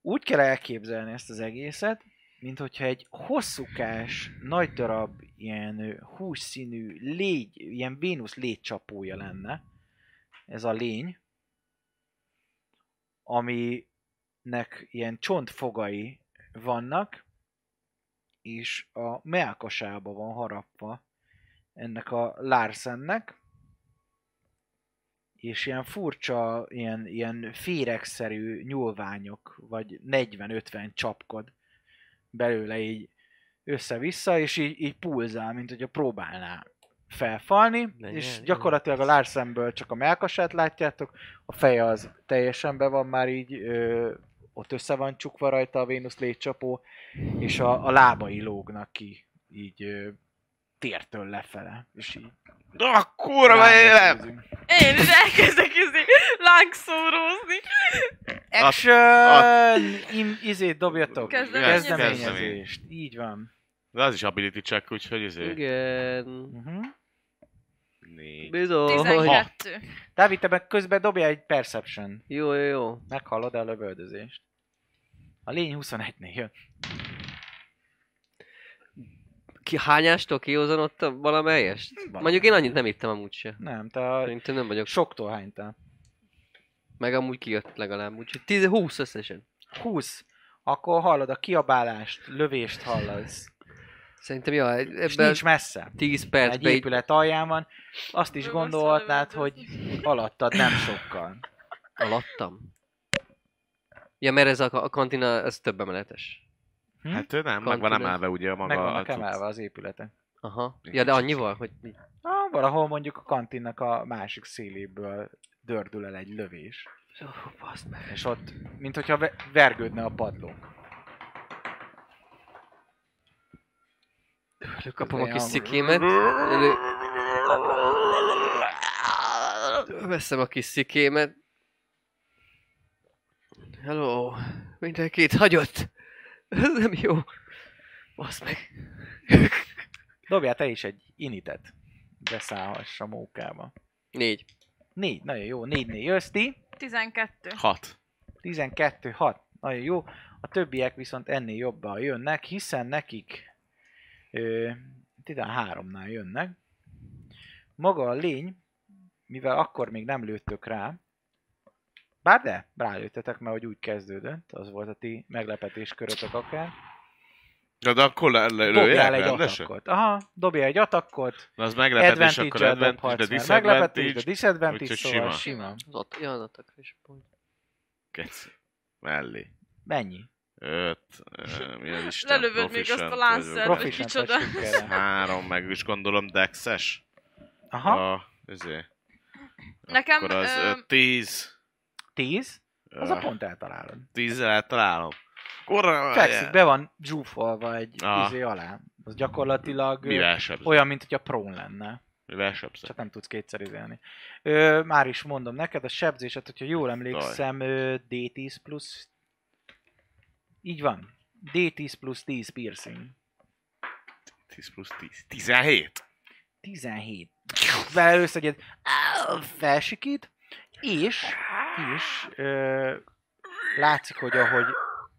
Speaker 1: úgy kell elképzelni ezt az egészet, mint hogyha egy hosszúkás, nagy darab, ilyen ö, hússzínű légy, ilyen Vénusz légycsapója lenne. Ez a lény, aminek ilyen csontfogai vannak, és a melkosába van harapva ennek a Larsennek, és ilyen furcsa, ilyen, ilyen féregszerű nyúlványok, vagy 40-50 csapkod belőle így össze-vissza, és így, így pulzál, mint hogyha próbálná felfalni,
Speaker 5: De
Speaker 1: és
Speaker 5: nyelj,
Speaker 1: gyakorlatilag a Larsenből csak a melkasát látjátok, a feje az teljesen be van már így, ö, ott össze van csukva rajta a Vénusz légycsapó, és a, a lábai lógnak ki, így ö, tértől lefele, és így
Speaker 4: Na, kurva élem!
Speaker 1: ránézünk.
Speaker 3: Én is elkezdek izni, lángszórózni.
Speaker 1: Action! Im, izét dobjatok.
Speaker 3: Kezdeményezést.
Speaker 1: Kezdeményezést. Így van.
Speaker 4: De az is ability check, úgyhogy izé.
Speaker 5: Igen.
Speaker 1: Uh-huh.
Speaker 4: Négy.
Speaker 5: Bizony.
Speaker 3: 12.
Speaker 1: Dávid, te meg közben dobja egy perception.
Speaker 5: Jó, jó, jó.
Speaker 1: Meghallod a lövöldözést. A lény 21-nél jön.
Speaker 5: Ki hányástól kihozanottam valamelyest?
Speaker 1: Valami.
Speaker 5: Mondjuk én annyit nem ittem amúgy se.
Speaker 1: Nem, te a...
Speaker 5: Szerintem nem vagyok.
Speaker 1: soktól hánytál.
Speaker 5: Meg amúgy kijött legalább, úgyhogy 10-20 összesen.
Speaker 1: 20. Akkor hallod a kiabálást, lövést hallasz.
Speaker 5: Szerintem, ja,
Speaker 1: És
Speaker 5: ebben
Speaker 1: nincs messze.
Speaker 5: 10
Speaker 1: Egy
Speaker 5: percben itt
Speaker 1: épület alján van. Azt is
Speaker 3: Ő
Speaker 1: gondolhatnád,
Speaker 3: azt a
Speaker 1: hogy alattad nem sokkal.
Speaker 5: alattam. Ja, mert ez a, a kantina, ez több emeletes.
Speaker 1: Hm?
Speaker 4: Hát ő nem, meg van
Speaker 5: Kalkulátor.
Speaker 4: emelve ugye a maga.
Speaker 1: Meg vannak
Speaker 4: a cucc.
Speaker 1: emelve az épületek.
Speaker 5: Aha.
Speaker 4: Én
Speaker 5: Ja, de
Speaker 4: csak
Speaker 5: annyival, hogy mi?
Speaker 1: Ah, valahol mondjuk a kantinnak a másik széléből dördül el egy lövés.
Speaker 5: Ó, baszd meg.
Speaker 1: És ott, mint hogyha ve- vergődne a padló.
Speaker 5: Kapom a
Speaker 1: Olyan
Speaker 5: kis
Speaker 1: hangos.
Speaker 5: szikémet. Elő... Veszem a kis szikémet. Hello. Mindenkit hagyott. Ez nem jó. Baszd meg.
Speaker 1: Dobjál te is egy initet. Beszállhass a mókába.
Speaker 5: Négy.
Speaker 1: Négy, nagyon jó. Négy, négy, jössz ti.
Speaker 3: 12.
Speaker 4: Hat.
Speaker 1: 12, 6. Nagyon jó. A többiek viszont ennél jobban jönnek, hiszen nekik ö, 13-nál jönnek. Maga a lény, mivel akkor még nem lőttök rá, bár de, rálőttetek, mert hogy úgy kezdődött, az volt a ti meglepetés körötök akár.
Speaker 4: Na, de akkor le, le,
Speaker 1: Dobjál
Speaker 4: lőják
Speaker 1: egy
Speaker 4: rendesen?
Speaker 1: attackot. Aha, dobjál egy attackot.
Speaker 4: Na, az meglepetés, akkor
Speaker 1: Advantage-el
Speaker 4: advantage,
Speaker 1: dobhatsz,
Speaker 4: de
Speaker 1: mert meglepetés, de
Speaker 4: disadvantage.
Speaker 1: disadvantage,
Speaker 4: úgyhogy
Speaker 1: szóval
Speaker 4: sima.
Speaker 1: sima.
Speaker 5: Az ott, ja, az ott is pont.
Speaker 4: Kec. Mellé.
Speaker 1: Mennyi?
Speaker 4: Öt. ö, Mi az Isten?
Speaker 3: Lelövöd még azt a
Speaker 4: Proficient
Speaker 3: lánszert,
Speaker 4: vagyok.
Speaker 3: hogy
Speaker 1: Proficient
Speaker 3: kicsoda.
Speaker 1: vagy sikerrel.
Speaker 4: Három, meg is gondolom dexes.
Speaker 1: Aha,
Speaker 4: A, izé.
Speaker 3: Nekem,
Speaker 4: Akkor az
Speaker 3: ö,
Speaker 4: ö, tíz.
Speaker 1: 10, az a
Speaker 4: Ö,
Speaker 1: pont eltalálod.
Speaker 4: Tízzel eltalálom. Korra,
Speaker 1: Fekszik, be van zsúfolva egy
Speaker 4: Ah.
Speaker 1: izé alá. Az gyakorlatilag ö,
Speaker 4: Mivel sebzek?
Speaker 1: olyan, mint hogy a prón lenne.
Speaker 4: Mivel sebzek?
Speaker 1: Csak nem tudsz kétszerizélni. Ö, már is mondom neked, a sebzéset, hogyha jól emlékszem, ö, D10 plusz... Így van. D10 plusz 10 piercing.
Speaker 4: 10 plusz 10. 17.
Speaker 1: 17. Vele összegyed. Felsikít. És, és ö, látszik, hogy ahogy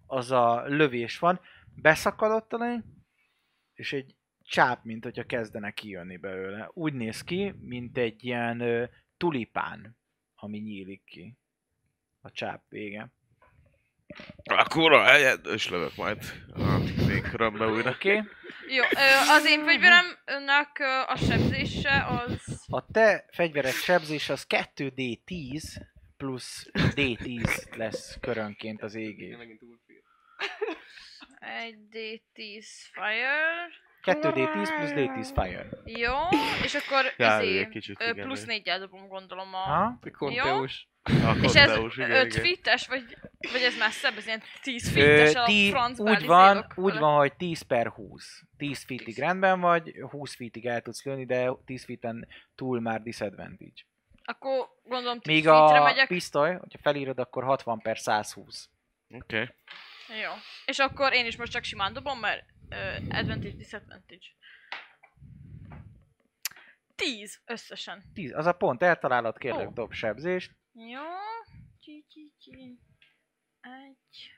Speaker 1: az a lövés van, beszakadott a lény, és egy csáp, mint hogyha kezdene kijönni belőle. Úgy néz ki, mint egy ilyen ö, tulipán, ami nyílik ki a csáp vége.
Speaker 4: Akkor a helyet, és lövök majd a légkörömbe újra.
Speaker 1: Oké? Okay?
Speaker 3: Jó, ö, az én fegyveremnek ö, a sebzése az...
Speaker 1: A te fegyvered sebzés az 2D10 plusz D10 lesz körönként az égé.
Speaker 5: Megint túl fél.
Speaker 3: 1D10 fire.
Speaker 1: 2D10 plusz D10 fire.
Speaker 3: Jó, és akkor
Speaker 4: Jár,
Speaker 3: ezé,
Speaker 4: egy kicsit,
Speaker 3: ö,
Speaker 4: igen,
Speaker 3: plusz
Speaker 4: ő.
Speaker 3: 4 dobom gondolom a...
Speaker 1: Ha?
Speaker 5: Konteus.
Speaker 4: A
Speaker 3: És ez
Speaker 4: konteus, igen,
Speaker 3: 5
Speaker 4: igen.
Speaker 3: fittes, vagy, vagy ez messzebb, ez ilyen 10
Speaker 1: Ö,
Speaker 3: fittes a
Speaker 1: ti,
Speaker 3: francba
Speaker 1: úgy van, úgy van, hogy 10 per 20. 10 feetig rendben vagy, 20 feetig el tudsz lőni, de 10 feeten túl már disadvantage.
Speaker 3: Akkor gondolom 10
Speaker 1: Míg
Speaker 3: feetre
Speaker 1: a
Speaker 3: megyek.
Speaker 1: pisztoly, hogyha felírod, akkor 60 per 120.
Speaker 4: Oké.
Speaker 3: Jó. És akkor én is most csak simán dobom, mert ö, advantage, disadvantage. 10 összesen.
Speaker 1: 10, az a pont eltalálod, kérlek,
Speaker 3: Ó.
Speaker 1: oh. dob sebzést.
Speaker 3: Jó. Csi, csi, csi. Egy,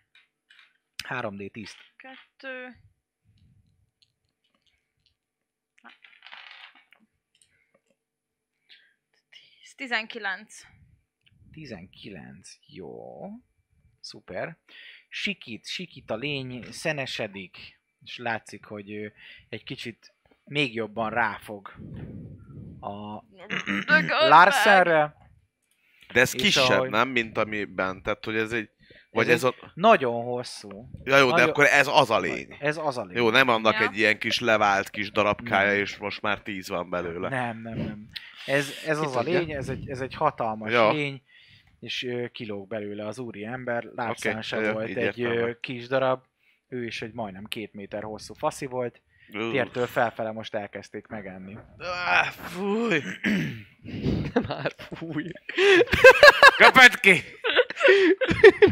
Speaker 1: 3D10.
Speaker 3: kettő. Tíz, Tizenkilenc.
Speaker 1: 19. Jó. Szuper. Sikít, sikít a lény, szenesedik, és látszik, hogy ő egy kicsit még jobban ráfog a
Speaker 3: Dögöld meg!
Speaker 1: Larsenre.
Speaker 4: De ez
Speaker 1: És
Speaker 4: kisebb,
Speaker 1: ahogy-
Speaker 4: nem, mint amiben? Tehát, hogy ez egy... Vagy
Speaker 1: Ez
Speaker 4: ez, a...
Speaker 1: Nagyon hosszú.
Speaker 4: Ja, jó, de
Speaker 1: nagyon-
Speaker 4: akkor ez az a lény.
Speaker 1: Ez az a lény.
Speaker 4: Jó, nem annak
Speaker 3: Ja.
Speaker 4: egy ilyen kis levált kis darabkája,
Speaker 1: Nem.
Speaker 4: és most már tíz van belőle.
Speaker 1: Nem, nem, nem. Ez, ez az a
Speaker 4: tudja?
Speaker 1: lény, ez egy, ez egy hatalmas
Speaker 4: Ja.
Speaker 1: ja. lény, és ö, kilóg belőle az úri ember, lábszán
Speaker 4: Oké,
Speaker 1: okay, sem
Speaker 4: jó,
Speaker 1: volt
Speaker 4: így
Speaker 1: egy
Speaker 4: értem,
Speaker 1: ö,
Speaker 4: hogy-
Speaker 1: kis darab, ő is egy majdnem két méter hosszú faszi volt,
Speaker 4: Ú,
Speaker 1: tértől felfele most elkezdték megenni.
Speaker 4: áh, Fúj!
Speaker 5: Már fúj.
Speaker 4: Köpöd ki!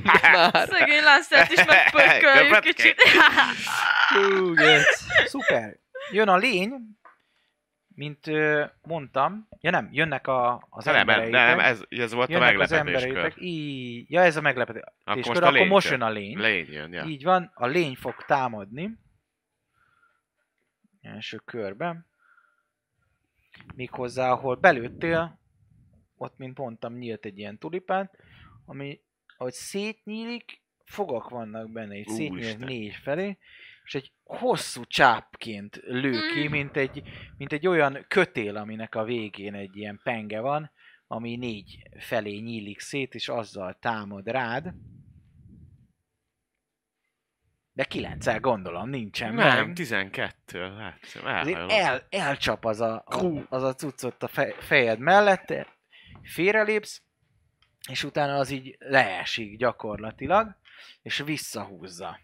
Speaker 5: Már.
Speaker 3: Szegény Lanszert is megpököljük
Speaker 4: Köpetke.
Speaker 3: kicsit.
Speaker 5: Fú, gec.
Speaker 1: Szuper! Jön a lény, mint ö, mondtam, ja nem, jönnek a, az
Speaker 4: Nem, nem,
Speaker 1: embereitek.
Speaker 4: nem, ez, ez volt a
Speaker 1: jönnek az
Speaker 4: meglepetéskör.
Speaker 1: embereitek. Így, ja, ez a meglepetés
Speaker 4: Akkor
Speaker 1: kör,
Speaker 4: most a
Speaker 1: akkor
Speaker 4: lény
Speaker 1: most jön
Speaker 4: jön.
Speaker 1: a lény.
Speaker 4: Lény jön, ja.
Speaker 1: Így van, a lény fog támadni. Első körben. Méghozzá, ahol belőttél, ott, mint mondtam, nyílt egy ilyen tulipán, ami, ahogy szétnyílik, fogak vannak benne, így szétnyílik
Speaker 4: Úristen.
Speaker 1: négy felé, és egy hosszú csápként lő ki,
Speaker 3: Mm.
Speaker 1: mint egy, mint egy olyan kötél, aminek a végén egy ilyen penge van, ami négy felé nyílik szét, és azzal támad rád. De kilenccel gondolom, nincsen
Speaker 4: Nem,
Speaker 1: meg.
Speaker 4: 12 látszom,
Speaker 1: Azért
Speaker 4: elhajlott.
Speaker 1: el, elcsap az a, a, az a cucc ott a fej, fejed mellette, félrelépsz, és utána az így leesik gyakorlatilag, és visszahúzza.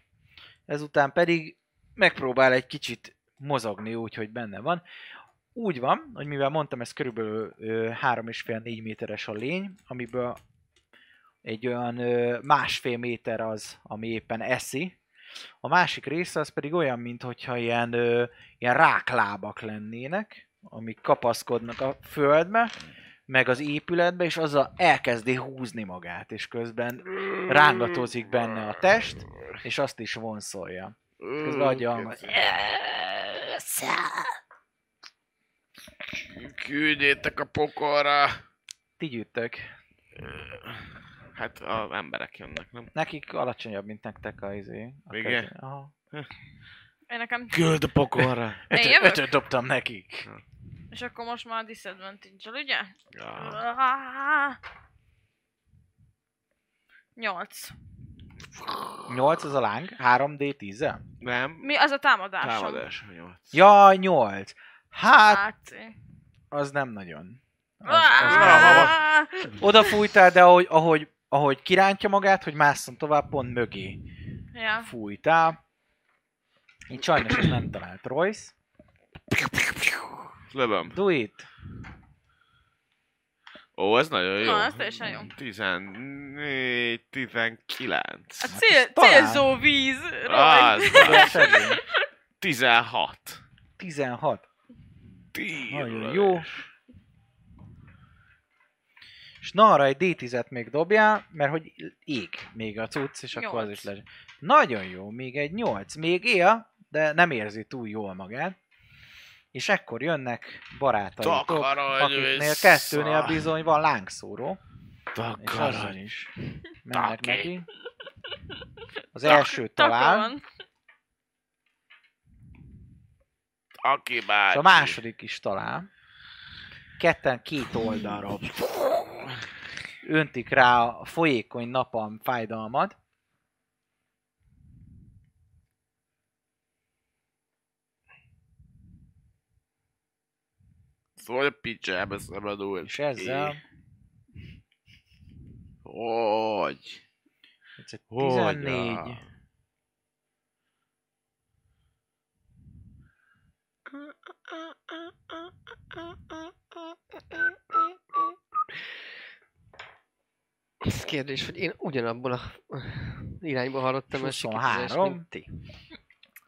Speaker 1: Ezután pedig megpróbál egy kicsit mozogni úgy, hogy benne van. Úgy van, hogy mivel mondtam, ez körülbelül 3,5-4 méteres a lény, amiből egy olyan ö, másfél méter az, ami éppen eszi. A másik része az pedig olyan, mintha ilyen ö, ilyen ráklábak lennének, amik kapaszkodnak a földbe, meg az épületbe, és azzal elkezdi húzni magát, és közben rángatozik benne a test, és azt is vonszolja. Közben adja hangot.
Speaker 4: Küldjétek a pokolra!
Speaker 1: Ti gyűjtök.
Speaker 4: Hát a emberek jönnek, nem?
Speaker 1: Nekik alacsonyabb, mint nektek a izé. A
Speaker 4: Igen?
Speaker 1: kezdő- Aha.
Speaker 3: Én nekem...
Speaker 4: Küld a pokolra!
Speaker 3: Én
Speaker 1: Ötöt,
Speaker 3: jövök?
Speaker 1: ötöt dobtam nekik.
Speaker 3: És akkor most már disadvantage-el, ugye?
Speaker 4: Ja.
Speaker 1: Ah.
Speaker 3: Nyolc.
Speaker 1: Nyolc az a láng, 3D10-el?
Speaker 4: Nem?
Speaker 3: Mi az a támadásom?
Speaker 4: Támadás a nyolc.
Speaker 1: Ja, nyolc. Hát,
Speaker 3: Hát... én-
Speaker 1: az nem nagyon. Az, az nem.
Speaker 3: Ah!
Speaker 1: Oda fújtál, de ahogy, ahogy, ahogy kirántja magát, hogy másszon tovább, pont mögé
Speaker 3: Ja.
Speaker 1: fújtál. Így sajnos ez nem talált Royce.
Speaker 4: Lövöm.
Speaker 1: Do it.
Speaker 4: Ó, ez nagyon jó.
Speaker 3: Na, ez teljesen jó.
Speaker 4: 14, 19.
Speaker 3: A cél,
Speaker 1: hát ez talán.
Speaker 3: célzó víz!
Speaker 4: Az,
Speaker 3: Roy.
Speaker 4: az.
Speaker 1: Segély.
Speaker 4: 16.
Speaker 1: 16.
Speaker 4: Tír.
Speaker 1: Nagyon jó. És na arra egy D10-et még dobjál, mert hogy ég még a cucc, és akkor az
Speaker 3: Nyolc.
Speaker 1: is lesz. Nagyon jó, még egy 8. Még él, de nem érzi túl jól magát. És ekkor jönnek barátaitok,
Speaker 4: Takarodj
Speaker 1: akiknél
Speaker 4: vissza!
Speaker 1: kettőnél bizony van lángszóró, és azzal
Speaker 4: Takarodj.
Speaker 1: is mennek
Speaker 4: Taki.
Speaker 1: neki. Az első talál,
Speaker 3: Takaron.
Speaker 4: Aki
Speaker 1: és
Speaker 4: bácsi.
Speaker 1: a második is talál. Ketten két oldalról öntik rá a folyékony napam fájdalmat.
Speaker 4: Szólj a picsába szabadul.
Speaker 1: És ezzel
Speaker 4: Hogy?
Speaker 1: ez egy
Speaker 4: Hogy?
Speaker 1: 14.
Speaker 5: Ez kérdés, hogy én ugyanabból a irányba hallottam a sikítést, mint
Speaker 1: 23.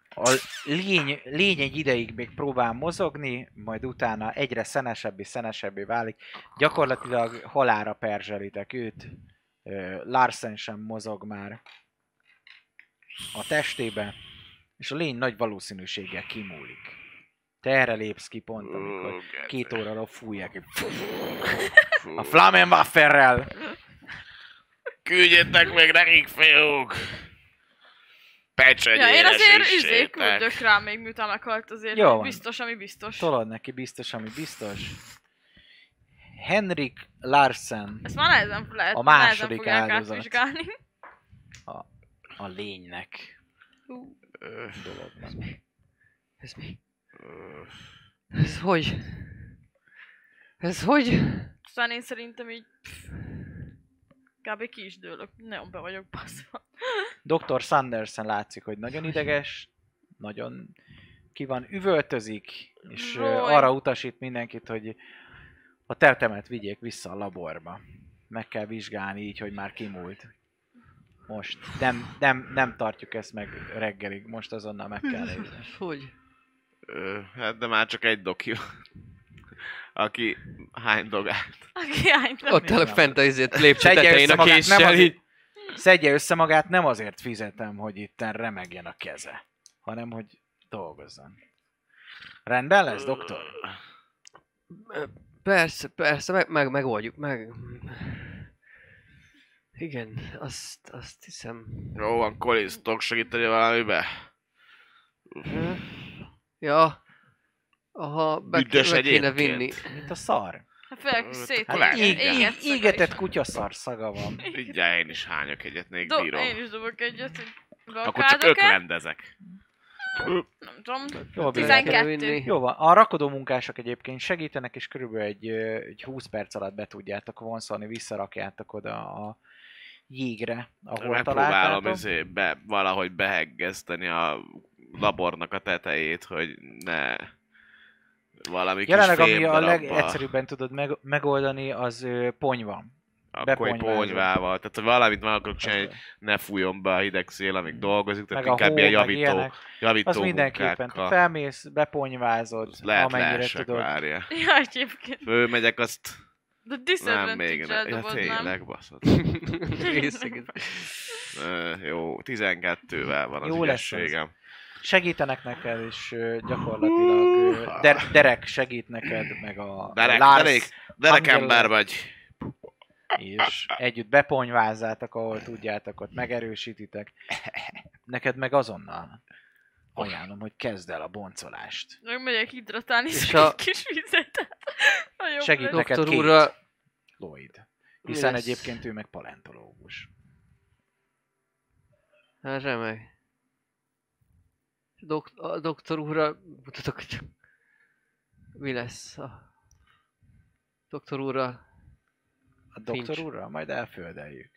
Speaker 1: A lény, lény egy ideig még próbál mozogni, majd utána egyre szenesebbé, szenesebbé válik. Gyakorlatilag halára perzselitek őt. Ö, Larsen sem mozog már a testébe, és a lény nagy valószínűséggel kimúlik. Te erre lépsz ki pont, amikor két óra fújják. így A Flammenwafferrel!
Speaker 4: Küldjétek meg nekik, fiúk!
Speaker 3: Ja, én azért izé
Speaker 4: Pecsenyéresítsétek!
Speaker 3: küldök rá még miután meghalt azért.
Speaker 1: Jó van.
Speaker 3: Biztos, ami biztos.
Speaker 1: Tolod neki biztos, ami biztos. Henrik Larsen
Speaker 3: Ezt már nehezen lehet,
Speaker 1: A második
Speaker 3: nehezen fogják
Speaker 1: áldozat.
Speaker 3: átvizsgálni.
Speaker 1: a lénynek
Speaker 4: Öh.
Speaker 1: dolognak.
Speaker 5: Ez mi? Ez hogy? Ez hogy?
Speaker 3: Aztán Szóval én szerintem így... pff, Kb. ki is dőlök. Nagyon be vagyok baszva.
Speaker 1: Dr. Sanderson látszik, hogy nagyon ideges, nagyon ki van, üvöltözik, és ö,
Speaker 3: Jaj.
Speaker 1: arra utasít mindenkit, hogy a tetemet vigyék vissza a laborba. Meg kell vizsgálni így, hogy már kimúlt. Most. Nem, nem, nem tartjuk ezt meg reggelig, most azonnal meg kell lépni.
Speaker 5: Hogy?
Speaker 4: Ö, Hát de már csak egy doki van. Aki hány dogát.
Speaker 3: Aki hány nem
Speaker 5: Ott
Speaker 1: Miért
Speaker 5: áll
Speaker 1: nem?
Speaker 5: fent a izét lépcső
Speaker 1: Szedje
Speaker 5: tetején
Speaker 1: össze
Speaker 5: a
Speaker 1: magát, nem
Speaker 5: késsel,
Speaker 1: azért,
Speaker 5: így.
Speaker 1: szedje össze magát, nem azért fizetem, hogy itten remegjen a keze, hanem hogy dolgozzon. Rendben lesz, doktor?
Speaker 5: Persze, persze, meg, meg, megoldjuk, meg... Igen, azt, azt hiszem.
Speaker 4: Jó van, Collins, tudok segíteni valamibe?
Speaker 5: Ja. Aha, be,
Speaker 4: Üdös
Speaker 5: be kéne
Speaker 4: egyébként.
Speaker 5: vinni.
Speaker 1: Mint a szar.
Speaker 3: Hát főleg
Speaker 4: Hát
Speaker 3: szét.
Speaker 1: Hát
Speaker 4: Lehet,
Speaker 1: ég,
Speaker 4: igen.
Speaker 1: ég, égetett kutyaszar szaga van.
Speaker 4: Mindjárt én is hányok egyet, még
Speaker 3: Do- én
Speaker 4: bírom.
Speaker 3: is dobok egyet, hogy
Speaker 4: Akkor csak
Speaker 3: blokkádok-e?
Speaker 4: öklendezek.
Speaker 3: Nem tudom.
Speaker 1: Jól
Speaker 5: Be
Speaker 1: bírják.
Speaker 5: kéne
Speaker 3: 12.
Speaker 5: vinni.
Speaker 1: Jó van, a rakodó munkások egyébként segítenek, és körülbelül egy, ö, egy 20 perc alatt be tudjátok vonszolni, visszarakjátok oda a jégre, ahol
Speaker 4: Megpróbálom
Speaker 1: találtátok.
Speaker 4: izé be, valahogy beheggeszteni a labornak a tetejét, hogy ne valami
Speaker 1: Jelenleg,
Speaker 4: kis
Speaker 1: ami a
Speaker 4: fémdarabba,
Speaker 1: legegyszerűbben tudod meg, megoldani, az ö, pony van.
Speaker 4: akkor egy
Speaker 1: beponyvázol.
Speaker 4: ponyvával. Tehát, hogy valamit meg akarok csinálni, hogy ne fújjon be a hideg szél, amíg dolgozik, tehát
Speaker 1: Hmm. Meg
Speaker 4: meg
Speaker 1: a hó,
Speaker 4: inkább ilyen
Speaker 1: meg
Speaker 4: javító,
Speaker 1: ilyenek.
Speaker 4: javító
Speaker 1: Az mindenképpen. Te
Speaker 4: munkákkal.
Speaker 1: felmész, beponyvázod,
Speaker 4: Azt Lehet
Speaker 1: amennyire
Speaker 4: leesek,
Speaker 1: tudod.
Speaker 4: várja.
Speaker 3: Ja, egyébként.
Speaker 4: Fölmegyek, azt
Speaker 3: De
Speaker 4: nem, még
Speaker 3: disadvantage-el
Speaker 4: nem. Ja,
Speaker 3: dobod, nem?
Speaker 4: tényleg, baszott.
Speaker 5: Részegen.
Speaker 4: Ö, Jó, 12-vel van az
Speaker 1: Jó lesz az.
Speaker 4: ügyességem.
Speaker 1: Segítenek neked, és ö, gyakorlatilag ö, der, Derek segít neked, meg a
Speaker 4: Derek,
Speaker 1: Lars,
Speaker 4: Derek, Derek
Speaker 1: Angela.
Speaker 4: ember vagy.
Speaker 1: és együtt beponyvázzátok, ahol tudjátok, ott megerősítitek. Neked meg azonnal ajánlom, hogy kezd el a boncolást.
Speaker 3: Meg megyek hidratálni,
Speaker 5: És
Speaker 3: és
Speaker 5: a-
Speaker 3: egy kis vizet. A jobb
Speaker 1: Segít
Speaker 3: lesz.
Speaker 1: Neked
Speaker 5: Doktor
Speaker 1: két.
Speaker 5: úrra...
Speaker 1: Lloyd. Hiszen
Speaker 5: lesz?
Speaker 1: egyébként ő meg palentológus.
Speaker 5: Hát remek. Dok- a doktor úrra mutatok, hogy mi lesz a... Doktor úrra
Speaker 1: A doktor
Speaker 5: Finch.
Speaker 1: úrral majd elföldeljük.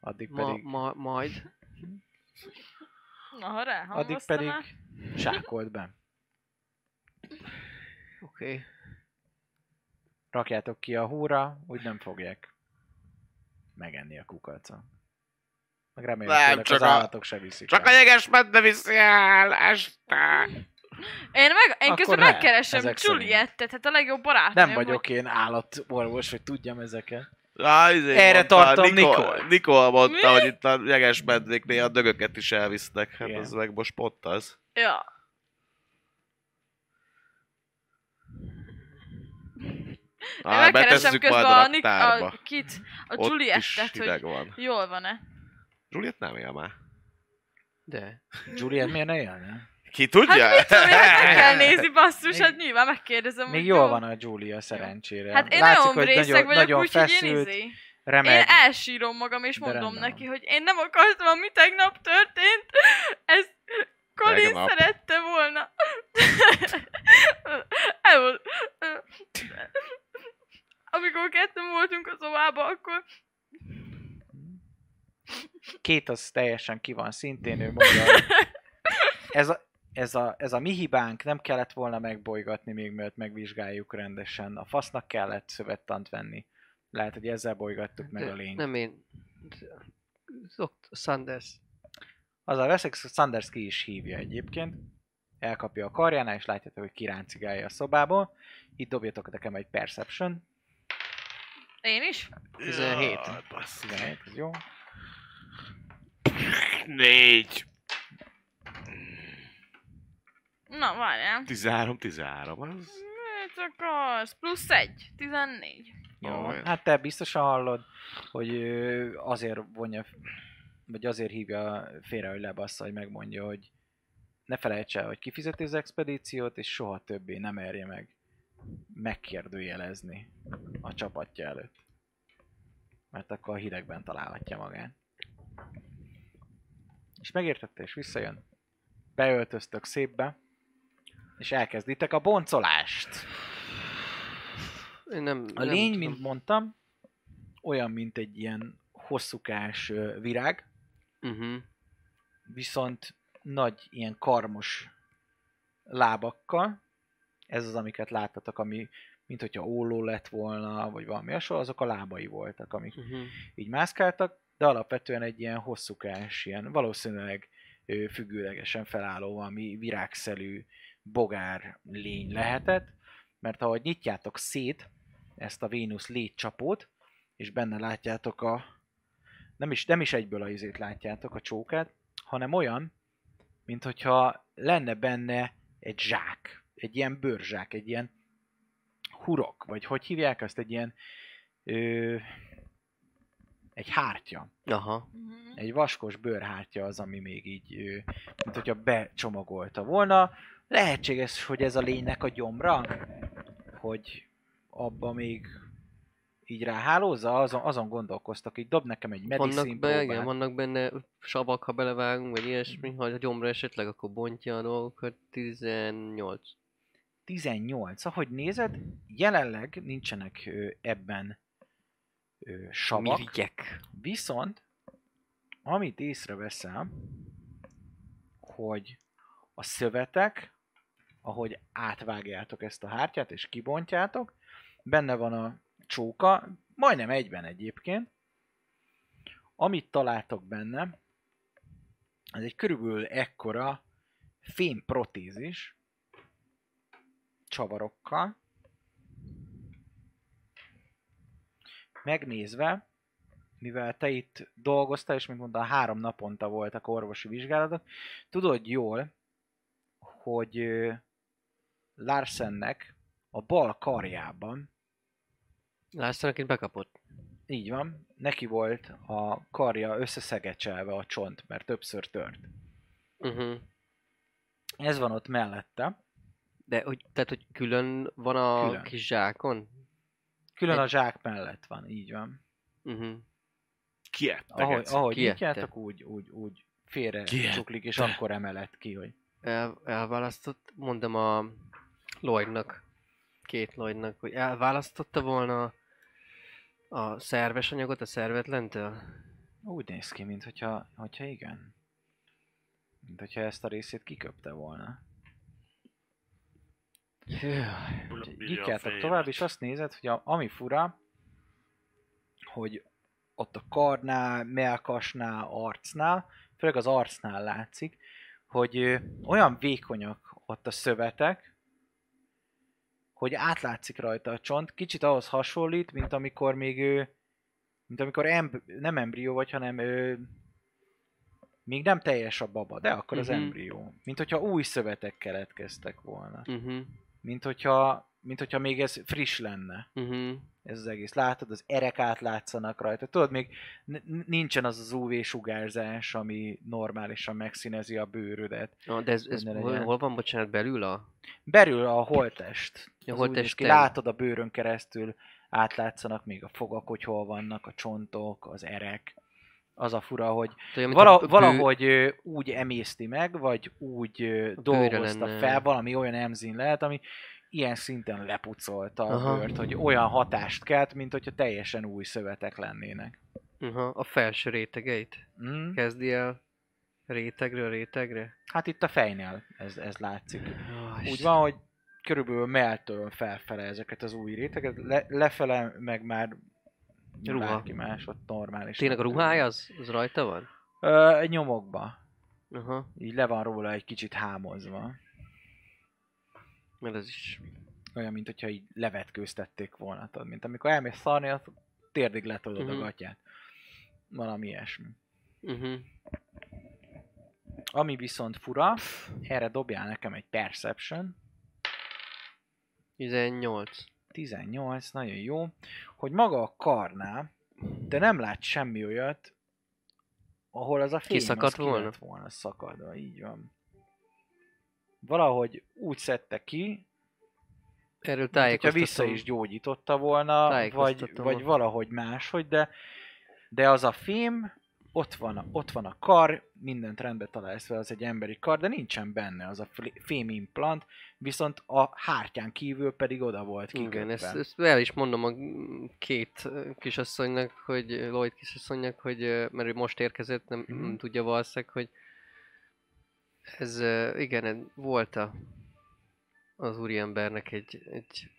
Speaker 1: Addig
Speaker 5: ma,
Speaker 1: pedig,
Speaker 5: ma, majd.
Speaker 3: Na, ha rá,
Speaker 1: addig
Speaker 3: hangoztam
Speaker 1: pedig
Speaker 3: el.
Speaker 1: sákolt be.
Speaker 5: Oké. Okay.
Speaker 1: Rakjátok ki a húra, úgy nem fogják megenni a kukaca. Meg remélem,
Speaker 4: csak
Speaker 1: az
Speaker 4: a-
Speaker 1: állatok se viszik
Speaker 4: Csak a
Speaker 1: el.
Speaker 4: jeges medve viszi el este.
Speaker 3: Én, meg, én
Speaker 1: Akkor
Speaker 3: közben
Speaker 1: ne,
Speaker 3: megkeresem
Speaker 1: ezek szerint.
Speaker 3: Juliettet, hát a legjobb barátnőm.
Speaker 1: Nem vagyok én állatorvos, hogy tudjam ezeket.
Speaker 4: Á, izé
Speaker 1: Erre tartom,
Speaker 4: Nikol.
Speaker 1: Nikol.
Speaker 4: Nikol mondta,
Speaker 3: Mi?
Speaker 4: hogy itt a jeges medvéknél a dögöket is elvisznek. Hát
Speaker 1: Igen.
Speaker 4: az meg most pont az.
Speaker 3: Ja. Én
Speaker 4: Á,
Speaker 3: megkeresem
Speaker 4: betesszük
Speaker 3: közben
Speaker 4: Ah, majd
Speaker 3: a,
Speaker 4: a
Speaker 3: Nick,
Speaker 4: raktárba.
Speaker 3: a Kit, a
Speaker 4: Ott is
Speaker 3: Juliettet,
Speaker 4: hideg
Speaker 3: hogy
Speaker 4: van.
Speaker 3: jól van-e.
Speaker 4: Juliet nem él már.
Speaker 5: De.
Speaker 1: Juliet miért ne élne?
Speaker 4: Ki tudja?
Speaker 3: Hát mit tudom én, hát meg kell nézni, basszus, hát nyilván megkérdezem.
Speaker 1: Még
Speaker 3: hogy
Speaker 1: jól van a Julia szerencsére.
Speaker 3: Hát én
Speaker 1: Látszik,
Speaker 3: nagyon
Speaker 1: hogy
Speaker 3: részeg
Speaker 1: nagyon,
Speaker 3: vagyok,
Speaker 1: nagyon
Speaker 3: úgyhogy
Speaker 1: feszült,
Speaker 3: én izé. Én
Speaker 1: remeg.
Speaker 3: elsírom magam, és
Speaker 1: De
Speaker 3: mondom
Speaker 1: rendben
Speaker 3: neki, hogy én nem akartam, ami tegnap történt. Ez Colin
Speaker 4: Tegnap.
Speaker 3: szerette volna. Elmond... Amikor ketten voltunk a szobában, akkor
Speaker 1: Két az teljesen ki van szintén, ő mondja, hogy ez a, ez, a, ez a mi hibánk, nem kellett volna megbolygatni még mielőtt megvizsgáljuk rendesen. A fasznak kellett szövettant venni. Lehet, hogy ezzel bolygattuk meg
Speaker 5: de
Speaker 1: a lényt.
Speaker 5: Nem én. Zokt Sanders.
Speaker 1: Azzal veszek, hogy Sanders ki is hívja egyébként. Elkapja a karjánál, és látjátok, hogy kiráncigálja a szobából. Itt dobjatok nekem egy Perception.
Speaker 3: én is.
Speaker 5: 17.
Speaker 4: Jaj, basszus.
Speaker 1: 11, ez jó.
Speaker 4: Négy.
Speaker 3: Na, várjál.
Speaker 4: 13, 13 az.
Speaker 3: Mit akarsz? Plusz egy. 14.
Speaker 1: Jó,
Speaker 4: Olyan.
Speaker 1: hát te biztosan hallod, hogy ö, azért vonja, vagy azért hívja félre, hogy lebassza, hogy megmondja, hogy ne felejts el, hogy kifizeti az expedíciót, és soha többé nem merje meg megkérdőjelezni a csapatja előtt. Mert akkor a hidegben találhatja magát. És megértette, és visszajön. Beöltöztök szépbe, és elkezditek a boncolást.
Speaker 5: Én nem,
Speaker 1: A
Speaker 5: nem
Speaker 1: lény,
Speaker 5: tudom.
Speaker 1: mint mondtam, olyan, mint egy ilyen hosszúkás ö, virág,
Speaker 5: Uh-huh.
Speaker 1: viszont nagy, ilyen karmos lábakkal. Ez az, amiket láttatok, ami mint hogyha óló lett volna, vagy valami hasonló, azok a lábai voltak, amik
Speaker 5: Uh-huh.
Speaker 1: így mászkáltak, de alapvetően egy ilyen hosszúkás, ilyen valószínűleg ö, függőlegesen felálló valami virágszelű bogár lény lehetett, mert ahogy nyitjátok szét ezt a Vénusz létcsapót, és benne látjátok a... Nem is, nem is egyből a izét látjátok, a csókát, hanem olyan, mint hogyha lenne benne egy zsák, egy ilyen bőrzsák, egy ilyen hurok, vagy hogy hívják azt, egy ilyen ö, egy hártya,
Speaker 5: Aha.
Speaker 3: Mhm.
Speaker 1: egy vaskos bőrhártya az, ami még így, ö, mint hogyha becsomagolta volna. Lehetséges, hogy ez a lénynek a gyomra, hogy abba még így ráhálózza, azon, azon gondolkoztak, így dob nekem egy medicine
Speaker 5: Vannak, be, igen,
Speaker 1: próbát.
Speaker 5: vannak benne savak, ha belevágunk, vagy ilyesmi, ha a gyomra esetleg, akkor bontja a dolgokat. 18.
Speaker 1: 18. Ahogy nézed, jelenleg nincsenek ö, ebben ö, savak.
Speaker 5: Mirigyek.
Speaker 1: Viszont, amit észreveszel, hogy a szövetek, ahogy átvágjátok ezt a hártyát és kibontjátok, benne van a csóka, majdnem egyben egyébként. Amit találtok benne, ez egy körülbelül ekkora fémprotézis csavarokkal. Megnézve, mivel te itt dolgoztál, és mint mondta, három naponta voltak orvosi vizsgálatok, tudod jól, hogy ö, Larsennek a bal karjában,
Speaker 5: Lászlónak itt bekapott.
Speaker 1: így van, neki volt a karja összeszegecselve a csont, mert többször tört.
Speaker 5: Uh-huh.
Speaker 1: Ez van ott mellette.
Speaker 5: De hogy, tehát, hogy külön van a
Speaker 1: Külön.
Speaker 5: külön. kis zsákon?
Speaker 1: Külön a zsák mellett van, így van.
Speaker 5: Uh-huh.
Speaker 4: Kiettek
Speaker 1: Ahogy,
Speaker 4: egyszer.
Speaker 1: ahogy
Speaker 5: kiette.
Speaker 1: nyitjátok, úgy, úgy, úgy félre
Speaker 4: Kiette.
Speaker 1: csuklik, és akkor emelett ki, hogy
Speaker 5: El, elválasztott, mondom a Lloydnak, két Lloydnak, hogy elválasztotta volna a szerves anyagot a szervetlentől?
Speaker 1: Úgy néz ki, mint hogyha, hogyha igen. Mint hogyha ezt a részét kiköpte volna. Úgyhogy Nyitjátok tovább, és azt nézed, hogy a, ami fura, hogy ott a karnál, melkasnál, arcnál, főleg az arcnál látszik, hogy ö, olyan vékonyak ott a szövetek, hogy átlátszik rajta a csont. Kicsit ahhoz hasonlít, mint amikor még ő mint amikor emb- nem embrió vagy, hanem ö, még nem teljes a baba, de akkor az
Speaker 5: Mhm.
Speaker 1: embrió. Mint hogyha új szövetek keletkeztek volna.
Speaker 5: Uh-huh.
Speaker 1: Mint hogyha, mint hogyha még ez friss lenne
Speaker 5: Uh-huh.
Speaker 1: ez az egész. Látod, az erek átlátszanak rajta. Tudod, még n- n- nincsen az az UV-sugárzás, ami normálisan megszínezi a bőrödet.
Speaker 5: Ah, de ez, ez
Speaker 1: Benne
Speaker 5: hol,
Speaker 1: legyen.
Speaker 5: hol, van, bocsánat, belül a...
Speaker 1: Berül a holtest. Az
Speaker 5: A
Speaker 1: úgy néz
Speaker 5: holttesten.
Speaker 1: ki, Látod a bőrön keresztül, átlátszanak még a fogak, hogy hol vannak, a csontok, az erek. Az a fura, hogy
Speaker 5: Tudja, mint
Speaker 1: vala,
Speaker 5: a bő-
Speaker 1: valahogy ö, úgy emészti meg, vagy úgy ö,
Speaker 5: A bőre
Speaker 1: dolgozta
Speaker 5: lenne.
Speaker 1: fel, valami olyan emzin lehet, ami ilyen szinten lepucolta a
Speaker 5: Aha.
Speaker 1: bőrt, hogy olyan hatást kelt, mint hogyha teljesen új szövetek lennének.
Speaker 5: Aha, a felső rétegeit.
Speaker 1: Mm.
Speaker 5: Kezdi el rétegről rétegre.
Speaker 1: Hát itt a fejnél ez, ez látszik.
Speaker 5: Ah,
Speaker 1: Úgy van, hogy körülbelül melltől felfele ezeket az új réteget, le, lefele meg már
Speaker 5: Ruha.
Speaker 1: Ruha. bárki más ott normális.
Speaker 5: Tényleg a ruhája az, az rajta van?
Speaker 1: Ö, nyomokba.
Speaker 5: Aha,
Speaker 1: Így le van róla egy kicsit hámozva.
Speaker 5: mert az is...
Speaker 1: Olyan, mint hogyha így levetkőztették volna, tudod, mint amikor elmész szarni, az térdig letolod
Speaker 5: Mhm.
Speaker 1: a gatyát. Valami ilyesmi.
Speaker 5: Uh-huh.
Speaker 1: Ami viszont fura, erre dobjál nekem egy Perception.
Speaker 5: 18.
Speaker 1: 18, nagyon jó, hogy maga a karnál, de nem lát semmi olyat, ahol az a fény
Speaker 5: Kiszakadt
Speaker 1: az ki lett
Speaker 5: volna?
Speaker 1: volna szakadva, így van. Valahogy úgy szedte ki,
Speaker 5: Erről
Speaker 1: mint hogyha
Speaker 5: tájékoztatom.
Speaker 1: vissza is gyógyította volna, vagy,
Speaker 5: Tájékoztatom.
Speaker 1: vagy valahogy máshogy, de, de az a fém, ott van, ott van a kar, mindent rendbe találsz vele, az egy emberi kar, de nincsen benne az a flé- fémimplant, viszont a hártyán kívül pedig oda volt kikötve.
Speaker 5: Igen, ezt, ezt el is mondom a két ö, kisasszonynak, hogy Lloyd kisasszonynak, hogy ö, mert ő most érkezett, nem
Speaker 1: Mhm.
Speaker 5: mm. tudja valószínűleg, hogy ez, ö, igen, ez volt a, az úriembernek egy, egy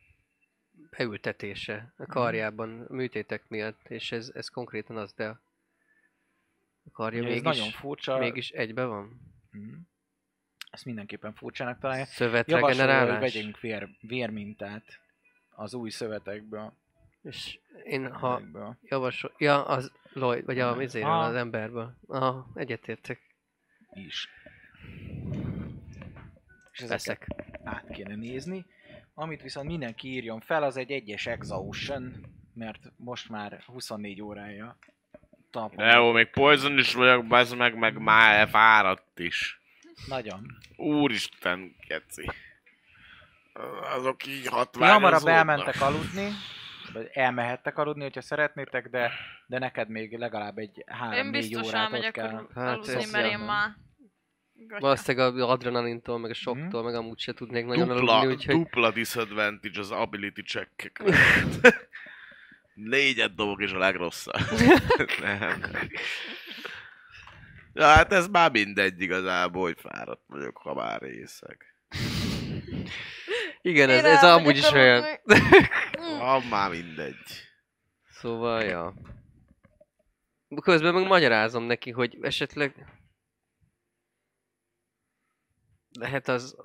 Speaker 5: beültetése
Speaker 1: Mhm.
Speaker 5: a karjában a műtétek miatt, és ez, ez konkrétan az, de a karja
Speaker 1: Ugye
Speaker 5: mégis,
Speaker 1: ez nagyon furcsa.
Speaker 5: mégis egybe van.
Speaker 1: Mhm. Ezt mindenképpen furcsának találja. Javasolja, hogy
Speaker 5: Szövetregenerálás.
Speaker 1: vegyünk vér, vérmintát az új szövetekből.
Speaker 5: És én, ha
Speaker 1: ezekből.
Speaker 5: javasol... Ja, az Lloyd, vagy a
Speaker 1: Nem.
Speaker 5: izéről,
Speaker 1: Ah.
Speaker 5: az emberből. Aha, egyetértek.
Speaker 1: is. És ezeket
Speaker 5: Veszek.
Speaker 1: át kéne nézni. Amit viszont mindenki írjon fel, az egy egyes exhaustion, mert most már 24 órája talpon.
Speaker 4: De jó, még poison is vagyok, bazd meg, meg már fáradt is.
Speaker 1: Nagyon.
Speaker 4: Úristen, keci. Azok így
Speaker 1: Ti
Speaker 4: hatványozódnak.
Speaker 1: hamarabb elmentek aludni, vagy elmehettek aludni, hogyha szeretnétek, de, de neked még legalább egy
Speaker 3: Én
Speaker 1: 3-4
Speaker 3: biztos
Speaker 1: órát ott
Speaker 3: elmegyek
Speaker 1: kell.
Speaker 3: alu-
Speaker 5: Hát
Speaker 3: aludni,
Speaker 5: ez
Speaker 3: mert én
Speaker 5: jelen.
Speaker 3: már... Gatya.
Speaker 5: Valószínűleg az adrenalintól, meg a sokktól, meg amúgy se tudnék nagyon
Speaker 4: dupla,
Speaker 5: aludni, úgyhogy...
Speaker 4: dupla disadvantage az ability check Négyet dobok és a legrosszabb. nem. Ja, hát ez már mindegy igazából, hogy fáradt vagyok, ha már részek.
Speaker 5: Igen,
Speaker 3: Én
Speaker 5: ez, ez
Speaker 3: elmegyek
Speaker 5: amúgy is olyan.
Speaker 3: aludni.
Speaker 5: Hm.
Speaker 3: Mm.
Speaker 4: Ha már mindegy.
Speaker 5: Szóval, ja. Közben meg magyarázom neki, hogy esetleg... Lehet az...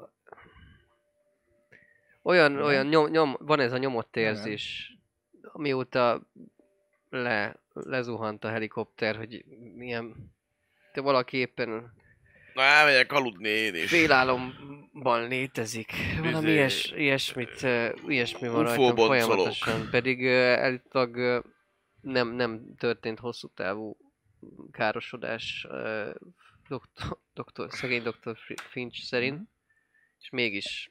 Speaker 5: Olyan, olyan nyom, nyom, van ez a nyomott érzés, amióta le, lezuhant a helikopter, hogy milyen... Te valaki éppen
Speaker 4: Na, elmegyek aludni én is.
Speaker 5: Félálomban létezik. Valami
Speaker 4: Izé-
Speaker 5: ilyes, ilyesmit, ö, ilyesmi van
Speaker 4: UFO
Speaker 5: rajtam
Speaker 4: boncolók.
Speaker 5: folyamatosan. Pedig ö, elvileg ö, nem, nem történt hosszú távú károsodás ö, doktor, doktor, szegény doktor Fri- Finch szerint. És mégis.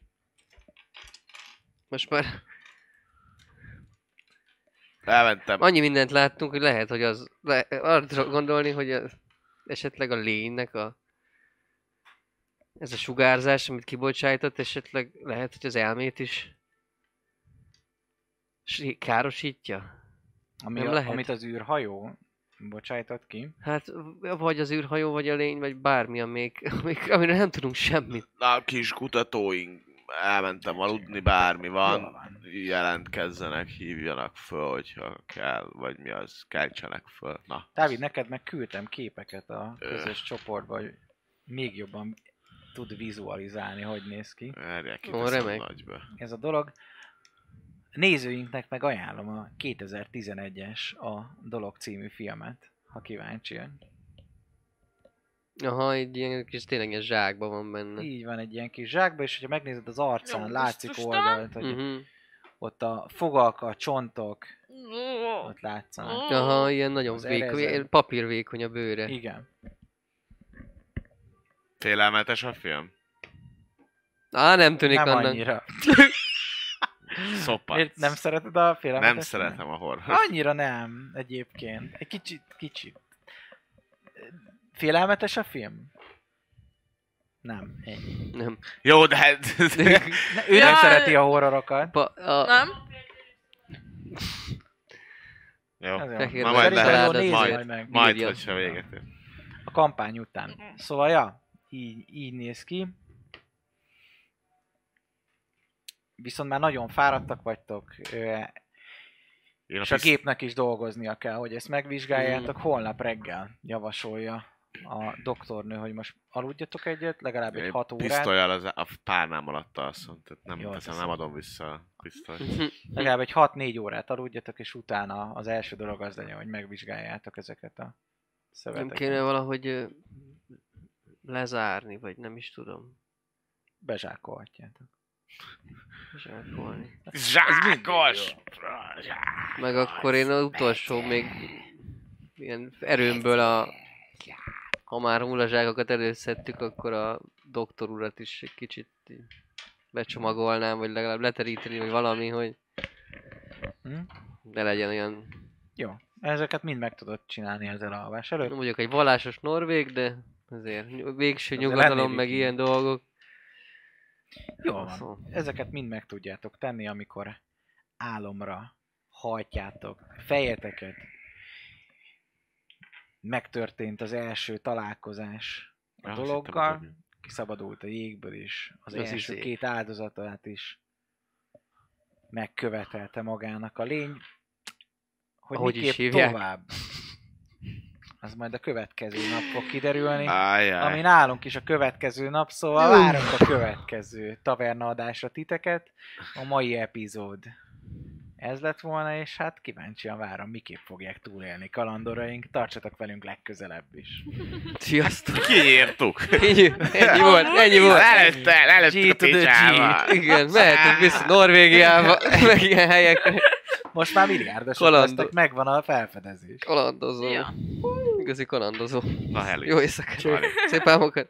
Speaker 5: Most már
Speaker 4: Elmentem.
Speaker 5: annyi mindent láttunk, hogy lehet, hogy az... Le, arra tudok gondolni, hogy a, esetleg a lénynek a... Ez a sugárzás, amit kibocsájtott, esetleg lehet, hogy az elmét is s- károsítja.
Speaker 1: Ami
Speaker 5: Nem
Speaker 1: a,
Speaker 5: lehet.
Speaker 1: Amit az űrhajó bocsájtott ki.
Speaker 5: Hát, vagy az űrhajó, vagy a lény, vagy bármi, amik, amik, amiről nem tudunk semmit.
Speaker 4: Na, kis kutatóink, elmentem aludni, bármi van.
Speaker 1: Jól van.
Speaker 4: jelentkezzenek, hívjanak föl, hogyha kell, vagy mi az, keltsenek föl. Na.
Speaker 1: Dávid, neked meg küldtem képeket a közös csoportba, hogy még jobban tud vizualizálni, hogy néz ki
Speaker 4: Erre
Speaker 5: Ó,
Speaker 4: kiteszem
Speaker 5: remek.
Speaker 4: nagyba.
Speaker 1: ez a dolog. nézőinknek meg ajánlom a 2011-es a Dolog című filmet, ha kíváncsi jön.
Speaker 5: Aha, egy ilyen kis tényleg ilyen zsákban van benne.
Speaker 1: Így van egy ilyen kis zsákba, és hogyha megnézed az arcán,
Speaker 3: Jó,
Speaker 1: látszik
Speaker 3: biztos
Speaker 1: oldalt, hogy
Speaker 4: Mhm.
Speaker 5: Uh-huh.
Speaker 1: ott a fogalka, a csontok,
Speaker 3: Ó,
Speaker 1: ott látszanak.
Speaker 5: Aha, ilyen nagyon
Speaker 1: Az
Speaker 5: vékony,
Speaker 1: erezen.
Speaker 5: ilyen papírvékony a bőre.
Speaker 1: Igen.
Speaker 4: Félelmetes a film?
Speaker 5: Á, nem tűnik
Speaker 1: nem
Speaker 5: annak.
Speaker 1: annyira.
Speaker 4: Szopatsz.
Speaker 1: Miért nem szereted a félelmetes?
Speaker 4: Nem szeretem a horror.
Speaker 1: Annyira nem, egyébként. Egy kicsit, kicsit. Félelmetes a film? Nem, ennyi.
Speaker 5: Nem.
Speaker 4: Jó, de hát...
Speaker 1: Ne, ő nem
Speaker 3: Ja,
Speaker 1: szereti a horrorokat.
Speaker 5: Pa, a,
Speaker 3: Nem?
Speaker 4: Jó.
Speaker 1: Ez jó.
Speaker 5: fehér
Speaker 4: Na, majd
Speaker 1: Szerintem izé-
Speaker 4: lehet,
Speaker 1: jó, nézd
Speaker 4: majd.
Speaker 1: majd meg.
Speaker 4: Majd,
Speaker 5: Írja.
Speaker 4: hogyha véget ér.
Speaker 1: A kampány után.
Speaker 3: Mhm.
Speaker 1: Szóval, ja, így, így néz ki. Viszont már nagyon fáradtak vagytok, ö,
Speaker 4: Én
Speaker 1: és a
Speaker 4: pisz-
Speaker 1: gépnek is dolgoznia kell, hogy ezt megvizsgáljátok. Holnap reggel javasolja a doktornő, hogy most aludjatok egyet, legalább egy
Speaker 4: én
Speaker 1: 6 órát.
Speaker 4: Pisztolyjal az a párnám alatt alszom, tehát nem,
Speaker 1: Jól
Speaker 4: teszem,
Speaker 1: teszed.
Speaker 4: nem adom vissza a pisztolyt.
Speaker 1: legalább egy 6-4 órát aludjatok, és utána az első dolog az legyen, hogy megvizsgáljátok ezeket a
Speaker 5: nem kéne
Speaker 1: szöveteket.
Speaker 5: valahogy ö, lezárni, vagy nem is tudom.
Speaker 1: Bezsákolhatjátok.
Speaker 5: Zsákolni.
Speaker 4: Zsákos!
Speaker 5: Meg akkor én az utolsó még ilyen erőmből a... Ha már hulazsákokat előszedtük, akkor a doktor urat is egy kicsit így becsomagolnám, vagy legalább leteríteni, vagy valami, hogy
Speaker 1: Hm?
Speaker 5: ne legyen olyan...
Speaker 1: Jó. Ezeket mind meg tudod csinálni az elalvás előtt.
Speaker 5: Nem vagyok egy vallásos norvég, de azért ny- végső
Speaker 1: Azért
Speaker 5: nyugodalom,
Speaker 1: lennél
Speaker 5: meg
Speaker 1: viking.
Speaker 5: ilyen dolgok.
Speaker 1: Jó van.
Speaker 5: Szóval.
Speaker 1: Ezeket mind meg tudjátok tenni, amikor álomra hajtjátok fejeteket. Megtörtént az első találkozás a
Speaker 4: Ah,
Speaker 1: dologgal.
Speaker 4: hittem,
Speaker 1: kiszabadult a jégből is, az,
Speaker 5: Az
Speaker 1: az első
Speaker 5: izé.
Speaker 1: két áldozatát is megkövetelte magának a lény, hogy
Speaker 5: Ahogy
Speaker 1: Ahogy
Speaker 5: is
Speaker 1: miképp
Speaker 5: hívják.
Speaker 1: tovább. Az majd a következő nap fog kiderülni,
Speaker 4: Ajjaj.
Speaker 1: ami nálunk is a következő nap, szóval várunk a következő taverna adásra titeket. A mai epizód ez lett volna, és hát kíváncsian várom, miképp fogják túlélni kalandoraink. Tartsatok velünk legközelebb is.
Speaker 5: Sziasztok!
Speaker 4: Kinyírtuk.
Speaker 5: Ennyi, ennyi volt, ennyi volt!
Speaker 4: Előtte, előtte a
Speaker 1: G to the G.
Speaker 4: picsába.
Speaker 5: Igen, mehetünk vissza Norvégiába, meg ilyen helyekre.
Speaker 1: Most már milliárdosok
Speaker 5: Kalandor-
Speaker 1: lesznek, megvan a felfedezés.
Speaker 5: Kalandozó.
Speaker 3: Ja.
Speaker 5: Igazi kalandozó.
Speaker 4: Na, heli.
Speaker 5: Jó éjszakát.
Speaker 4: Hali.
Speaker 5: Szép álmokat.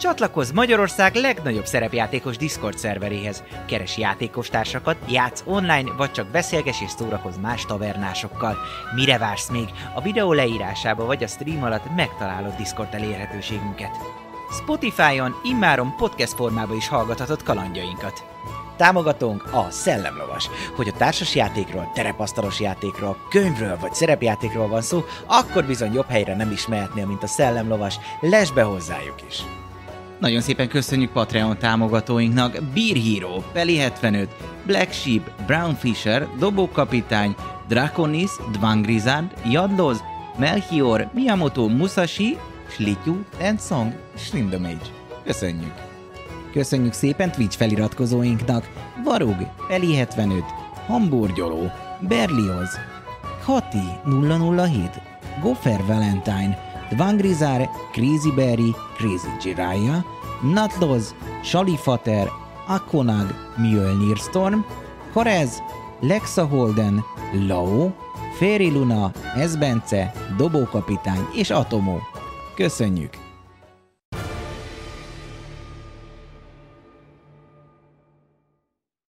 Speaker 6: Csatlakozz Magyarország legnagyobb szerepjátékos Discord szerveréhez. Keres játékostársakat, játsz online, vagy csak beszélges és szórakozz más tavernásokkal. Mire vársz még? A videó leírásába vagy a stream alatt megtalálod Discord elérhetőségünket. Spotify-on immáron podcast formába is hallgathatod kalandjainkat. Támogatónk a Szellemlovas. Hogy a társas játékról, terepasztalos játékról, könyvről vagy szerepjátékról van szó, akkor bizony jobb helyre nem is mehetnél, mint a Szellemlovas. Lesz be hozzájuk is!
Speaker 7: Nagyon szépen köszönjük Patreon támogatóinknak Beer Hero, Peli 75, Black Sheep, Brown Fisher, Dobókapitány, Draconis, Dvangrizand, Jadloz, Melchior, Miyamoto Musashi, Slityu, Tensong, Slindomage. Köszönjük! Köszönjük szépen Twitch feliratkozóinknak Varug, Peli 75, Hamburgyoló, Berlioz, Hati 007, Goffer Valentine, Dvangrizár, Crazy Berry, Crazy Jiraiya, Natloz, Salifater, Akonag, Mjölnir Storm, Korez, Lexa Holden, Lao, Féri Luna, Ezbence, Dobókapitány és Atomó. Köszönjük!